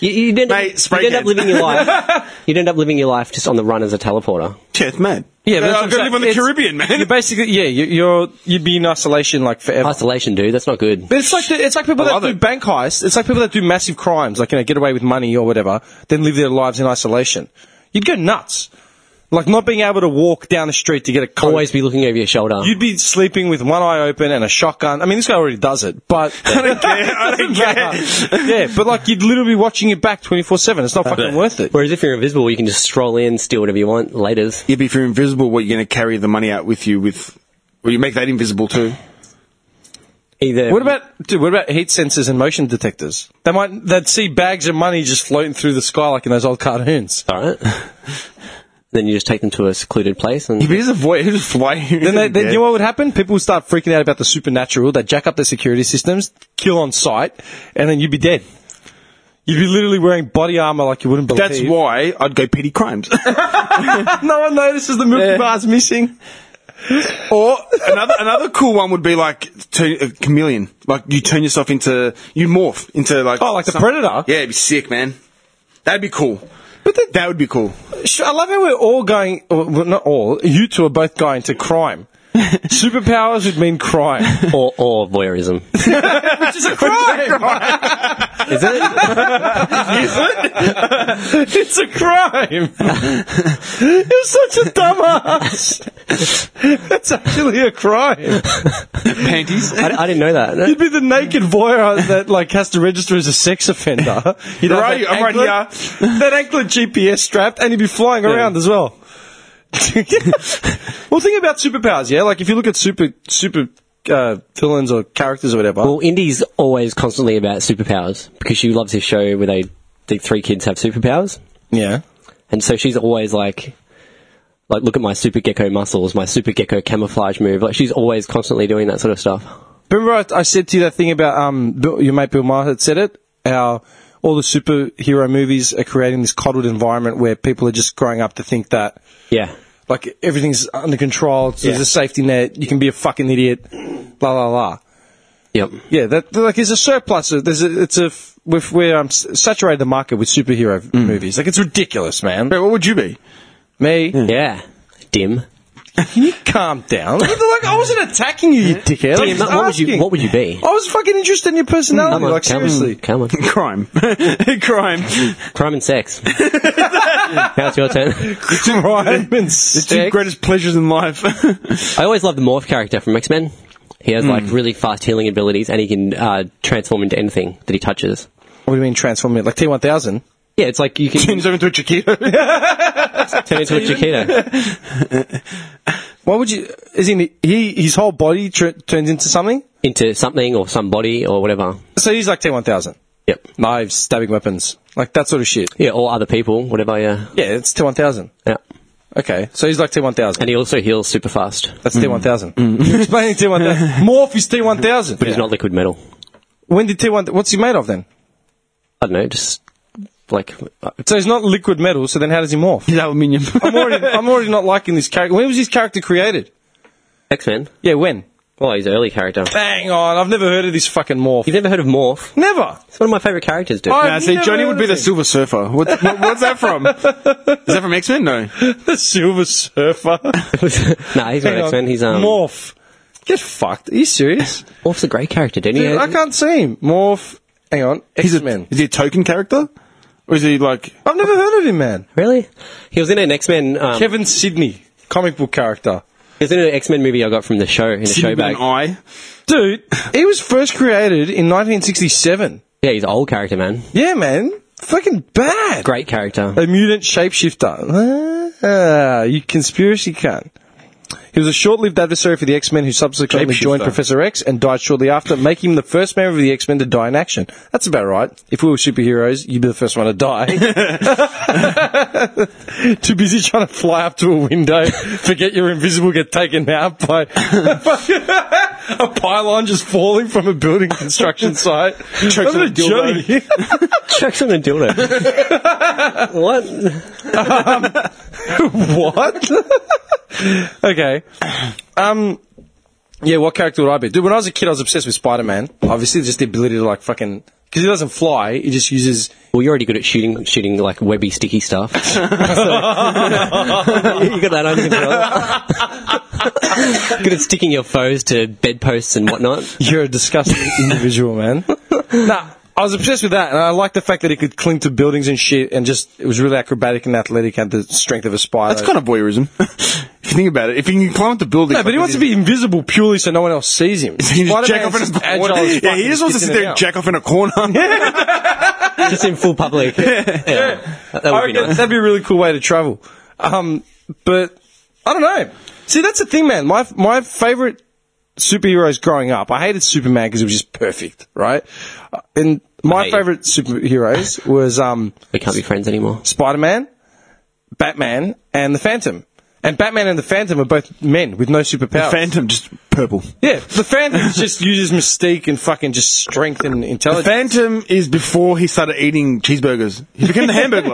[SPEAKER 2] you, you'd end,
[SPEAKER 3] Mate,
[SPEAKER 2] up,
[SPEAKER 3] spray
[SPEAKER 2] you'd end up
[SPEAKER 3] can.
[SPEAKER 2] living your life. you'd end up living your life just on the run as a teleporter.
[SPEAKER 3] Yeah, it's mad.
[SPEAKER 1] Yeah, but that's
[SPEAKER 3] I'm
[SPEAKER 1] what
[SPEAKER 3] gonna
[SPEAKER 1] I'm
[SPEAKER 3] live on the
[SPEAKER 1] saying.
[SPEAKER 3] Caribbean, man.
[SPEAKER 1] You're basically, yeah, you- you're, you'd be in isolation like forever.
[SPEAKER 2] Isolation, dude. That's not good.
[SPEAKER 1] But it's like the, it's like people
[SPEAKER 3] I
[SPEAKER 1] that
[SPEAKER 3] love
[SPEAKER 1] do
[SPEAKER 3] it.
[SPEAKER 1] bank heists. It's like people that do massive crimes, like you know, get away with money or whatever, then live their lives in isolation. You'd go nuts, like not being able to walk down the street to
[SPEAKER 3] Oh,
[SPEAKER 1] get a coke.
[SPEAKER 2] Always be looking over your shoulder.
[SPEAKER 1] You'd be sleeping with one eye open and a shotgun. I mean, this guy already does it, but I don't care.
[SPEAKER 3] I don't care.
[SPEAKER 1] yeah, but like you'd literally be watching it back twenty four seven. It's not fucking worth it.
[SPEAKER 2] Whereas if you're invisible, you can just stroll in, steal whatever you want. Later's.
[SPEAKER 3] Yeah, but if you're invisible, what you're going to carry the money out with you with? Will you make that invisible too?
[SPEAKER 2] Either.
[SPEAKER 1] What about dude? What about heat sensors and motion detectors? They might they'd see bags of money just floating through the sky like in those old cartoons.
[SPEAKER 2] All right. then you just take them to a secluded place and.
[SPEAKER 3] If it is a void, who's flying?
[SPEAKER 1] Then they, they, you know what would happen? People would start freaking out about the supernatural. They jack up their security systems, kill on sight, and then you'd be dead. You'd be literally wearing body armor like you wouldn't believe.
[SPEAKER 3] That's why I'd go petty crimes.
[SPEAKER 1] no one notices the Milky Bar's missing.
[SPEAKER 3] or another another cool one would be like to, a chameleon. Like you turn yourself into you morph into like
[SPEAKER 1] Oh, like the
[SPEAKER 3] some-
[SPEAKER 1] Predator.
[SPEAKER 3] Yeah, it'd be sick, man. That'd be cool.
[SPEAKER 1] But then,
[SPEAKER 3] That would be cool.
[SPEAKER 1] Sh- I love how we're all going. Well, not all. You two are both going to crime. Superpowers would mean crime.
[SPEAKER 2] Or, or voyeurism.
[SPEAKER 1] Which is a crime.
[SPEAKER 2] Is it?
[SPEAKER 1] it's a crime. You're such a dumbass. It's actually a crime.
[SPEAKER 3] Panties.
[SPEAKER 2] I, I didn't know that.
[SPEAKER 1] You'd be the naked voyeur that like has to register as a sex offender. You'd have
[SPEAKER 3] Right,
[SPEAKER 1] that
[SPEAKER 3] I'm right
[SPEAKER 1] anklet- That anklet GPS strapped, and you'd be flying around as well. well, think about superpowers. Yeah, like if you look at super super uh, villains or characters or whatever.
[SPEAKER 2] Well, Indy's always constantly about superpowers because she loves this show where they the three kids have superpowers,
[SPEAKER 1] yeah.
[SPEAKER 2] and so she's always like, like look at my super gecko muscles, my super gecko camouflage move. Like she's always constantly doing that sort of stuff.
[SPEAKER 1] Remember, I, I said to you that thing about um Bill, your mate Bill Maher had said it. How all the superhero movies are creating this coddled environment where people are just growing up to think that
[SPEAKER 2] Yeah,
[SPEAKER 1] like everything's under control. So There's
[SPEAKER 2] Yeah.
[SPEAKER 1] a safety net. You can be a fucking idiot. Blah blah blah.
[SPEAKER 2] yep.
[SPEAKER 1] Yeah, that like there's a surplus. of- There's a, it's a f- we've we're um, s- saturated the market with superhero
[SPEAKER 2] Mm.
[SPEAKER 1] movies. Like it's ridiculous, man.
[SPEAKER 3] Bro, what would you be?
[SPEAKER 1] Me,
[SPEAKER 2] Yeah, dim.
[SPEAKER 1] Can you calm down? Like, I wasn't attacking you, you dickhead. I was
[SPEAKER 2] Damn,
[SPEAKER 1] just
[SPEAKER 2] what would you-
[SPEAKER 1] asking.
[SPEAKER 2] what would you be?
[SPEAKER 1] I was fucking interested in your personality.
[SPEAKER 2] Come on,
[SPEAKER 1] like,
[SPEAKER 2] come on,
[SPEAKER 1] seriously.
[SPEAKER 2] Come on.
[SPEAKER 3] Crime. Crime.
[SPEAKER 2] Crime and sex. now it's your turn.
[SPEAKER 1] Crime and
[SPEAKER 3] The two
[SPEAKER 1] sex.
[SPEAKER 3] greatest pleasures in life.
[SPEAKER 2] I always love the Morph character from X Men. He has
[SPEAKER 1] Hmm.
[SPEAKER 2] like really fast healing abilities and he can uh, transform into anything that he touches.
[SPEAKER 1] What do you mean transform it? Like T1000?
[SPEAKER 2] Yeah, it's like you can
[SPEAKER 3] Turns over into a Chiquito.
[SPEAKER 2] turn into a Chiquita.
[SPEAKER 1] Why would you? Is he? He his whole body tr- turns into something.
[SPEAKER 2] Into something or somebody or whatever.
[SPEAKER 1] So he's like T1000.
[SPEAKER 2] Yep.
[SPEAKER 1] Knives, stabbing weapons, like that sort of shit.
[SPEAKER 2] Yeah, or other people, whatever, yeah.
[SPEAKER 1] Yeah, it's T1000.
[SPEAKER 2] yeah.
[SPEAKER 1] Okay, so he's like T1000.
[SPEAKER 2] And he also heals super fast. But
[SPEAKER 1] That's T1000. You're explaining T1000. Morph is T1000.
[SPEAKER 2] he's not liquid metal.
[SPEAKER 1] When did T1000? What's he made of then?
[SPEAKER 2] I don't know, just like uh,
[SPEAKER 1] So he's not liquid metal. So then how does he morph?
[SPEAKER 3] He's aluminium.
[SPEAKER 1] I'm already, I'm already not liking this character. When was his character created?
[SPEAKER 2] X Men.
[SPEAKER 1] Yeah, when?
[SPEAKER 2] Well, he's an early character.
[SPEAKER 1] Hang on, I've never heard of this fucking morph.
[SPEAKER 2] You've never heard of Morph?
[SPEAKER 1] Never.
[SPEAKER 2] It's one of my favourite characters, dude.
[SPEAKER 1] Oh,
[SPEAKER 3] Nah, see,
[SPEAKER 1] Never
[SPEAKER 3] Johnny
[SPEAKER 1] heard
[SPEAKER 3] would be
[SPEAKER 1] of
[SPEAKER 3] the
[SPEAKER 1] it.
[SPEAKER 3] Silver Surfer. What, what, what's that from? Is that from X Men? No.
[SPEAKER 1] The Silver Surfer.
[SPEAKER 2] nah, he's not
[SPEAKER 1] Hang on.
[SPEAKER 2] X Men. He's um.
[SPEAKER 1] morph. Get fucked. Are you serious?
[SPEAKER 2] Morph's a great character, didn't he?
[SPEAKER 1] Dude, I can't see him. Morph. Hang on.
[SPEAKER 3] He's
[SPEAKER 1] X
[SPEAKER 3] a,
[SPEAKER 1] Men.
[SPEAKER 3] Is he a token character? Or is he like.
[SPEAKER 1] I've never heard of him, man.
[SPEAKER 2] Really? He was in an X Men. Um,
[SPEAKER 1] Kevin Sidney, comic book character.
[SPEAKER 2] he was in an X Men movie I got from the show in the
[SPEAKER 3] Sidney
[SPEAKER 2] show
[SPEAKER 3] with an
[SPEAKER 2] bag.
[SPEAKER 3] eye?
[SPEAKER 1] Dude, he was first created in 1967.
[SPEAKER 2] Yeah, he's an old character, man.
[SPEAKER 1] Yeah, man. Fucking bad.
[SPEAKER 2] Great character.
[SPEAKER 1] A mutant shapeshifter. Ah, you conspiracy cunt. He was a short-lived adversary for the X-Men who subsequently
[SPEAKER 3] Shapeshifter.
[SPEAKER 1] joined Professor X and died shortly after, making him the first member of the X-Men to die in action. That's about right. If we were superheroes, you'd be the first one to die. Too busy trying to fly up to a window, forget you're invisible, get taken out by a pylon just falling from a building construction site.
[SPEAKER 3] Chokes
[SPEAKER 1] What
[SPEAKER 3] on
[SPEAKER 1] a
[SPEAKER 3] a dildo.
[SPEAKER 1] joke.
[SPEAKER 2] Chucks on a dildo. what?
[SPEAKER 1] what? okay. Um. Yeah, what character would I be? Dude, when I was a kid, I was obsessed with Spider Man. Obviously, just the ability to like fucking because he doesn't fly, he just uses.
[SPEAKER 2] Well, you're already good at shooting, shooting like webby, sticky stuff. So- you got that under control. good at sticking your foes to bedposts and whatnot.
[SPEAKER 1] You're a disgusting individual, man. nah, I was obsessed with that, and I liked the fact that he could cling to buildings and shit, and just it was really acrobatic and athletic, had the strength of a spider.
[SPEAKER 3] That's kind of voyeurism. if you think about it, if you can climb up the building.
[SPEAKER 1] No, but he wants to be invisible purely so no one else sees him.
[SPEAKER 3] He can
[SPEAKER 1] Spider-Man's
[SPEAKER 3] just jack off in
[SPEAKER 1] just
[SPEAKER 3] a
[SPEAKER 1] agile
[SPEAKER 3] corner.
[SPEAKER 1] as
[SPEAKER 3] Yeah,
[SPEAKER 1] fuck,
[SPEAKER 3] he just wants to
[SPEAKER 1] gets in
[SPEAKER 3] sit there
[SPEAKER 1] and
[SPEAKER 3] and
[SPEAKER 1] out.
[SPEAKER 3] jack off in a corner.
[SPEAKER 2] Just in full public. Yeah. That
[SPEAKER 1] I
[SPEAKER 2] would be
[SPEAKER 1] reckon
[SPEAKER 2] nice.
[SPEAKER 1] that'd be a really cool way to travel. Um, but I don't know. See, that's the thing, man. My my favorite superheroes growing up, I hated Superman because it was just perfect, right? Uh, And
[SPEAKER 2] I
[SPEAKER 1] my
[SPEAKER 2] hate it.
[SPEAKER 1] favorite superheroes was um,
[SPEAKER 2] We can't be friends anymore.
[SPEAKER 1] Spider Man, Batman, and the Phantom. And Batman and the Phantom are both men with no superpowers.
[SPEAKER 3] Phantom, just purple.
[SPEAKER 1] yeah, the Phantom just uses mystique and fucking just strength and
[SPEAKER 3] The
[SPEAKER 1] intelligence.
[SPEAKER 3] Phantom is before he started eating cheeseburgers. He became the hamburger.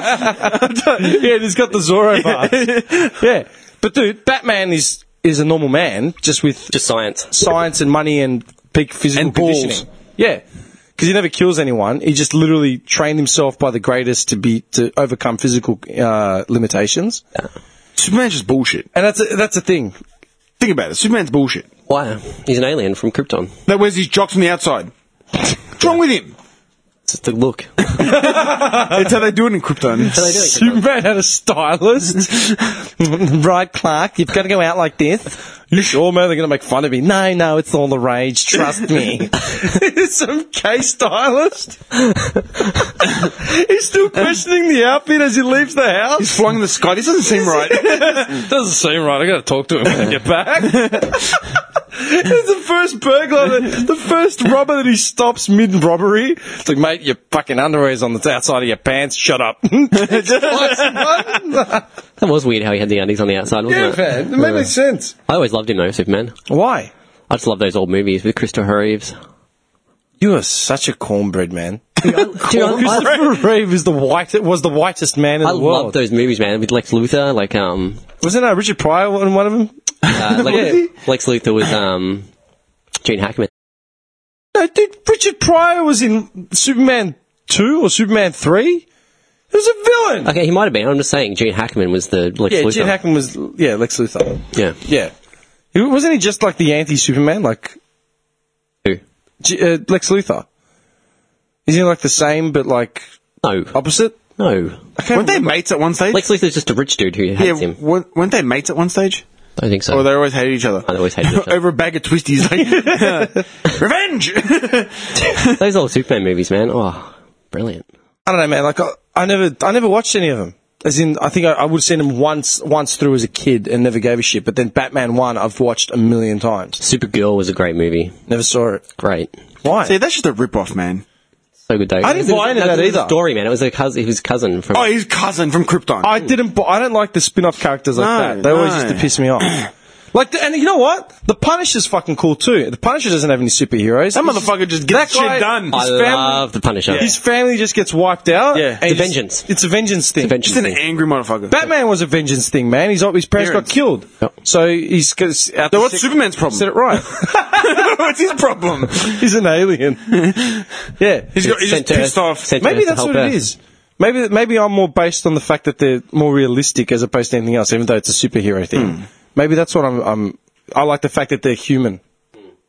[SPEAKER 1] yeah, and he's got the Zorro vibes. yeah, but dude, Batman is is a normal man just with
[SPEAKER 2] Just science.
[SPEAKER 1] science and money and peak physical
[SPEAKER 3] And balls.
[SPEAKER 1] conditioning. Yeah, because he never kills anyone. He just literally trained himself by the greatest to be to overcome physical uh, limitations.
[SPEAKER 3] Superman's just bullshit.
[SPEAKER 1] And that's a, that's a thing.
[SPEAKER 3] Think about it. Superman's bullshit.
[SPEAKER 2] Why? He's an alien from Krypton.
[SPEAKER 3] That wears his jocks on the outside. What's wrong with him?
[SPEAKER 2] It's just the look.
[SPEAKER 3] That's how they do it in
[SPEAKER 2] How
[SPEAKER 3] Krypton.
[SPEAKER 2] they do it?
[SPEAKER 1] Superman had a stylist. right, Clark, you've got to go out like this. You sure, man? They're going to make fun of me. No, no, it's all the rage. Trust me. Some gay stylist. He's still questioning the outfit as he leaves the house.
[SPEAKER 3] He's flying in the sky. This doesn't seem right.
[SPEAKER 1] Doesn't seem right. I got to talk to him when I get back. It's the first burglar, that, the first robber that he stops mid robbery. It's like, mate, your fucking underwear's on the outside of your pants. Shut up.
[SPEAKER 2] That was weird how he had the undies on the outside, wasn't
[SPEAKER 1] Yeah,
[SPEAKER 2] it?
[SPEAKER 1] man. It made no sense.
[SPEAKER 2] I always loved him though, Superman.
[SPEAKER 1] Why?
[SPEAKER 2] I just love those old movies with Christopher Reeves.
[SPEAKER 1] You are such a cornbread man.
[SPEAKER 2] Dude, I- I,
[SPEAKER 1] Christopher Reeve is the white was the whitest man in
[SPEAKER 2] I
[SPEAKER 1] the world.
[SPEAKER 2] love those movies, man, with Lex Luthor, like um
[SPEAKER 1] Wasn't uh, Richard Pryor in one of them?
[SPEAKER 2] uh, Lex,
[SPEAKER 1] Was he?
[SPEAKER 2] Lex Luthor was um Gene Hackman.
[SPEAKER 1] No, dude. Richard Pryor was in Superman two or Superman three. He was a villain.
[SPEAKER 2] Okay, he might have been. I'm just saying, Gene Hackman was the Lex
[SPEAKER 1] Uh, yeah,
[SPEAKER 2] Luthor.
[SPEAKER 1] Gene Hackman was yeah Lex Luthor.
[SPEAKER 2] Yeah.
[SPEAKER 1] Yeah, He- wasn't he just like the anti Superman, like
[SPEAKER 2] Who?
[SPEAKER 1] G- uh, Lex Luthor? Isn't he like the same but like
[SPEAKER 2] No.
[SPEAKER 1] opposite?
[SPEAKER 2] No.
[SPEAKER 1] I can't
[SPEAKER 3] Weren't they
[SPEAKER 1] remember.
[SPEAKER 3] mates at one stage?
[SPEAKER 2] Lex Luthor's just a rich dude who
[SPEAKER 3] yeah,
[SPEAKER 2] hates him.
[SPEAKER 3] weren't weren't they mates at one stage?
[SPEAKER 2] I don't think so.
[SPEAKER 3] Or they always hated each other.
[SPEAKER 2] Oh, they always hated each other.
[SPEAKER 3] Over a bag of twisties. Like, Revenge!
[SPEAKER 2] Those old Superman movies, man. Oh, brilliant.
[SPEAKER 1] I don't know, man. Like I, I never, I never watched any of them. As in, I think I, I would have seen them once, once through as a kid and never gave a shit. But then Batman One, I've watched a million times.
[SPEAKER 2] Supergirl was a great movie.
[SPEAKER 1] Never saw it.
[SPEAKER 2] Great.
[SPEAKER 1] Why?
[SPEAKER 3] See, that's just a rip-off, man.
[SPEAKER 2] So good, though.
[SPEAKER 1] I didn't
[SPEAKER 2] It was-
[SPEAKER 1] buy into
[SPEAKER 2] no,
[SPEAKER 1] that
[SPEAKER 2] it was a
[SPEAKER 1] either.
[SPEAKER 2] story, man. It was a cousin, his cousin from.
[SPEAKER 3] Oh, his cousin from Krypton.
[SPEAKER 1] I didn't. bu- I don't like the spin-off characters like
[SPEAKER 3] No,
[SPEAKER 1] that. They always
[SPEAKER 3] no.
[SPEAKER 1] used to piss me off. Like, the, and you know what? The Punisher's fucking cool too. The Punisher doesn't have any superheroes.
[SPEAKER 3] that motherfucker just gets
[SPEAKER 1] That guy-
[SPEAKER 3] shit done.
[SPEAKER 2] I
[SPEAKER 1] his family-
[SPEAKER 2] love The Punisher.
[SPEAKER 1] His family just gets wiped out.
[SPEAKER 3] Yeah.
[SPEAKER 1] and he
[SPEAKER 2] It's a
[SPEAKER 1] just-
[SPEAKER 2] vengeance.
[SPEAKER 1] It's a vengeance thing.
[SPEAKER 2] It's a vengeance
[SPEAKER 3] Just an
[SPEAKER 2] thing.
[SPEAKER 3] angry motherfucker.
[SPEAKER 1] Batman was a vengeance thing, man. He's his parents got
[SPEAKER 3] Parents.
[SPEAKER 1] killed,
[SPEAKER 2] Yep.
[SPEAKER 1] so he's got- out
[SPEAKER 3] So
[SPEAKER 1] the
[SPEAKER 3] what's
[SPEAKER 1] sick-
[SPEAKER 3] Superman's problem?
[SPEAKER 1] Said it right.
[SPEAKER 3] What's his problem?
[SPEAKER 1] he's an alien. yeah,
[SPEAKER 3] He's, got, he's just
[SPEAKER 2] Sent to
[SPEAKER 3] pissed
[SPEAKER 2] Earth-
[SPEAKER 3] off.
[SPEAKER 2] sent to
[SPEAKER 1] maybe
[SPEAKER 2] Earth to
[SPEAKER 1] that's
[SPEAKER 2] help
[SPEAKER 1] what it
[SPEAKER 2] Earth.
[SPEAKER 1] is. Maybe maybe I'm more based on the fact that they're more realistic as opposed to anything else, even though it's a superhero thing.
[SPEAKER 3] Hmm.
[SPEAKER 1] Maybe that's what I'm. I'm I like the fact that they're human.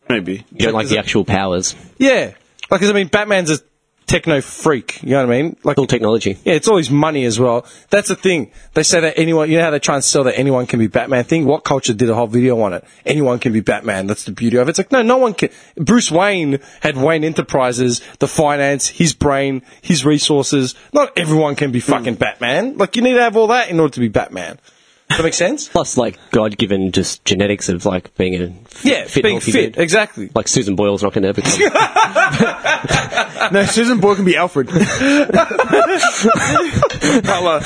[SPEAKER 3] Maybe.
[SPEAKER 2] You don't like the actual powers.
[SPEAKER 1] Yeah, like 'cause I mean, Batman's a techno freak. You know what I mean? Like,
[SPEAKER 2] Cool technology.
[SPEAKER 1] yeah, it's all his money as well. That's the thing. They say that anyone. You know how they try and sell that anyone can be Batman thing. What culture did a whole video on it? Anyone can be Batman. That's the beauty of it. It's like no, no one can. Bruce Wayne had Wayne Enterprises, the finance, his brain, his resources. Not everyone can
[SPEAKER 2] Hmm.
[SPEAKER 1] be fucking Batman. Like you need to have all that in order to be Batman. Does that make sense?
[SPEAKER 2] Plus, like, God given just genetics of, like, being a. f-
[SPEAKER 1] Yeah,
[SPEAKER 2] fit,
[SPEAKER 1] being
[SPEAKER 2] healthy
[SPEAKER 1] fit,
[SPEAKER 2] dude.
[SPEAKER 1] exactly.
[SPEAKER 2] Like, Susan Boyle's not going to become.
[SPEAKER 3] No, Susan Boyle can be Alfred. Colour.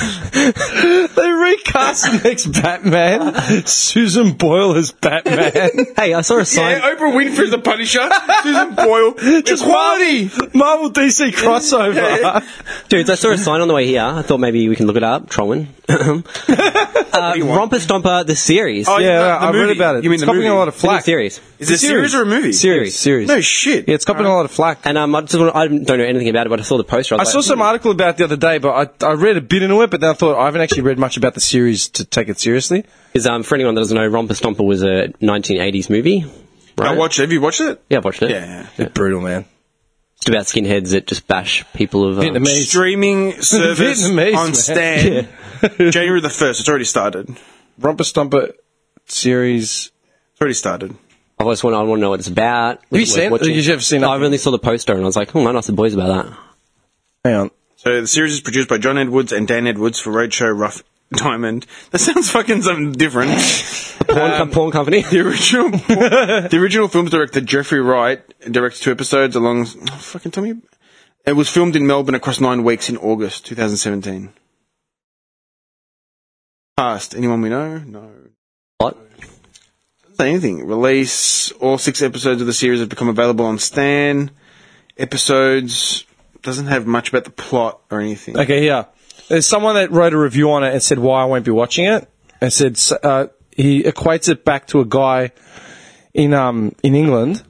[SPEAKER 1] They recast the next Batman. Susan Boyle as Batman.
[SPEAKER 2] hey, I saw a sign.
[SPEAKER 3] Yeah, Oprah Winfrey's the Punisher. Susan Boyle. Just quality.
[SPEAKER 1] Marvel DC crossover.
[SPEAKER 2] Dudes, I saw a sign on the way here. I thought maybe we can look it up. Trolling. uh, Rompus Domper, the series.
[SPEAKER 3] Oh,
[SPEAKER 1] yeah,
[SPEAKER 3] the- the
[SPEAKER 1] I read
[SPEAKER 3] movie.
[SPEAKER 1] about it.
[SPEAKER 3] You mean
[SPEAKER 1] it's
[SPEAKER 3] the
[SPEAKER 1] copying
[SPEAKER 3] movie?
[SPEAKER 1] a lot of
[SPEAKER 2] It's a new
[SPEAKER 1] flack.
[SPEAKER 2] series.
[SPEAKER 3] Is it a series or a movie?
[SPEAKER 1] Series, series.
[SPEAKER 3] No shit.
[SPEAKER 1] Yeah, it's copying a lot of flack.
[SPEAKER 2] And um, I just want, I don't know anything about it, but I saw the poster. I,
[SPEAKER 1] I
[SPEAKER 2] was
[SPEAKER 1] saw
[SPEAKER 2] like,
[SPEAKER 1] some article about it the other day, but I, I read a bit into it, but then I thought I haven't actually read much about the series to take it seriously.
[SPEAKER 2] Is, um, for anyone that doesn't know, Romper Stomper was a 1980s movie.
[SPEAKER 3] I watched it. Have you watched it?
[SPEAKER 2] Yeah, I've watched it.
[SPEAKER 3] Yeah.
[SPEAKER 1] It's brutal, man.
[SPEAKER 2] It's about skinheads that just bash people of. Um,
[SPEAKER 1] Vietnamese.
[SPEAKER 3] Streaming service
[SPEAKER 1] Vietnamese,
[SPEAKER 3] on
[SPEAKER 1] man.
[SPEAKER 3] Stan. January the 1st. It's already started. It's
[SPEAKER 1] Romper Stomper series.
[SPEAKER 3] already started.
[SPEAKER 2] I always want. I want to know what it's about. Have
[SPEAKER 1] you seen it? You've never seen
[SPEAKER 2] I
[SPEAKER 1] nothing?
[SPEAKER 2] really saw the poster and I was like, "Oh, man, ask the boys about that."
[SPEAKER 1] Hang on.
[SPEAKER 3] So the series is produced by John Edwards and Dan Edwards for Roadshow Rough Diamond. That sounds fucking something different.
[SPEAKER 2] Porn, com- porn company.
[SPEAKER 3] the original, the original film's director Jeffrey Wright directs two episodes along. oh, fucking tell me, it was filmed in Melbourne across nine weeks in August 2017. Cast anyone we know? No.
[SPEAKER 2] What?
[SPEAKER 3] Doesn't say anything. Release all six episodes of the series have become available on Stan. Episodes doesn't have much about the plot or anything.
[SPEAKER 1] Okay, here. There's someone that wrote a review on it and said why I won't be watching it. And said s- uh, he equates it back to a guy in um in England.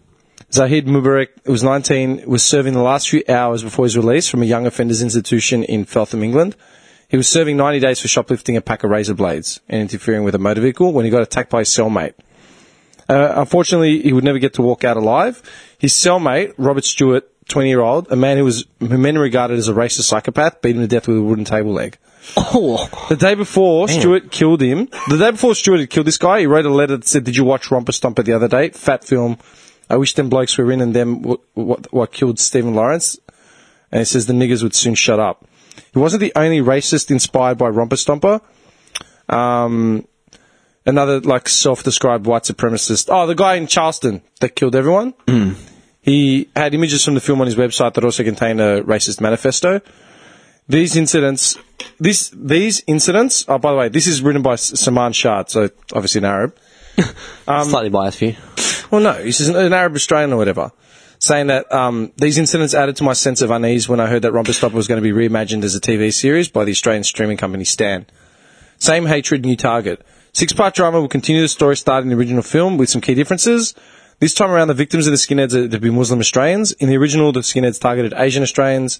[SPEAKER 1] Zahid Mubarak was 19, was serving the last few hours before his release from a young offenders institution in Feltham, England. He was serving 90 days for shoplifting a pack of razor blades and interfering with a motor vehicle when he got attacked by his cellmate. Uh, unfortunately, he would never get to walk out alive. His cellmate, Robert Stewart, 20 year old, a man who was who men regarded as a racist psychopath, beat him to death with a wooden table leg.
[SPEAKER 2] Oh,
[SPEAKER 1] The day before Stewart killed him, the day before Stewart had killed this guy, he wrote a letter that said, "Did you watch Romper Stomper the other day? Fat film. I wish them blokes were in and them what what, what killed Stephen Lawrence." And he says the niggers would soon shut up. He wasn't the only racist inspired by Romper Stomper. Um, another like self-described white supremacist. Oh, the guy in Charleston that killed everyone. He had images from the film on his website that also contained a racist manifesto these incidents, this these incidents. Oh, by the way, this is written by S- Saman Shah, so obviously an Arab.
[SPEAKER 2] slightly biased for you.
[SPEAKER 1] Well, no, he's an, an Arab Australian or whatever, saying that um, these incidents added to my sense of unease when I heard that Romper Stopper was going to be reimagined as a TV series by the Australian streaming company Stan. Same hatred, new target. Six part drama will continue the story started in the original film with some key differences. This time around, the victims of the skinheads are to be Muslim Australians. In the original, the skinheads targeted Asian Australians.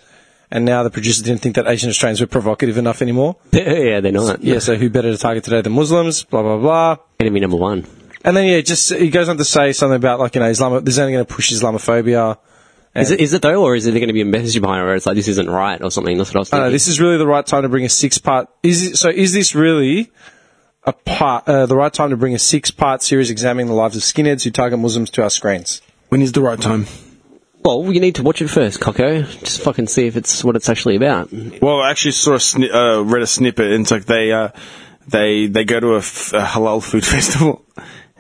[SPEAKER 1] And now the producers didn't think that Asian Australians were provocative enough anymore.
[SPEAKER 2] yeah, they're not.
[SPEAKER 1] Yeah, so who better to target today than Muslims? Blah, blah, blah.
[SPEAKER 2] Enemy number one.
[SPEAKER 1] And then, yeah, just he goes on to say something about, like, you know, Islam, this is only going to push Islamophobia.
[SPEAKER 2] Is it, is it though, or is there going to be a message behind it where it's like, this isn't right or something? That's what I was thinking.
[SPEAKER 1] Uh, this is really the right time to bring a six part. Is it, so? Is this really a part? Uh, the right time to bring a six part series examining the lives of skinheads who target Muslims to our screens?
[SPEAKER 3] When is the right time?
[SPEAKER 2] well, you need to watch it first, Coco. Just fucking see if it's what it's actually about.
[SPEAKER 3] Well, I actually saw a sni- uh, read a snippet, and it's like they uh, they they go to a, f- a halal food festival.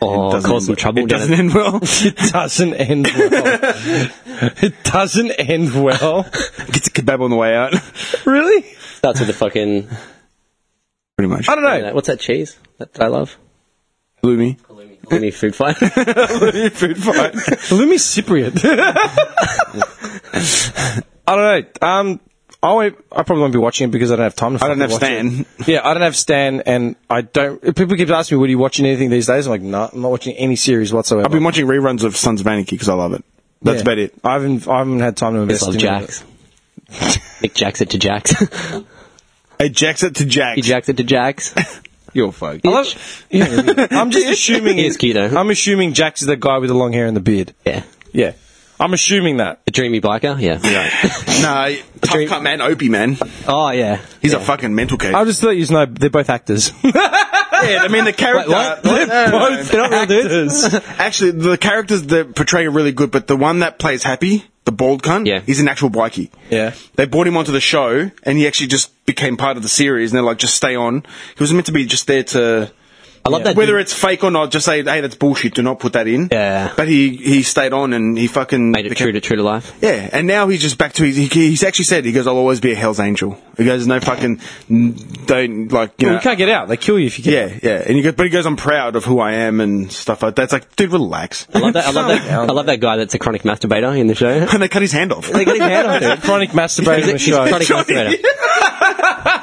[SPEAKER 2] Oh,
[SPEAKER 3] It doesn't
[SPEAKER 2] cause some
[SPEAKER 3] end-
[SPEAKER 2] trouble
[SPEAKER 3] It
[SPEAKER 2] down
[SPEAKER 3] doesn't
[SPEAKER 2] at-
[SPEAKER 3] end well.
[SPEAKER 1] It doesn't end well. it doesn't end well.
[SPEAKER 3] Gets a kebab on the way out.
[SPEAKER 1] Really?
[SPEAKER 2] Starts with the fucking.
[SPEAKER 3] Pretty much.
[SPEAKER 1] I don't know.
[SPEAKER 2] What's that cheese that I love?
[SPEAKER 3] Lumi.
[SPEAKER 2] Any food fight?
[SPEAKER 3] food fight.
[SPEAKER 1] Lumi Cypriot. I don't know. Um, I won't, I probably won't be watching it because I don't have time. To
[SPEAKER 3] I don't
[SPEAKER 1] fucking
[SPEAKER 3] have
[SPEAKER 1] watch it.
[SPEAKER 3] Stan.
[SPEAKER 1] Yeah, I don't have Stan, and I don't. People keep asking me, "What are you watching anything these days?" I'm like, "No, I'm not watching any series whatsoever."
[SPEAKER 3] I've been watching reruns of Sons of Anarchy because I love it. That's
[SPEAKER 1] Yeah.
[SPEAKER 3] about it.
[SPEAKER 1] I haven't, I haven't had time to invest.
[SPEAKER 2] Just love
[SPEAKER 1] in
[SPEAKER 2] Jax. Nick jacks it to Jax.
[SPEAKER 3] Hey, Jack's it to Jack.
[SPEAKER 2] he jacks it to Jax.
[SPEAKER 3] You're fucked.
[SPEAKER 1] it. I love- Yeah. I'm just assuming
[SPEAKER 2] He is cute, though.
[SPEAKER 1] I'm assuming Jax is the guy with the long hair and the beard.
[SPEAKER 2] Yeah.
[SPEAKER 1] Yeah, I'm assuming that.
[SPEAKER 2] The dreamy biker? Yeah.
[SPEAKER 3] Nah, tough cut man, Opie man.
[SPEAKER 2] Oh, yeah.
[SPEAKER 3] He's a fucking mental case.
[SPEAKER 1] I'll just let you know they're both actors.
[SPEAKER 3] I mean, the character.
[SPEAKER 2] what?
[SPEAKER 3] No, no, no, no.
[SPEAKER 2] They're not real dudes.
[SPEAKER 3] Actually, the characters that portray are really good, but the one that plays Happy, the bald cunt,
[SPEAKER 2] Yeah.
[SPEAKER 3] he's an actual bikie.
[SPEAKER 1] Yeah.
[SPEAKER 3] They brought him onto the show, and he actually just became part of the series, and they're like, just stay on. He was meant to be just there to.
[SPEAKER 2] I love that.
[SPEAKER 3] Whether
[SPEAKER 2] dude
[SPEAKER 3] it's fake or not, just say, hey, that's bullshit, do not put that in.
[SPEAKER 2] Yeah.
[SPEAKER 3] But he, he stayed on and he fucking.
[SPEAKER 2] made it
[SPEAKER 3] became-
[SPEAKER 2] true to true to life.
[SPEAKER 3] Yeah, and now he's just back to his. He, he's actually said, he goes, I'll always be a Hell's Angel. He goes, no fucking. Don't, like, you
[SPEAKER 1] Well,
[SPEAKER 3] know.
[SPEAKER 1] you can't get out. They kill you if you get.
[SPEAKER 3] yeah, yeah, and he goes, but he goes, I'm proud of who I am and stuff like that. It's like, dude, relax.
[SPEAKER 2] I love that. I love that. I love that guy that's a chronic masturbator in the show.
[SPEAKER 3] and they cut his hand off.
[SPEAKER 2] They got his hand on
[SPEAKER 1] out.
[SPEAKER 2] dude.
[SPEAKER 1] Chronic masturbator in the
[SPEAKER 2] He's a
[SPEAKER 1] show.
[SPEAKER 2] chronic masturbator.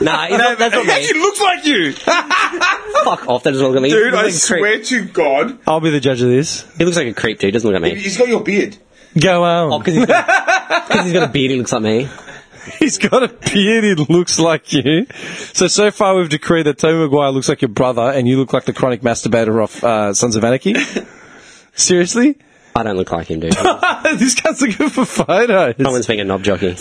[SPEAKER 2] nah, he's not, that's not
[SPEAKER 3] He
[SPEAKER 2] me.
[SPEAKER 3] actually looks like you,
[SPEAKER 2] Fuck off. That doesn't look at me.
[SPEAKER 3] dude.
[SPEAKER 2] he,
[SPEAKER 3] I
[SPEAKER 2] looks like a creep.
[SPEAKER 3] swear to God,
[SPEAKER 1] I'll be the judge of this.
[SPEAKER 2] he looks like a creep, dude. Doesn't look at me.
[SPEAKER 3] he's got your beard.
[SPEAKER 1] Go on.
[SPEAKER 2] Because he's, got- 'cause he's got a beard, he looks like me.
[SPEAKER 1] He's got a beard. He looks like you. So so far we've decreed that Toby Maguire looks like your brother, and you look like the chronic masturbator off uh, Sons of Anarchy. Seriously,
[SPEAKER 2] I don't look like him, dude.
[SPEAKER 1] this guy's looking for photos.
[SPEAKER 2] Someone's being a knob jockey.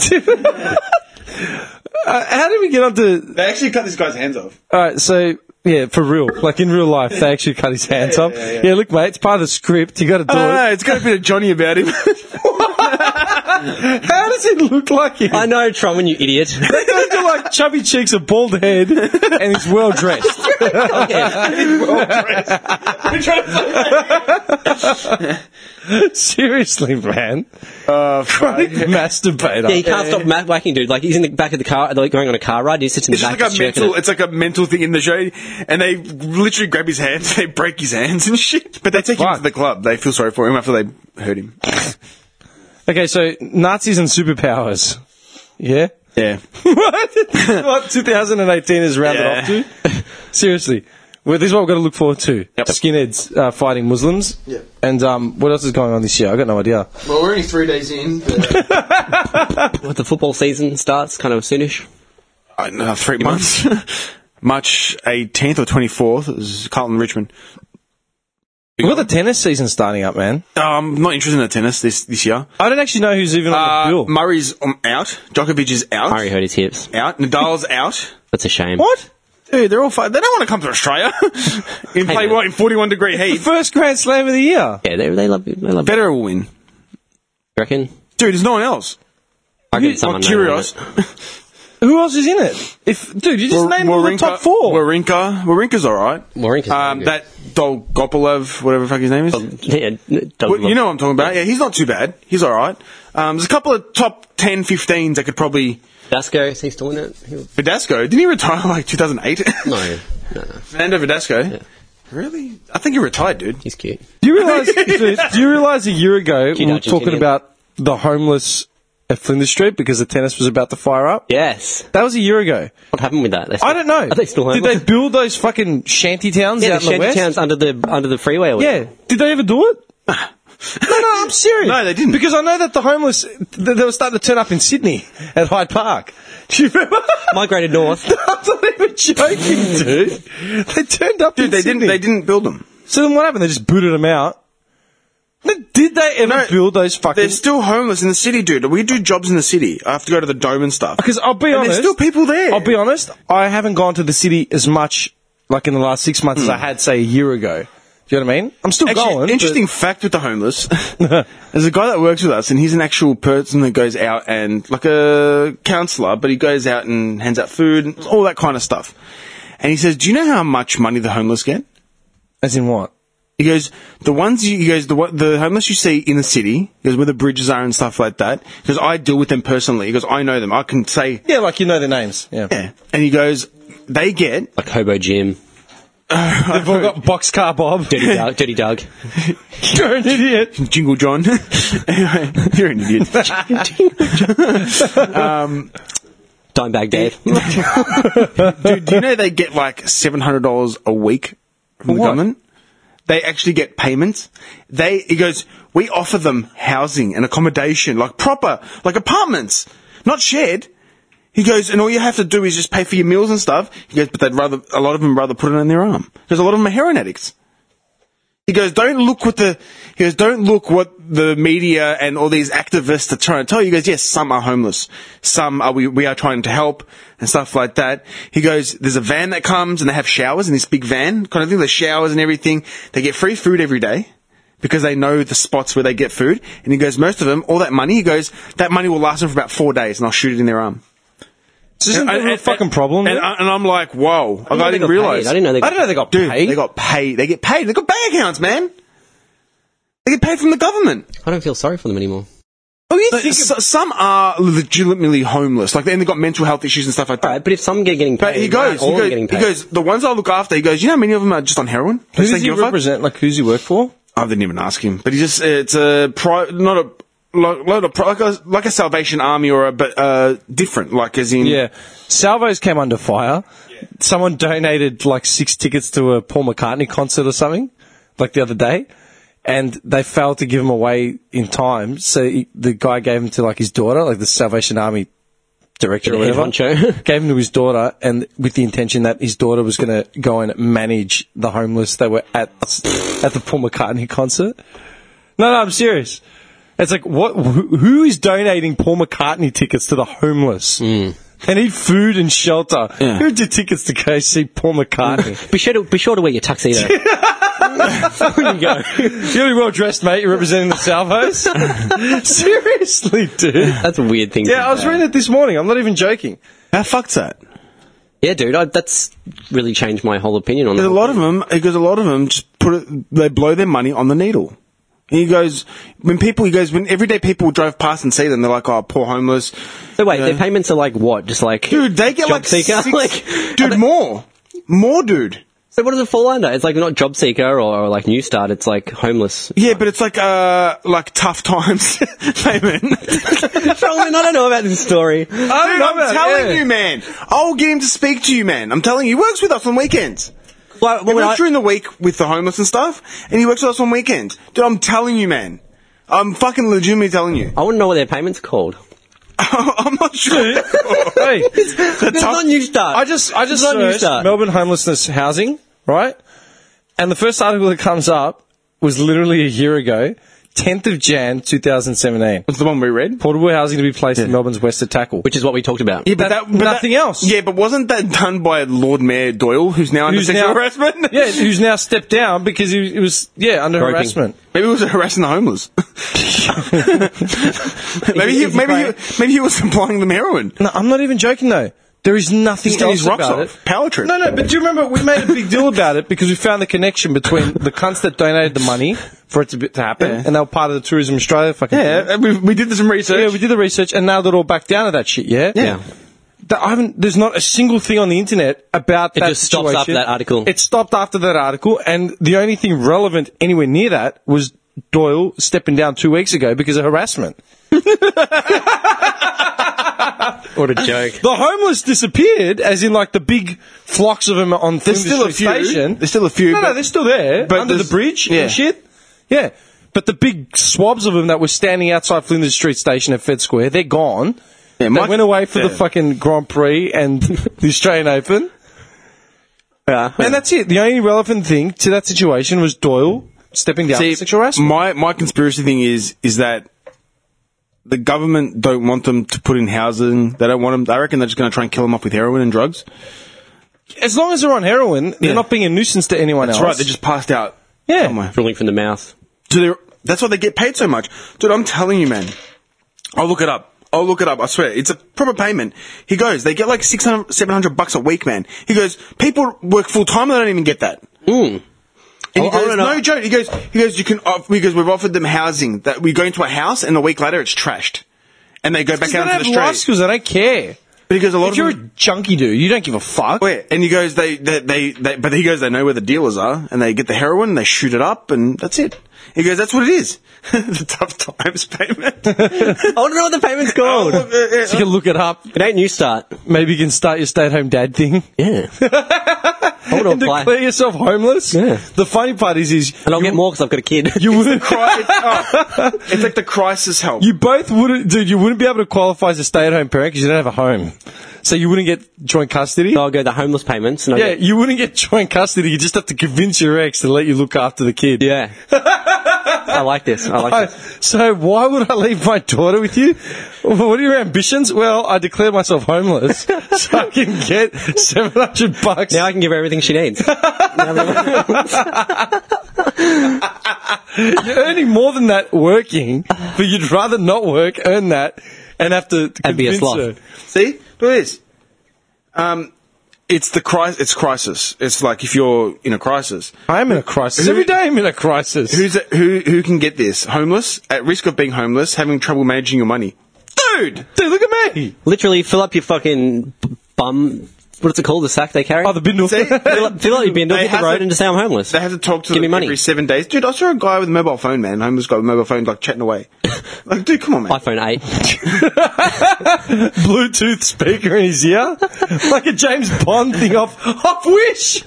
[SPEAKER 1] How did we get on to?
[SPEAKER 3] They actually cut this guy's hands off.
[SPEAKER 1] All right, so yeah, for real, like in real life, they actually cut his hands off. Yeah, look, mate, it's part of the script. You got to do
[SPEAKER 3] No,
[SPEAKER 1] it.
[SPEAKER 3] Uh, it's got a bit of Johnny about him.
[SPEAKER 1] How does it look like him?
[SPEAKER 2] I know, Truman, you idiot.
[SPEAKER 1] He's got like chubby cheeks, a bald head, and he's well dressed. Seriously, man,
[SPEAKER 3] uh,
[SPEAKER 1] chronic
[SPEAKER 2] Yeah, he
[SPEAKER 1] masturbator.
[SPEAKER 2] can't stop mat whacking, dude. Like, he's in the back of the car, like, going on a car ride, he sits in the
[SPEAKER 3] It's
[SPEAKER 2] back
[SPEAKER 3] just like a
[SPEAKER 2] just jerking
[SPEAKER 3] mental.
[SPEAKER 2] it.
[SPEAKER 3] It's like a mental thing in the show, and they literally grab his hands, they break his hands and shit. But they take him
[SPEAKER 1] fucked.
[SPEAKER 3] to the club. They feel sorry for him after they hurt him.
[SPEAKER 1] Okay, so Nazis and superpowers. Yeah.
[SPEAKER 3] Yeah,
[SPEAKER 1] what? what 2018 is rounded
[SPEAKER 3] Yeah.
[SPEAKER 1] off to? Seriously. Well, this is what we've got to look forward to. Skinheads uh, fighting Muslims.
[SPEAKER 7] Yep.
[SPEAKER 1] And um, what else is going on this year? i got no idea.
[SPEAKER 7] Well, we're only three days in, but
[SPEAKER 2] With the football season starts kind of soonish.
[SPEAKER 3] I don't know, three months. March 18th or 24th is Carlton Richmond.
[SPEAKER 1] We've got the tennis season starting up, man.
[SPEAKER 3] Um, not interested in the tennis this this year.
[SPEAKER 1] I don't actually know who's even on the
[SPEAKER 3] Uh,
[SPEAKER 1] bill.
[SPEAKER 3] Murray's um, out. Djokovic is out.
[SPEAKER 2] Murray hurt his hips.
[SPEAKER 3] Out. Nadal's out.
[SPEAKER 2] That's a shame.
[SPEAKER 1] what?
[SPEAKER 3] Dude, they're all fi- They don't want to come to Australia in play
[SPEAKER 2] man.
[SPEAKER 3] what in 41 degree heat.
[SPEAKER 1] First Grand Slam of the year.
[SPEAKER 2] Yeah, they, they love it. They love it.
[SPEAKER 3] Federer will win.
[SPEAKER 2] You reckon?
[SPEAKER 3] Dude, there's no one else.
[SPEAKER 2] I reckon
[SPEAKER 3] Or
[SPEAKER 2] someone knows
[SPEAKER 3] Kyrgios.
[SPEAKER 2] about it.
[SPEAKER 1] Who else is in it? If dude, you just
[SPEAKER 3] Wawrinka-
[SPEAKER 1] named all the top four.
[SPEAKER 3] Wawrinka. Wawrinka's all right.
[SPEAKER 2] Wawrinka's
[SPEAKER 3] um,
[SPEAKER 2] very good.
[SPEAKER 3] that Dolgopolov, whatever the fuck his name is.
[SPEAKER 2] Yeah, n- don't
[SPEAKER 3] Well,
[SPEAKER 2] look.
[SPEAKER 3] you know what I'm talking about. Yeah, he's not too bad. He's all right. Um, there's a couple of top 10, 15s that could probably.
[SPEAKER 2] Dasco, is he still in it? He-
[SPEAKER 3] Vadasco. Didn't he retire like 2008?
[SPEAKER 2] No, no, no.
[SPEAKER 3] Fernando Vadasco. Really? I think he retired, dude.
[SPEAKER 2] He's cute.
[SPEAKER 1] Do you realize? dude, do you realize a year ago we were
[SPEAKER 2] Argentinian.
[SPEAKER 1] talking about the homeless at Flinders Street because the tennis was about to fire up?
[SPEAKER 2] Yes.
[SPEAKER 1] That was a year ago.
[SPEAKER 2] What happened with that? They still-
[SPEAKER 1] I don't know.
[SPEAKER 2] Are they still
[SPEAKER 1] Did
[SPEAKER 2] homeless?
[SPEAKER 1] they build those fucking shanty towns
[SPEAKER 2] yeah,
[SPEAKER 1] out
[SPEAKER 2] the
[SPEAKER 1] in the
[SPEAKER 2] shanty
[SPEAKER 1] west?
[SPEAKER 2] towns under the under the freeway. Or
[SPEAKER 1] Yeah. Did they ever do it? No, no, I'm serious.
[SPEAKER 3] No, they didn't.
[SPEAKER 1] Because I know that the homeless, th- they were starting to turn up in Sydney at Hyde Park. Do you remember?
[SPEAKER 2] Migrated north.
[SPEAKER 1] I'm not even joking, dude. They turned up in
[SPEAKER 3] Dude, they
[SPEAKER 1] Sydney.
[SPEAKER 3] didn't. They didn't build them.
[SPEAKER 1] So then what happened? They just booted them out. No, Did they ever
[SPEAKER 3] No,
[SPEAKER 1] build those fucking...
[SPEAKER 3] They're still homeless in the city, dude. We do jobs in the city. I have to go to the dome and stuff.
[SPEAKER 1] Because I'll be
[SPEAKER 3] And
[SPEAKER 1] honest,
[SPEAKER 3] there's still people there.
[SPEAKER 1] I'll be honest. I haven't gone to the city as much, like in the last six months, as I had say a year ago. Do you know what I mean? I'm still
[SPEAKER 3] Hmm. Actually,
[SPEAKER 1] going.
[SPEAKER 3] interesting fact with the homeless. There's a guy that works with us, and he's an actual person that goes out and like a counselor, but he goes out and hands out food and all that kind of stuff. And he says, "Do you know how much money the homeless get?"
[SPEAKER 1] but- as in what?
[SPEAKER 3] He goes, "The ones you, he goes the one- the homeless you see in the city, he goes where the bridges are and stuff like that." Because I deal with them personally. Because I know them. I can say,
[SPEAKER 1] Yeah, like you know their names. Yeah,
[SPEAKER 3] yeah. And he goes, "They get
[SPEAKER 2] Like Hobo Jim.
[SPEAKER 1] they've all got boxcar Bob.
[SPEAKER 2] Dirty Doug. Dirty Doug.
[SPEAKER 1] You're an idiot.
[SPEAKER 3] Jingle John. anyway, you're an idiot."
[SPEAKER 2] Dimebag Dave.
[SPEAKER 3] Dude, do you know they get like seven hundred dollars a week from the
[SPEAKER 1] what?
[SPEAKER 3] government? They actually get payments. They he goes, we offer them housing and accommodation, like proper, like apartments, not shared. He goes, and all you have to do is just pay for your meals and stuff. He goes, but they'd rather a lot of them rather put it on their arm because a lot of them are heroin addicts. He goes, don't look what the he goes, don't look what the media and all these activists are trying to tell you. He goes, yes, some are homeless, some are we we are trying to help and stuff like that. He goes, there's a van that comes and they have showers in this big van kind of thing. The showers and everything. They get free food every day because they know the spots where they get food. And he goes, most of them, all that money. He goes, that money will last them for about four days, and I'll shoot it in their arm.
[SPEAKER 1] This isn't a real fucking problem.
[SPEAKER 3] And,
[SPEAKER 1] dude.
[SPEAKER 3] I- and I'm like, whoa! Like, I,
[SPEAKER 2] know they
[SPEAKER 3] didn't
[SPEAKER 2] got
[SPEAKER 3] realize.
[SPEAKER 2] paid. I didn't know they
[SPEAKER 1] I don't know they got
[SPEAKER 3] Dude,
[SPEAKER 1] paid.
[SPEAKER 3] they got paid. They get paid. They got bank accounts, man. They get paid from the government.
[SPEAKER 2] I don't feel sorry for them anymore.
[SPEAKER 3] Oh, you think so, some are legitimately homeless, like and they got mental health issues and stuff like that.
[SPEAKER 2] All right, but if some get getting paid,
[SPEAKER 3] but he goes,
[SPEAKER 2] all
[SPEAKER 3] he goes,
[SPEAKER 2] getting
[SPEAKER 3] he
[SPEAKER 2] paid.
[SPEAKER 3] goes. The ones I look after, he goes. You know, how many of them are just on heroin.
[SPEAKER 1] Who
[SPEAKER 3] Just
[SPEAKER 1] does
[SPEAKER 3] don't
[SPEAKER 1] he
[SPEAKER 3] give a fuck?
[SPEAKER 1] represent? Like who's he work for?
[SPEAKER 3] I didn't even ask him, but he just it's a pri- not a lo- load of pri- like a like a Salvation Army or a but uh different like as in
[SPEAKER 1] Yeah, Salvos came under fire. Someone donated like six tickets to a Paul McCartney concert or something, like the other day, and they failed to give them away in time. So he, the guy gave them to like his daughter, like the Salvation Army director or
[SPEAKER 2] The head
[SPEAKER 1] whatever.
[SPEAKER 2] honcho.
[SPEAKER 1] gave him to his daughter, and with the intention that his daughter was going to go and manage the homeless that were at at the Paul McCartney concert. No, no, I'm serious. It's like what? Who who is donating Paul McCartney tickets to the homeless?
[SPEAKER 2] Mm.
[SPEAKER 1] They need food and shelter. Who did tickets to go see Paul McCartney?
[SPEAKER 2] Be sure to be sure to wear your tuxedo. there you go.
[SPEAKER 1] You're really well dressed, mate. You're representing the Salvos. Seriously, dude.
[SPEAKER 2] That's a weird thing. to
[SPEAKER 1] Yeah, I was
[SPEAKER 2] do.
[SPEAKER 1] reading it this morning. I'm not even joking.
[SPEAKER 3] How fucked's that?
[SPEAKER 2] Yeah, dude, I, that's really changed my whole opinion on that.
[SPEAKER 3] There's a lot of them because a lot of them just put it, they blow their money on the needle. And he goes when people he goes when everyday people drive past and see them they're like oh poor homeless
[SPEAKER 2] So wait,
[SPEAKER 3] Yeah.
[SPEAKER 2] their payments are like what? Just like
[SPEAKER 3] uh, dude they get
[SPEAKER 2] Job
[SPEAKER 3] like,
[SPEAKER 2] seeker?
[SPEAKER 3] six,
[SPEAKER 2] Like,
[SPEAKER 3] dude more more dude
[SPEAKER 2] So what does it fall under? It's like not job seeker or, or like new start. It's like homeless.
[SPEAKER 3] yeah but it's like uh like tough times payment.
[SPEAKER 2] Solomon, I don't know about this story.
[SPEAKER 1] I don't
[SPEAKER 3] Dude,
[SPEAKER 1] know
[SPEAKER 3] I'm
[SPEAKER 1] about it,
[SPEAKER 3] telling
[SPEAKER 1] yeah.
[SPEAKER 3] you, man. I'll get him to speak to you, man. I'm telling you, he works with us on weekends.
[SPEAKER 2] Well,
[SPEAKER 3] He
[SPEAKER 2] when
[SPEAKER 3] works
[SPEAKER 2] I-
[SPEAKER 3] during the week with the homeless and stuff, and he works with us on weekends. Dude, I'm telling you, man. I'm fucking legitimately telling you.
[SPEAKER 2] I want to know what their payments are called.
[SPEAKER 3] I'm not sure.
[SPEAKER 1] Hey,
[SPEAKER 2] That's not new start.
[SPEAKER 1] I just I just
[SPEAKER 2] It's not new
[SPEAKER 1] searched
[SPEAKER 2] start.
[SPEAKER 1] Melbourne homelessness housing, right? And the first article that comes up was literally a year ago, 10th of Jan 2017.
[SPEAKER 3] That's the one we read.
[SPEAKER 1] Portable housing to be placed in Melbourne's West to tackle.
[SPEAKER 2] which is what we talked about.
[SPEAKER 3] Yeah, but
[SPEAKER 1] That-
[SPEAKER 3] that, but
[SPEAKER 1] nothing
[SPEAKER 3] that-
[SPEAKER 1] else.
[SPEAKER 3] Yeah, but wasn't that done by Lord Mayor Doyle, who's now under sexual harassment?
[SPEAKER 1] yeah, who's now stepped down because he, he was yeah under
[SPEAKER 2] Groping.
[SPEAKER 1] harassment.
[SPEAKER 3] Maybe he was harassing the homeless. maybe he,
[SPEAKER 2] is he
[SPEAKER 3] maybe he,
[SPEAKER 2] playing-
[SPEAKER 3] maybe he was supplying them heroin.
[SPEAKER 1] No, I'm not even joking though. There is nothing
[SPEAKER 3] He's getting
[SPEAKER 1] else
[SPEAKER 3] his rocks
[SPEAKER 1] about
[SPEAKER 3] off.
[SPEAKER 1] it.
[SPEAKER 3] Power trip.
[SPEAKER 1] No, no, but do you remember we made a big deal about it because we found the connection between the cunts that donated the money for it to, be, to happen,
[SPEAKER 3] Yeah.
[SPEAKER 1] and they were part of the Tourism Australia fucking. thing.
[SPEAKER 3] Yeah, Uh, we, we did some research.
[SPEAKER 1] Yeah, we did the research and nailed it all back down to that shit. Yeah,
[SPEAKER 2] Yeah.
[SPEAKER 1] That- I haven't. There's not a single thing on the internet about
[SPEAKER 2] It
[SPEAKER 1] that
[SPEAKER 2] just stops
[SPEAKER 1] situation.
[SPEAKER 2] after that article.
[SPEAKER 1] It stopped after that article, and the only thing relevant anywhere near that was Doyle stepping down two weeks ago because of harassment.
[SPEAKER 2] what a joke.
[SPEAKER 1] The homeless disappeared, as in like the big flocks of them on
[SPEAKER 3] There's still a few.
[SPEAKER 1] Station.
[SPEAKER 3] There's still a few.
[SPEAKER 1] no,
[SPEAKER 3] but-
[SPEAKER 1] no, they're still there
[SPEAKER 3] but
[SPEAKER 1] under the
[SPEAKER 3] there's-
[SPEAKER 1] bridge
[SPEAKER 3] yeah.
[SPEAKER 1] and shit. Yeah, But the big swabs of them that were standing outside Flinders Street Station at Fed Square, they're gone.
[SPEAKER 3] Yeah,
[SPEAKER 1] they
[SPEAKER 3] Mike-
[SPEAKER 1] went away for the
[SPEAKER 3] yeah.
[SPEAKER 1] fucking Grand Prix and the Australian Open.
[SPEAKER 3] Yeah.
[SPEAKER 1] And that's it. The only relevant thing to that situation was Doyle stepping down
[SPEAKER 3] See,
[SPEAKER 1] for sexual harassment.
[SPEAKER 3] My my conspiracy thing is is that the government don't want them to put in housing. They don't want them. I reckon they're just going to try and kill them off with heroin and drugs.
[SPEAKER 1] As long as they're on heroin, they're
[SPEAKER 3] Yeah.
[SPEAKER 1] not being a nuisance to anyone
[SPEAKER 3] That's
[SPEAKER 1] else.
[SPEAKER 3] right. They're just passed out.
[SPEAKER 1] yeah.
[SPEAKER 3] somewhere.
[SPEAKER 2] Drooling from the mouth.
[SPEAKER 3] So they're, that's why they get paid so much, dude. I'm telling you, man. I'll look it up. I'll look it up. I swear, it's a proper payment. He goes, they get like 600, 700 bucks a week, man. He goes, people work full time. They don't even get that.
[SPEAKER 2] Mm.
[SPEAKER 3] And he
[SPEAKER 2] I- I
[SPEAKER 3] goes,
[SPEAKER 2] don't know.
[SPEAKER 3] no joke. He goes, he goes, you can, off, he goes, we've offered them housing. That we go into a house, and a week later, it's trashed, and they go back
[SPEAKER 1] Because they
[SPEAKER 3] out
[SPEAKER 1] don't
[SPEAKER 3] into the
[SPEAKER 1] have
[SPEAKER 3] street.
[SPEAKER 1] life skills. They don't care.
[SPEAKER 3] But he goes, a lot
[SPEAKER 1] If
[SPEAKER 3] of
[SPEAKER 1] you're
[SPEAKER 3] them-
[SPEAKER 1] a junkie dude, you don't give a fuck.
[SPEAKER 3] Oh, yeah. And he goes, they, they, they, they, but he goes, they know where the dealers are, and they get the heroin, and they shoot it up, and that's it. He goes, that's what it is. the tough times payment.
[SPEAKER 2] I want to know what the payment's called.
[SPEAKER 3] Oh, yeah, yeah.
[SPEAKER 1] So you can look it up.
[SPEAKER 2] it ain't New Start.
[SPEAKER 1] Maybe you can start your stay-at-home dad thing.
[SPEAKER 2] Yeah. I want
[SPEAKER 1] and
[SPEAKER 2] to apply.
[SPEAKER 1] declare yourself homeless.
[SPEAKER 2] Yeah.
[SPEAKER 1] The funny part is, is
[SPEAKER 2] And I'll get more because I've got a kid.
[SPEAKER 1] you wouldn't
[SPEAKER 3] Cri- it's, oh, it's like the crisis help.
[SPEAKER 1] You both wouldn't, dude. You wouldn't be able to qualify as a stay-at-home parent because you don't have a home, so you wouldn't get joint custody.
[SPEAKER 2] So I'll go the homeless payments. And I'll
[SPEAKER 1] Yeah,
[SPEAKER 2] Get,
[SPEAKER 1] you wouldn't get joint custody. You just have to convince your ex to let you look after the kid.
[SPEAKER 2] yeah. I like this. I
[SPEAKER 1] Oh,
[SPEAKER 2] like this.
[SPEAKER 1] so why would I leave my daughter with you? What are your ambitions? Well, I declare myself homeless so I can get seven hundred bucks.
[SPEAKER 2] Now I can give her everything she needs.
[SPEAKER 1] You're earning more than that working, but you'd rather not work, earn that, and have to
[SPEAKER 2] And be a
[SPEAKER 1] convince
[SPEAKER 2] sloth.
[SPEAKER 1] her.
[SPEAKER 3] See? Look at this. Um, it's the crisis. It's crisis. It's like if you're in a crisis.
[SPEAKER 1] I'm in a crisis.
[SPEAKER 3] Who-
[SPEAKER 1] Every day I'm in a crisis.
[SPEAKER 3] Who's a, who? Who can get this? Homeless, at risk of being homeless, having trouble managing your money. Dude,
[SPEAKER 1] Dude, look at me.
[SPEAKER 2] Literally fill up your fucking b- bum. What's it called? The sack they carry?
[SPEAKER 1] Oh, the bindle.
[SPEAKER 3] See?
[SPEAKER 2] fill, up, fill up your bindle,
[SPEAKER 3] They
[SPEAKER 2] hit the
[SPEAKER 3] have
[SPEAKER 2] road,
[SPEAKER 3] to-
[SPEAKER 2] and just say I'm homeless.
[SPEAKER 3] they have to talk to
[SPEAKER 2] Give me
[SPEAKER 3] them
[SPEAKER 2] money.
[SPEAKER 3] every seven days. Dude, I saw a guy with a mobile phone, man. Homeless guy with a mobile phone, like chatting away. Like, dude, come on, man.
[SPEAKER 2] iPhone 8.
[SPEAKER 1] Bluetooth speaker in his ear, like a James Bond thing off off Wish.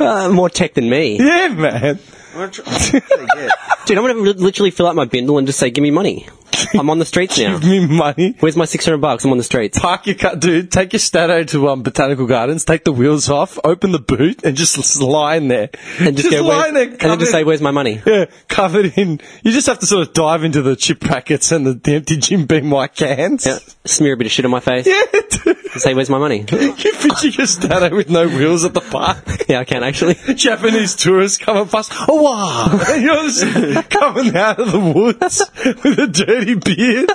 [SPEAKER 2] Uh, more tech than me.
[SPEAKER 1] Yeah, man.
[SPEAKER 3] I'm tr- oh, yeah.
[SPEAKER 2] Dude, I'm going to literally fill out my bindle and just say, give me money. I'm on the streets now.
[SPEAKER 1] Give me money.
[SPEAKER 2] Where's my 600 bucks? I'm on the streets.
[SPEAKER 1] Park your car, dude. Take your stato to um, Botanical Gardens. Take the wheels off. Open the boot and just s- lie in there.
[SPEAKER 2] And just, go,
[SPEAKER 1] lie
[SPEAKER 2] where's,
[SPEAKER 1] in there,
[SPEAKER 2] and then
[SPEAKER 1] covered-
[SPEAKER 2] just say, where's my money?
[SPEAKER 1] yeah, covered in. You just have to sort of dive into the chip packets and the, the empty Jim Beam white cans.
[SPEAKER 2] Yeah. Smear a bit of shit on my face.
[SPEAKER 1] Yeah, dude.
[SPEAKER 2] And say, where's my money?
[SPEAKER 1] You picture your stato with no wheels at the park.
[SPEAKER 2] yeah, I can actually.
[SPEAKER 1] Japanese tourists coming past. Oh wow! And You're just coming out of the woods with a dirty beard,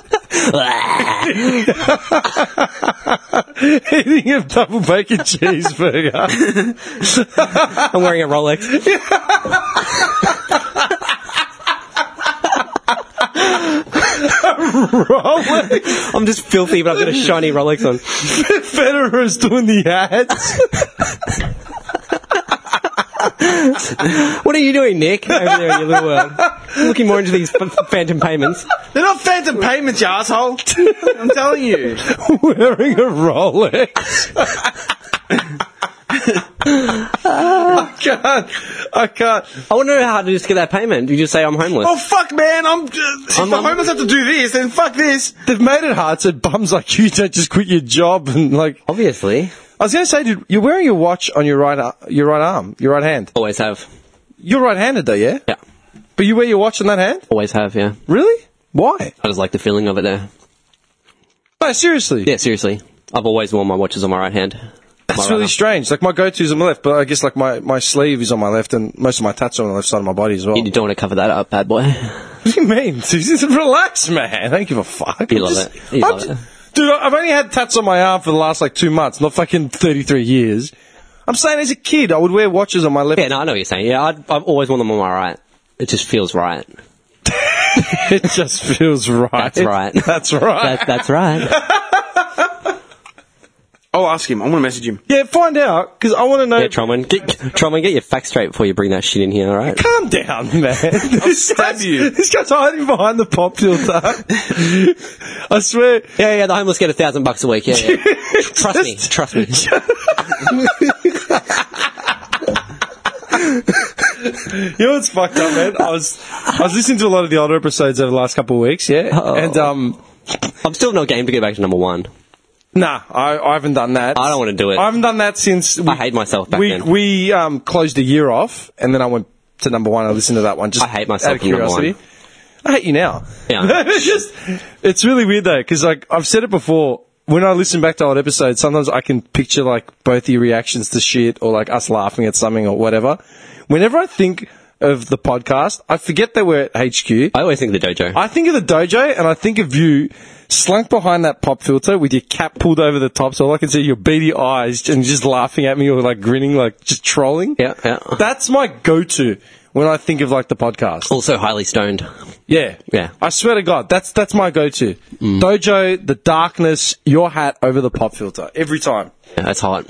[SPEAKER 1] eating a double bacon cheeseburger.
[SPEAKER 2] I'm wearing a Rolex.
[SPEAKER 1] Rolex.
[SPEAKER 2] I'm just filthy, but I've got a shiny Rolex on.
[SPEAKER 1] Federer's doing the ads.
[SPEAKER 2] What are you doing, Nick? Over there in your little world. Looking more into these f- phantom payments.
[SPEAKER 3] They're not phantom payments, you asshole. I'm telling you.
[SPEAKER 1] Wearing a Rolex. I can't. I can't.
[SPEAKER 2] I want to know how to just get that payment. You just say, I'm homeless.
[SPEAKER 3] Oh fuck, man! I'm. If
[SPEAKER 2] I'm-
[SPEAKER 3] the
[SPEAKER 2] I'm-
[SPEAKER 3] homeless have to do this, then fuck this.
[SPEAKER 1] They've made it hard so bums like you don't just quit your job and like.
[SPEAKER 2] Obviously.
[SPEAKER 1] I was going to say, dude, you're wearing your watch on your right, ar- your right arm, your right hand.
[SPEAKER 2] Always have.
[SPEAKER 1] You're right-handed though, yeah?
[SPEAKER 2] Yeah.
[SPEAKER 1] But you wear your watch on that hand?
[SPEAKER 2] Always have, yeah.
[SPEAKER 1] Really? Why?
[SPEAKER 2] I just like the feeling of it there.
[SPEAKER 1] No, seriously.
[SPEAKER 2] Yeah, seriously. I've always worn my watches on my right hand.
[SPEAKER 1] That's
[SPEAKER 2] My
[SPEAKER 1] really
[SPEAKER 2] right
[SPEAKER 1] strange. Like my go-to is on my left, but I guess like my, my sleeve is on my left and most of my tats are on the left side of my body as well.
[SPEAKER 2] arm. You don't want to cover that up, bad boy.
[SPEAKER 1] What do you mean? Just relax, man. I don't give a fuck.
[SPEAKER 2] You
[SPEAKER 1] I'm
[SPEAKER 2] love
[SPEAKER 1] just-
[SPEAKER 2] it. You
[SPEAKER 1] I'm
[SPEAKER 2] love
[SPEAKER 1] ju-
[SPEAKER 2] it.
[SPEAKER 1] Dude, I- I've only had tats on my arm for the last like two months, not fucking 33 years. I'm saying as a kid, I would wear watches on my left.
[SPEAKER 2] Yeah, no, I know what you're saying. Yeah, I'd, I've always worn them on my right. It just feels right.
[SPEAKER 1] It just feels right.
[SPEAKER 2] That's right.
[SPEAKER 1] That's right.
[SPEAKER 2] That, that's right.
[SPEAKER 3] I'll ask him. I want to message him.
[SPEAKER 1] yeah, find out, because I want to know.
[SPEAKER 2] Yeah, Tromwin, get, Tromwin, get your facts straight before you bring that shit in here, all right?
[SPEAKER 1] Calm down, man. This
[SPEAKER 3] stab
[SPEAKER 1] guy's-
[SPEAKER 3] you.
[SPEAKER 1] This guy's hiding behind the pop filter. I swear.
[SPEAKER 2] Yeah, yeah, the homeless get a thousand bucks a week. Yeah, yeah. trust me, trust me.
[SPEAKER 1] You know what's fucked up, man? I was I was listening to a lot of the older episodes over the last couple of weeks, yeah.
[SPEAKER 2] Oh.
[SPEAKER 1] And um,
[SPEAKER 2] I'm still not game to go back to number one.
[SPEAKER 1] nah, I, I haven't done that.
[SPEAKER 2] I don't wanna do it.
[SPEAKER 1] I haven't done that since we,
[SPEAKER 2] I hate myself back
[SPEAKER 1] we
[SPEAKER 2] then.
[SPEAKER 1] we um closed the year off, and then I went to number one. I listened to that one. Just
[SPEAKER 2] I hate myself
[SPEAKER 1] out of
[SPEAKER 2] for number
[SPEAKER 1] curiosity.
[SPEAKER 2] one.
[SPEAKER 1] I hate you now.
[SPEAKER 2] Yeah.
[SPEAKER 1] it's just it's really weird though, because like I've said it before. When I listen back to old episodes, sometimes I can picture like both your reactions to shit or like us laughing at something or whatever. Whenever I think of the podcast, I forget that we're at HQ.
[SPEAKER 2] I always think of the dojo.
[SPEAKER 1] I think of the dojo and I think of you slunk behind that pop filter with your cap pulled over the top so all I can see are your beady eyes and just laughing at me or like grinning, like just trolling.
[SPEAKER 2] Yeah, yeah.
[SPEAKER 1] That's my go to when I think of like the podcast.
[SPEAKER 2] also highly stoned.
[SPEAKER 1] Yeah. Mm.
[SPEAKER 2] Yeah.
[SPEAKER 1] I swear to God, that's that's my go to. Dojo, the darkness, your hat over the pop filter. Every time.
[SPEAKER 2] Yeah, that's hot.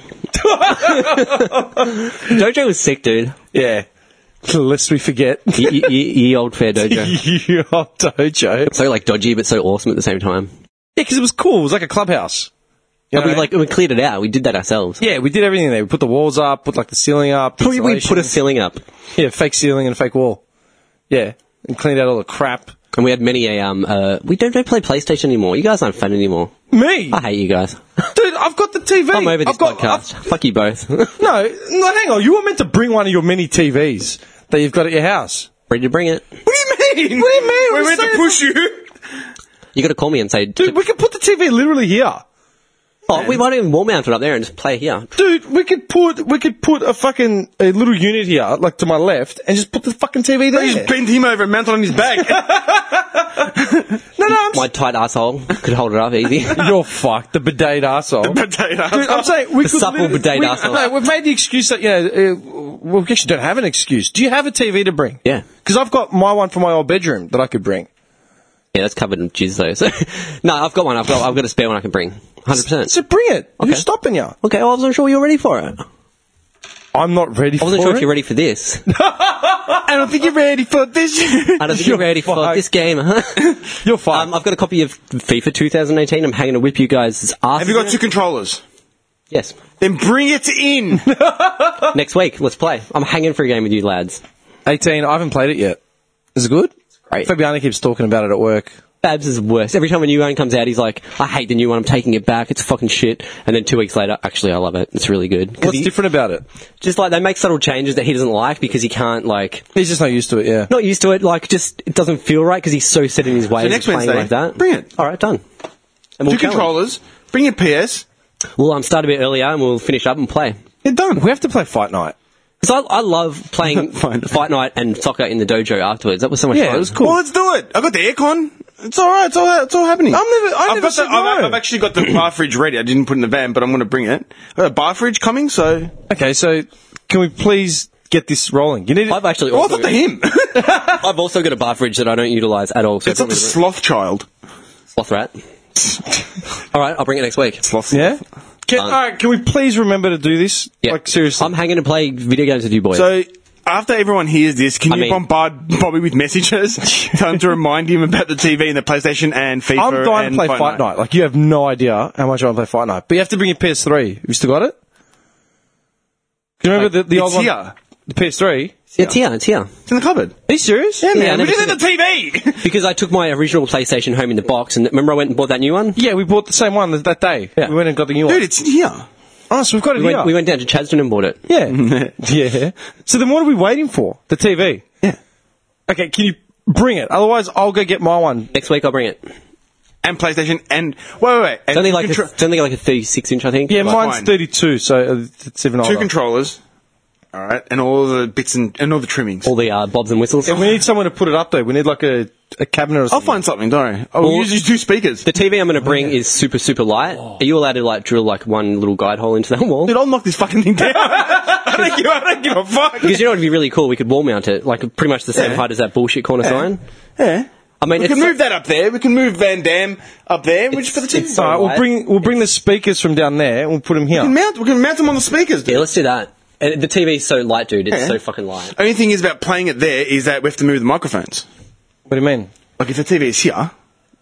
[SPEAKER 2] dojo was sick, dude.
[SPEAKER 1] Yeah. Lest we forget.
[SPEAKER 2] Ye, ye- ye- ye old fair dojo.
[SPEAKER 1] Your dojo. Yeah,
[SPEAKER 2] So like dodgy, but so awesome at the same time.
[SPEAKER 1] because it was cool. It was like a clubhouse. You
[SPEAKER 2] But we
[SPEAKER 1] know?
[SPEAKER 2] like we cleared it out. We did that ourselves.
[SPEAKER 1] Yeah, we did everything there. We put the walls up, put like the ceiling up.
[SPEAKER 2] We, we
[SPEAKER 1] insulation.
[SPEAKER 2] put a ceiling up,
[SPEAKER 1] yeah, fake ceiling and fake wall. Yeah, and cleaned out all the crap.
[SPEAKER 2] and we had many a um. Uh, we don't, don't play PlayStation anymore. You guys aren't fun anymore.
[SPEAKER 1] Me,
[SPEAKER 2] I hate you guys.
[SPEAKER 1] dude, I've got the TV.
[SPEAKER 2] I'm over this
[SPEAKER 1] I've got,
[SPEAKER 2] podcast.
[SPEAKER 1] I've-
[SPEAKER 2] Fuck you both.
[SPEAKER 1] no, no, hang on. You were meant to bring one of your many TVs that you've got at your house.
[SPEAKER 2] Ready to bring it?
[SPEAKER 1] What do you mean? What do you mean?
[SPEAKER 3] We're meant to push you.
[SPEAKER 2] You got to call me and say,
[SPEAKER 1] Dude, we could put the TV literally here.
[SPEAKER 2] oh, we might even wall mount it up there and just play here.
[SPEAKER 1] Dude, we could put we could put a fucking a little unit here, like to my left, and just put the fucking TV
[SPEAKER 3] You
[SPEAKER 1] there.
[SPEAKER 3] just bent him over and mounted on his back.
[SPEAKER 1] no, no, I'm
[SPEAKER 2] My tight asshole could hold it up easy.
[SPEAKER 1] You're fucked. The bidet arsehole.
[SPEAKER 3] Potato.
[SPEAKER 1] Dude, I'm saying we
[SPEAKER 2] The
[SPEAKER 1] could
[SPEAKER 2] supple
[SPEAKER 1] literally-
[SPEAKER 2] bidet
[SPEAKER 1] we,
[SPEAKER 2] arsehole.
[SPEAKER 1] No, we've made the excuse that you know. Uh, well, we actually don't have an excuse. Do you have a TV to bring?
[SPEAKER 2] Yeah.
[SPEAKER 1] Because I've got my one from my old bedroom that I could bring.
[SPEAKER 2] Yeah, that's covered in jizz though. So, no, I've got one. I've got. I've got a spare one I can bring. Hundred percent.
[SPEAKER 1] So bring it.
[SPEAKER 2] Okay.
[SPEAKER 1] Who's stopping you?
[SPEAKER 2] Okay, well, I wasn't sure you were ready for it.
[SPEAKER 1] I'm not ready
[SPEAKER 2] I
[SPEAKER 1] for
[SPEAKER 2] wasn't sure if
[SPEAKER 1] it.
[SPEAKER 2] you're ready for this.
[SPEAKER 1] I don't think you're ready for this.
[SPEAKER 2] I don't think you're ready for this game. Huh?
[SPEAKER 1] You're fine.
[SPEAKER 2] Um, I've got a copy of FIFA 2018. I'm hanging to whip you guys' ass.
[SPEAKER 3] Have you got two controllers?
[SPEAKER 2] Yes.
[SPEAKER 3] Then bring it in.
[SPEAKER 2] Next week, let's play. I'm hanging for a game with you lads.
[SPEAKER 1] 18. I haven't played it yet. Is it good?
[SPEAKER 2] great.
[SPEAKER 1] Fabiana keeps talking about it at work.
[SPEAKER 2] Babs is worse. Every time a new one comes out, he's like, "I hate the new one. I'm taking it back. It's fucking shit." And then two weeks later, actually, I love it. It's really good. 'Cause
[SPEAKER 1] What's
[SPEAKER 2] he-
[SPEAKER 1] different about it?
[SPEAKER 2] Just like they make subtle changes that he doesn't like because he can't like
[SPEAKER 1] He's just not used to it. Yeah.
[SPEAKER 2] not used to it. Like just it doesn't feel right because he's so set in his ways. of
[SPEAKER 3] next
[SPEAKER 2] playing
[SPEAKER 3] Wednesday,
[SPEAKER 2] like that.
[SPEAKER 3] bring it.
[SPEAKER 2] All right, done. And we'll
[SPEAKER 3] Two
[SPEAKER 2] go.
[SPEAKER 3] controllers. Bring your PS.
[SPEAKER 2] We'll um, start a bit earlier and we'll finish up and play.
[SPEAKER 1] You're done. We have to play Fight Night.
[SPEAKER 2] Because I, I love playing fight night and soccer in the dojo afterwards. That was so much fun.
[SPEAKER 1] Yeah, it was cool.
[SPEAKER 3] Well, let's do it. I got the aircon. It's all right. It's all. It's all happening.
[SPEAKER 1] I'm never- I
[SPEAKER 3] I've
[SPEAKER 1] never
[SPEAKER 3] got
[SPEAKER 1] said
[SPEAKER 3] the, I've,
[SPEAKER 1] no.
[SPEAKER 3] I've actually got the bar fridge ready. I didn't put it in the van, but I'm going to bring it. I've got a bar fridge coming, so
[SPEAKER 1] Okay, so can we please get this rolling? You need.
[SPEAKER 2] I've actually
[SPEAKER 3] Oh, I
[SPEAKER 2] also,
[SPEAKER 3] thought to him.
[SPEAKER 2] I've also got a bar fridge that I don't utilise at all. So
[SPEAKER 3] it's not the sloth child.
[SPEAKER 2] sloth rat. all right, I'll bring it next week.
[SPEAKER 3] Sloth.
[SPEAKER 1] Yeah. Can,
[SPEAKER 2] Um,
[SPEAKER 1] all right, can we please remember to do this? Like seriously.
[SPEAKER 2] I'm hanging to play video games with you boys.
[SPEAKER 3] So after everyone hears this, can
[SPEAKER 2] I
[SPEAKER 3] you
[SPEAKER 2] mean-
[SPEAKER 3] bombard Bobby with messages, tell him to remind him about the TV and the PlayStation and FIFA?
[SPEAKER 1] I'm dying
[SPEAKER 3] and
[SPEAKER 1] to play Fight, Night. Like you have no idea how much I want to play Fight Night. But you have to bring your PS3. You still got it? Do you remember the, the
[SPEAKER 3] it's
[SPEAKER 1] old one?
[SPEAKER 3] here.
[SPEAKER 1] The PS3.
[SPEAKER 2] it's here. It's here.
[SPEAKER 3] It's in the cupboard.
[SPEAKER 1] Are you serious?
[SPEAKER 2] Yeah, I
[SPEAKER 3] we
[SPEAKER 2] never
[SPEAKER 3] did
[SPEAKER 2] seen
[SPEAKER 3] the TV.
[SPEAKER 2] Because I took my original PlayStation home in the box, and remember I went and bought that new one.
[SPEAKER 1] Yeah, we bought the same one that, that day.
[SPEAKER 2] Yeah.
[SPEAKER 1] We went and got the new
[SPEAKER 3] Dude,
[SPEAKER 1] one.
[SPEAKER 3] it's in here.
[SPEAKER 1] Oh, so we've got it
[SPEAKER 2] We
[SPEAKER 1] here.
[SPEAKER 2] went, we went down to Chadstone and bought it.
[SPEAKER 1] yeah. yeah. So then what are we waiting for? The TV.
[SPEAKER 3] Yeah.
[SPEAKER 1] Okay, can you bring it? Otherwise, I'll go get my one.
[SPEAKER 2] Next week I'll bring it. It's
[SPEAKER 3] And PlayStation and wait, wait, wait. And
[SPEAKER 2] only like
[SPEAKER 3] contro-
[SPEAKER 2] a, it's only like a 36 inch, I think.
[SPEAKER 1] Yeah,
[SPEAKER 3] Right,
[SPEAKER 1] mine's
[SPEAKER 3] fine.
[SPEAKER 1] 32, so uh, it's even
[SPEAKER 3] two
[SPEAKER 1] older.
[SPEAKER 3] controllers. All right, and all the bits and, and all the trimmings.
[SPEAKER 2] All the uh, bobs and whistles.
[SPEAKER 1] Yeah, we need someone to put it up though. We need like a, a cabinet or
[SPEAKER 3] I'll
[SPEAKER 1] something.
[SPEAKER 3] find something, don't worry. I'll
[SPEAKER 2] Well-
[SPEAKER 3] use these two speakers.
[SPEAKER 2] The TV I'm going to
[SPEAKER 1] Oh,
[SPEAKER 2] bring is super, super light. Are you allowed to like drill like one little guide hole into that wall?
[SPEAKER 3] Dude, I'll knock this fucking thing down. I, don't give, I don't give a Oh, fuck.
[SPEAKER 2] Because you know what would be really cool? We could wall mount it, like pretty much the same
[SPEAKER 3] Yeah.
[SPEAKER 2] height as that bullshit corner sign.
[SPEAKER 3] Yeah.
[SPEAKER 2] I mean,
[SPEAKER 3] We
[SPEAKER 2] it's
[SPEAKER 3] can move that up there. We can move Van Dam up there. We just put the TV.
[SPEAKER 2] it's
[SPEAKER 1] All right, we'll
[SPEAKER 2] Alright.
[SPEAKER 1] bring we'll bring the speakers from down there and we'll put them here.
[SPEAKER 3] We can mount. We can mount them on the speakers. Dude.
[SPEAKER 2] Yeah, let's do that. And the TV's so light, dude. It's so fucking light.
[SPEAKER 3] Only thing is about playing it there is that we have to move the microphones.
[SPEAKER 1] What do you mean?
[SPEAKER 3] Like if the TV is here, where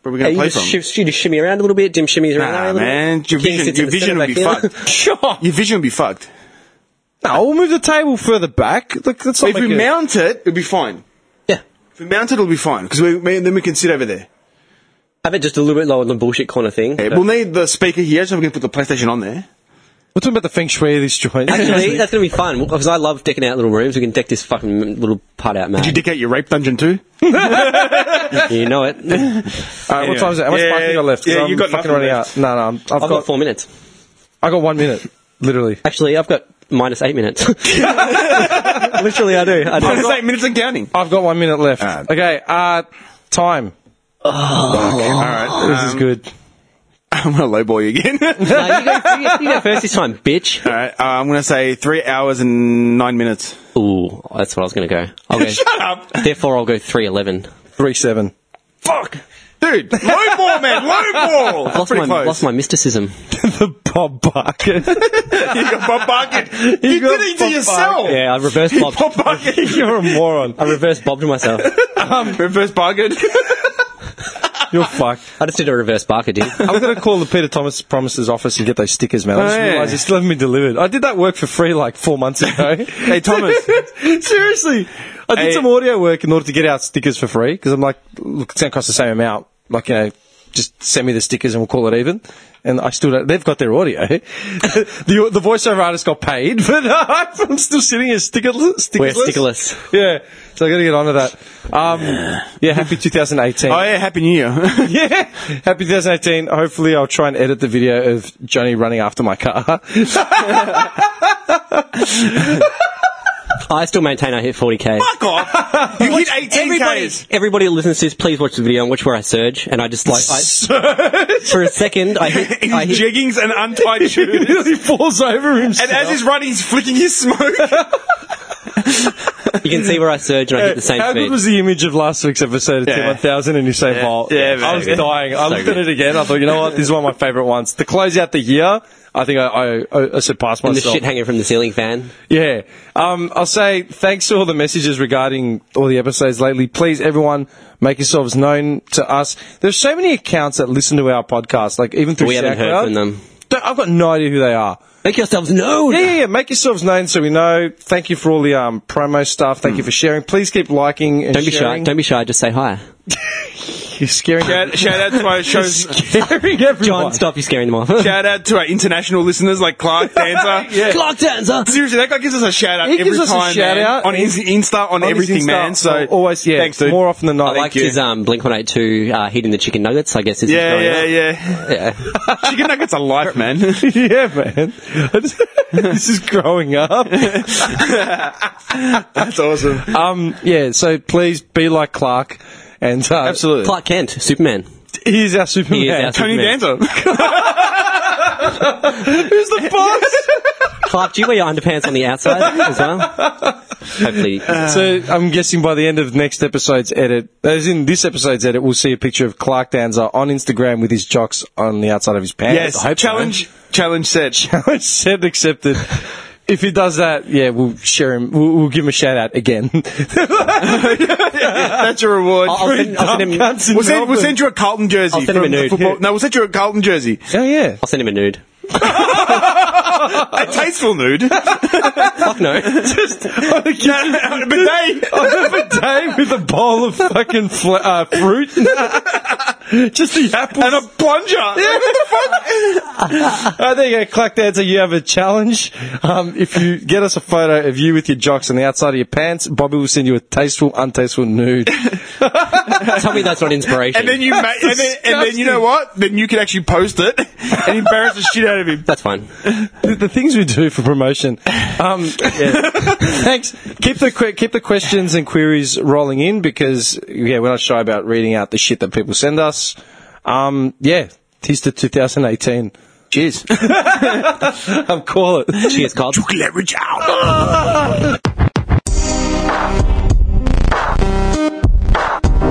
[SPEAKER 3] are we
[SPEAKER 2] Yeah,
[SPEAKER 3] going to
[SPEAKER 2] you
[SPEAKER 3] play
[SPEAKER 2] just,
[SPEAKER 3] from?
[SPEAKER 2] shiv- you just shimmy around a little bit, dim shimmies around.
[SPEAKER 3] Nah,
[SPEAKER 2] a little
[SPEAKER 3] man,
[SPEAKER 2] bit.
[SPEAKER 3] your
[SPEAKER 2] King
[SPEAKER 3] vision,
[SPEAKER 2] sits in
[SPEAKER 3] your
[SPEAKER 2] the
[SPEAKER 3] vision
[SPEAKER 2] centre
[SPEAKER 3] will
[SPEAKER 2] back
[SPEAKER 3] be
[SPEAKER 2] there.
[SPEAKER 3] fucked. Your vision will be fucked.
[SPEAKER 1] No, we'll move the table further back. Look, that's not
[SPEAKER 3] If we
[SPEAKER 1] make it-
[SPEAKER 3] mount it, it'll be fine.
[SPEAKER 2] Yeah.
[SPEAKER 3] If we mount it, it'll be fine because we, we- then we can sit over there.
[SPEAKER 2] Have it just a little bit lower than bullshit kind of thing.
[SPEAKER 3] We'll need the speaker here so we can put the PlayStation on there.
[SPEAKER 1] We're talking about the feng shui of this joint.
[SPEAKER 2] Actually, that's gonna be fun because I love decking out little rooms. We can deck this fucking little part out, man.
[SPEAKER 3] Did you dick out your rape dungeon too?
[SPEAKER 2] You know it. I've
[SPEAKER 1] Alright, what time is it? How much
[SPEAKER 3] Yeah,
[SPEAKER 1] time have you got left? 'Cause
[SPEAKER 3] yeah,
[SPEAKER 1] I'm
[SPEAKER 3] you got
[SPEAKER 1] fucking
[SPEAKER 3] nothing
[SPEAKER 1] running
[SPEAKER 3] left.
[SPEAKER 1] out. No, no, I'm, I've,
[SPEAKER 2] got
[SPEAKER 1] got,
[SPEAKER 2] four minutes.
[SPEAKER 1] I got one minute, literally.
[SPEAKER 2] Actually, I've got minus eight minutes. Literally, I do. I do.
[SPEAKER 3] It's eight minutes and counting.
[SPEAKER 1] I've got one minute left.
[SPEAKER 3] Alright.
[SPEAKER 1] Okay, uh, time.
[SPEAKER 3] All right, um,
[SPEAKER 1] This is good.
[SPEAKER 3] I'm gonna lowball you again.
[SPEAKER 2] No, you, go, you, go, you go first this time, bitch.
[SPEAKER 3] All right, uh, I'm gonna say three hours and nine minutes.
[SPEAKER 2] Ooh, that's what I was going to go. I'll go Shut up. Therefore, I'll go 311.
[SPEAKER 1] Three seven.
[SPEAKER 3] Fuck, dude, lowball, man, lowball. That's
[SPEAKER 2] Lost
[SPEAKER 3] pretty
[SPEAKER 2] my,
[SPEAKER 3] close.
[SPEAKER 2] lost my mysticism.
[SPEAKER 1] the Bob Barker.
[SPEAKER 3] you got Bob Barker. You, did it to yourself.
[SPEAKER 2] Yeah, I reverse bobbed.
[SPEAKER 3] Bob Barker.
[SPEAKER 1] You're a moron.
[SPEAKER 2] I reverse bobbed myself.
[SPEAKER 3] Reverse bargain.
[SPEAKER 1] You're fucked.
[SPEAKER 2] I just did a reverse barker, dude.
[SPEAKER 1] I'm going to call the Peter Thomas Promises office and get those stickers, man. I just
[SPEAKER 3] Oh, yeah.
[SPEAKER 1] realised they still haven't been delivered. I did that work for free like four months ago. hey,
[SPEAKER 3] Thomas.
[SPEAKER 1] Seriously. I did
[SPEAKER 3] Hey.
[SPEAKER 1] some audio work in order to get out stickers for free because I'm like, look, it's going to cost the same amount. Like, you know, just send me the stickers and we'll call it even. And I still don't, they've got their audio. the, the voiceover artist got paid, but I'm still sitting here stickerless.
[SPEAKER 2] We're
[SPEAKER 1] stickerless.
[SPEAKER 2] stickless.
[SPEAKER 1] Yeah. So I got to get on to that. Um, yeah, happy 2018.
[SPEAKER 3] Oh yeah, happy new year.
[SPEAKER 1] Yeah. Happy 2018. Hopefully, I'll try and edit the video of Johnny running after my car.
[SPEAKER 2] I still maintain I hit 40k.
[SPEAKER 3] Fuck off. You hit 18
[SPEAKER 2] Everybody,
[SPEAKER 3] Ks.
[SPEAKER 2] everybody that listens to this, please watch the video and watch where I surge. And I just like, I, for a second, I hit,
[SPEAKER 3] In
[SPEAKER 2] I hit
[SPEAKER 3] jeggings and untied shoes.
[SPEAKER 1] he falls over himself.
[SPEAKER 3] And as he's running, he's flicking his smoke.
[SPEAKER 2] you can see where I surge and I hit the same
[SPEAKER 1] How
[SPEAKER 2] speed.
[SPEAKER 1] good was the image of last week's episode of
[SPEAKER 3] Yeah.
[SPEAKER 1] 1000 and you say Vault?
[SPEAKER 3] Yeah, man.
[SPEAKER 1] I was dying. I
[SPEAKER 3] So
[SPEAKER 1] looked
[SPEAKER 3] good.
[SPEAKER 1] at it again. I thought, you know what? This is one of my favourite ones. To close out the year, I think I, I, I- I surpassed
[SPEAKER 2] and the
[SPEAKER 1] myself.
[SPEAKER 2] shit hanging from the ceiling fan.
[SPEAKER 1] Yeah. Um, I'll say thanks to all the messages regarding all the episodes lately. Please, everyone, make yourselves known to us. There's so many accounts that listen to our podcast, like even through
[SPEAKER 2] We haven't heard
[SPEAKER 1] SoundCloud.
[SPEAKER 2] from them.
[SPEAKER 1] Don't- I've got no idea who they are.
[SPEAKER 2] Make yourselves known.
[SPEAKER 1] Yeah, yeah, yeah. Make yourselves known so we know. Thank you for all the um, promo stuff. Thank you for sharing. Please keep liking and
[SPEAKER 2] Don't be shy.
[SPEAKER 1] sharing.
[SPEAKER 2] Don't be shy. Just say hi.
[SPEAKER 1] You're scaring.
[SPEAKER 3] shout, shout out to our shows.
[SPEAKER 1] scaring everyone.
[SPEAKER 2] John, stop. You're scaring them off.
[SPEAKER 3] Shout out to our international listeners like Clark Danza.
[SPEAKER 1] Yeah.
[SPEAKER 2] Clark Dancer.
[SPEAKER 3] Seriously, that guy gives us a shout out
[SPEAKER 1] He
[SPEAKER 3] every
[SPEAKER 1] gives us a
[SPEAKER 3] time.
[SPEAKER 1] shout
[SPEAKER 3] man.
[SPEAKER 1] out.
[SPEAKER 3] on his Insta,
[SPEAKER 1] On
[SPEAKER 3] on,
[SPEAKER 1] his
[SPEAKER 3] everything,
[SPEAKER 1] Insta,
[SPEAKER 3] man. So
[SPEAKER 1] always, yeah.
[SPEAKER 3] thanks, dude.
[SPEAKER 1] More often than
[SPEAKER 2] I
[SPEAKER 1] not.
[SPEAKER 2] like
[SPEAKER 3] you.
[SPEAKER 2] his um, Blink One Eight Two uh, heating the chicken nuggets. I guess is
[SPEAKER 3] yeah,
[SPEAKER 2] going
[SPEAKER 3] yeah,
[SPEAKER 2] up.
[SPEAKER 3] yeah,
[SPEAKER 2] yeah.
[SPEAKER 3] Chicken nuggets are life, man.
[SPEAKER 1] yeah, man. I just- this is growing up.
[SPEAKER 3] That's awesome.
[SPEAKER 1] Um, yeah. So please be like Clark. And uh,
[SPEAKER 3] Absolutely.
[SPEAKER 2] Clark Kent, Superman.
[SPEAKER 1] he is our Superman.
[SPEAKER 2] He is our
[SPEAKER 3] Tony
[SPEAKER 2] Superman.
[SPEAKER 3] Danza.
[SPEAKER 1] Who's the boss?
[SPEAKER 2] Clark, do you wear your underpants on the outside as well? Hopefully,
[SPEAKER 1] so I'm guessing by the end of next episode's edit, as in this episode's edit, we'll see a picture of Clark Danza on Instagram with his jocks on the outside of his pants. I hope
[SPEAKER 3] yes,
[SPEAKER 1] so.
[SPEAKER 3] challenge, challenge set.
[SPEAKER 1] said accepted. If he does that, yeah, we'll share him. We'll, we'll give him a shout out again.
[SPEAKER 3] That's your reward.
[SPEAKER 2] I'll, I'll send, I'll send him. I'll
[SPEAKER 3] We'll send, we'll send you a Carlton jersey.
[SPEAKER 2] I'll send him
[SPEAKER 3] from
[SPEAKER 2] a
[SPEAKER 3] the
[SPEAKER 2] nude.
[SPEAKER 3] football- No, we'll send you a Carlton jersey.
[SPEAKER 1] oh yeah.
[SPEAKER 2] send him a nude.
[SPEAKER 3] A tasteful nude.
[SPEAKER 2] Fuck no.
[SPEAKER 1] Just on a,
[SPEAKER 3] Yeah, but they,
[SPEAKER 1] on a bidet with a bowl of fucking fl- uh, fruit. Just the apples.
[SPEAKER 3] and a plunger.
[SPEAKER 1] Uh, there you go, Clark Dancer. You have a challenge. Um, if you get us a photo of you with your jocks on the outside of your pants, Bobby will send you a tasteful, untasteful nude.
[SPEAKER 2] Tell me that's not inspiration.
[SPEAKER 3] And then you, ma- and, then, and then you know what? Then you can actually post it and embarrass the shit out of him.
[SPEAKER 2] that's fine.
[SPEAKER 1] the, the things we do for promotion. Um, yeah. Thanks. Keep the que- keep the questions and queries rolling in because yeah, we're not shy about reading out the shit that people send us. Um, yeah, tis the 2018.
[SPEAKER 3] Cheers.
[SPEAKER 1] I'll call it.
[SPEAKER 2] Cheers, Cobb.
[SPEAKER 3] Leverage out.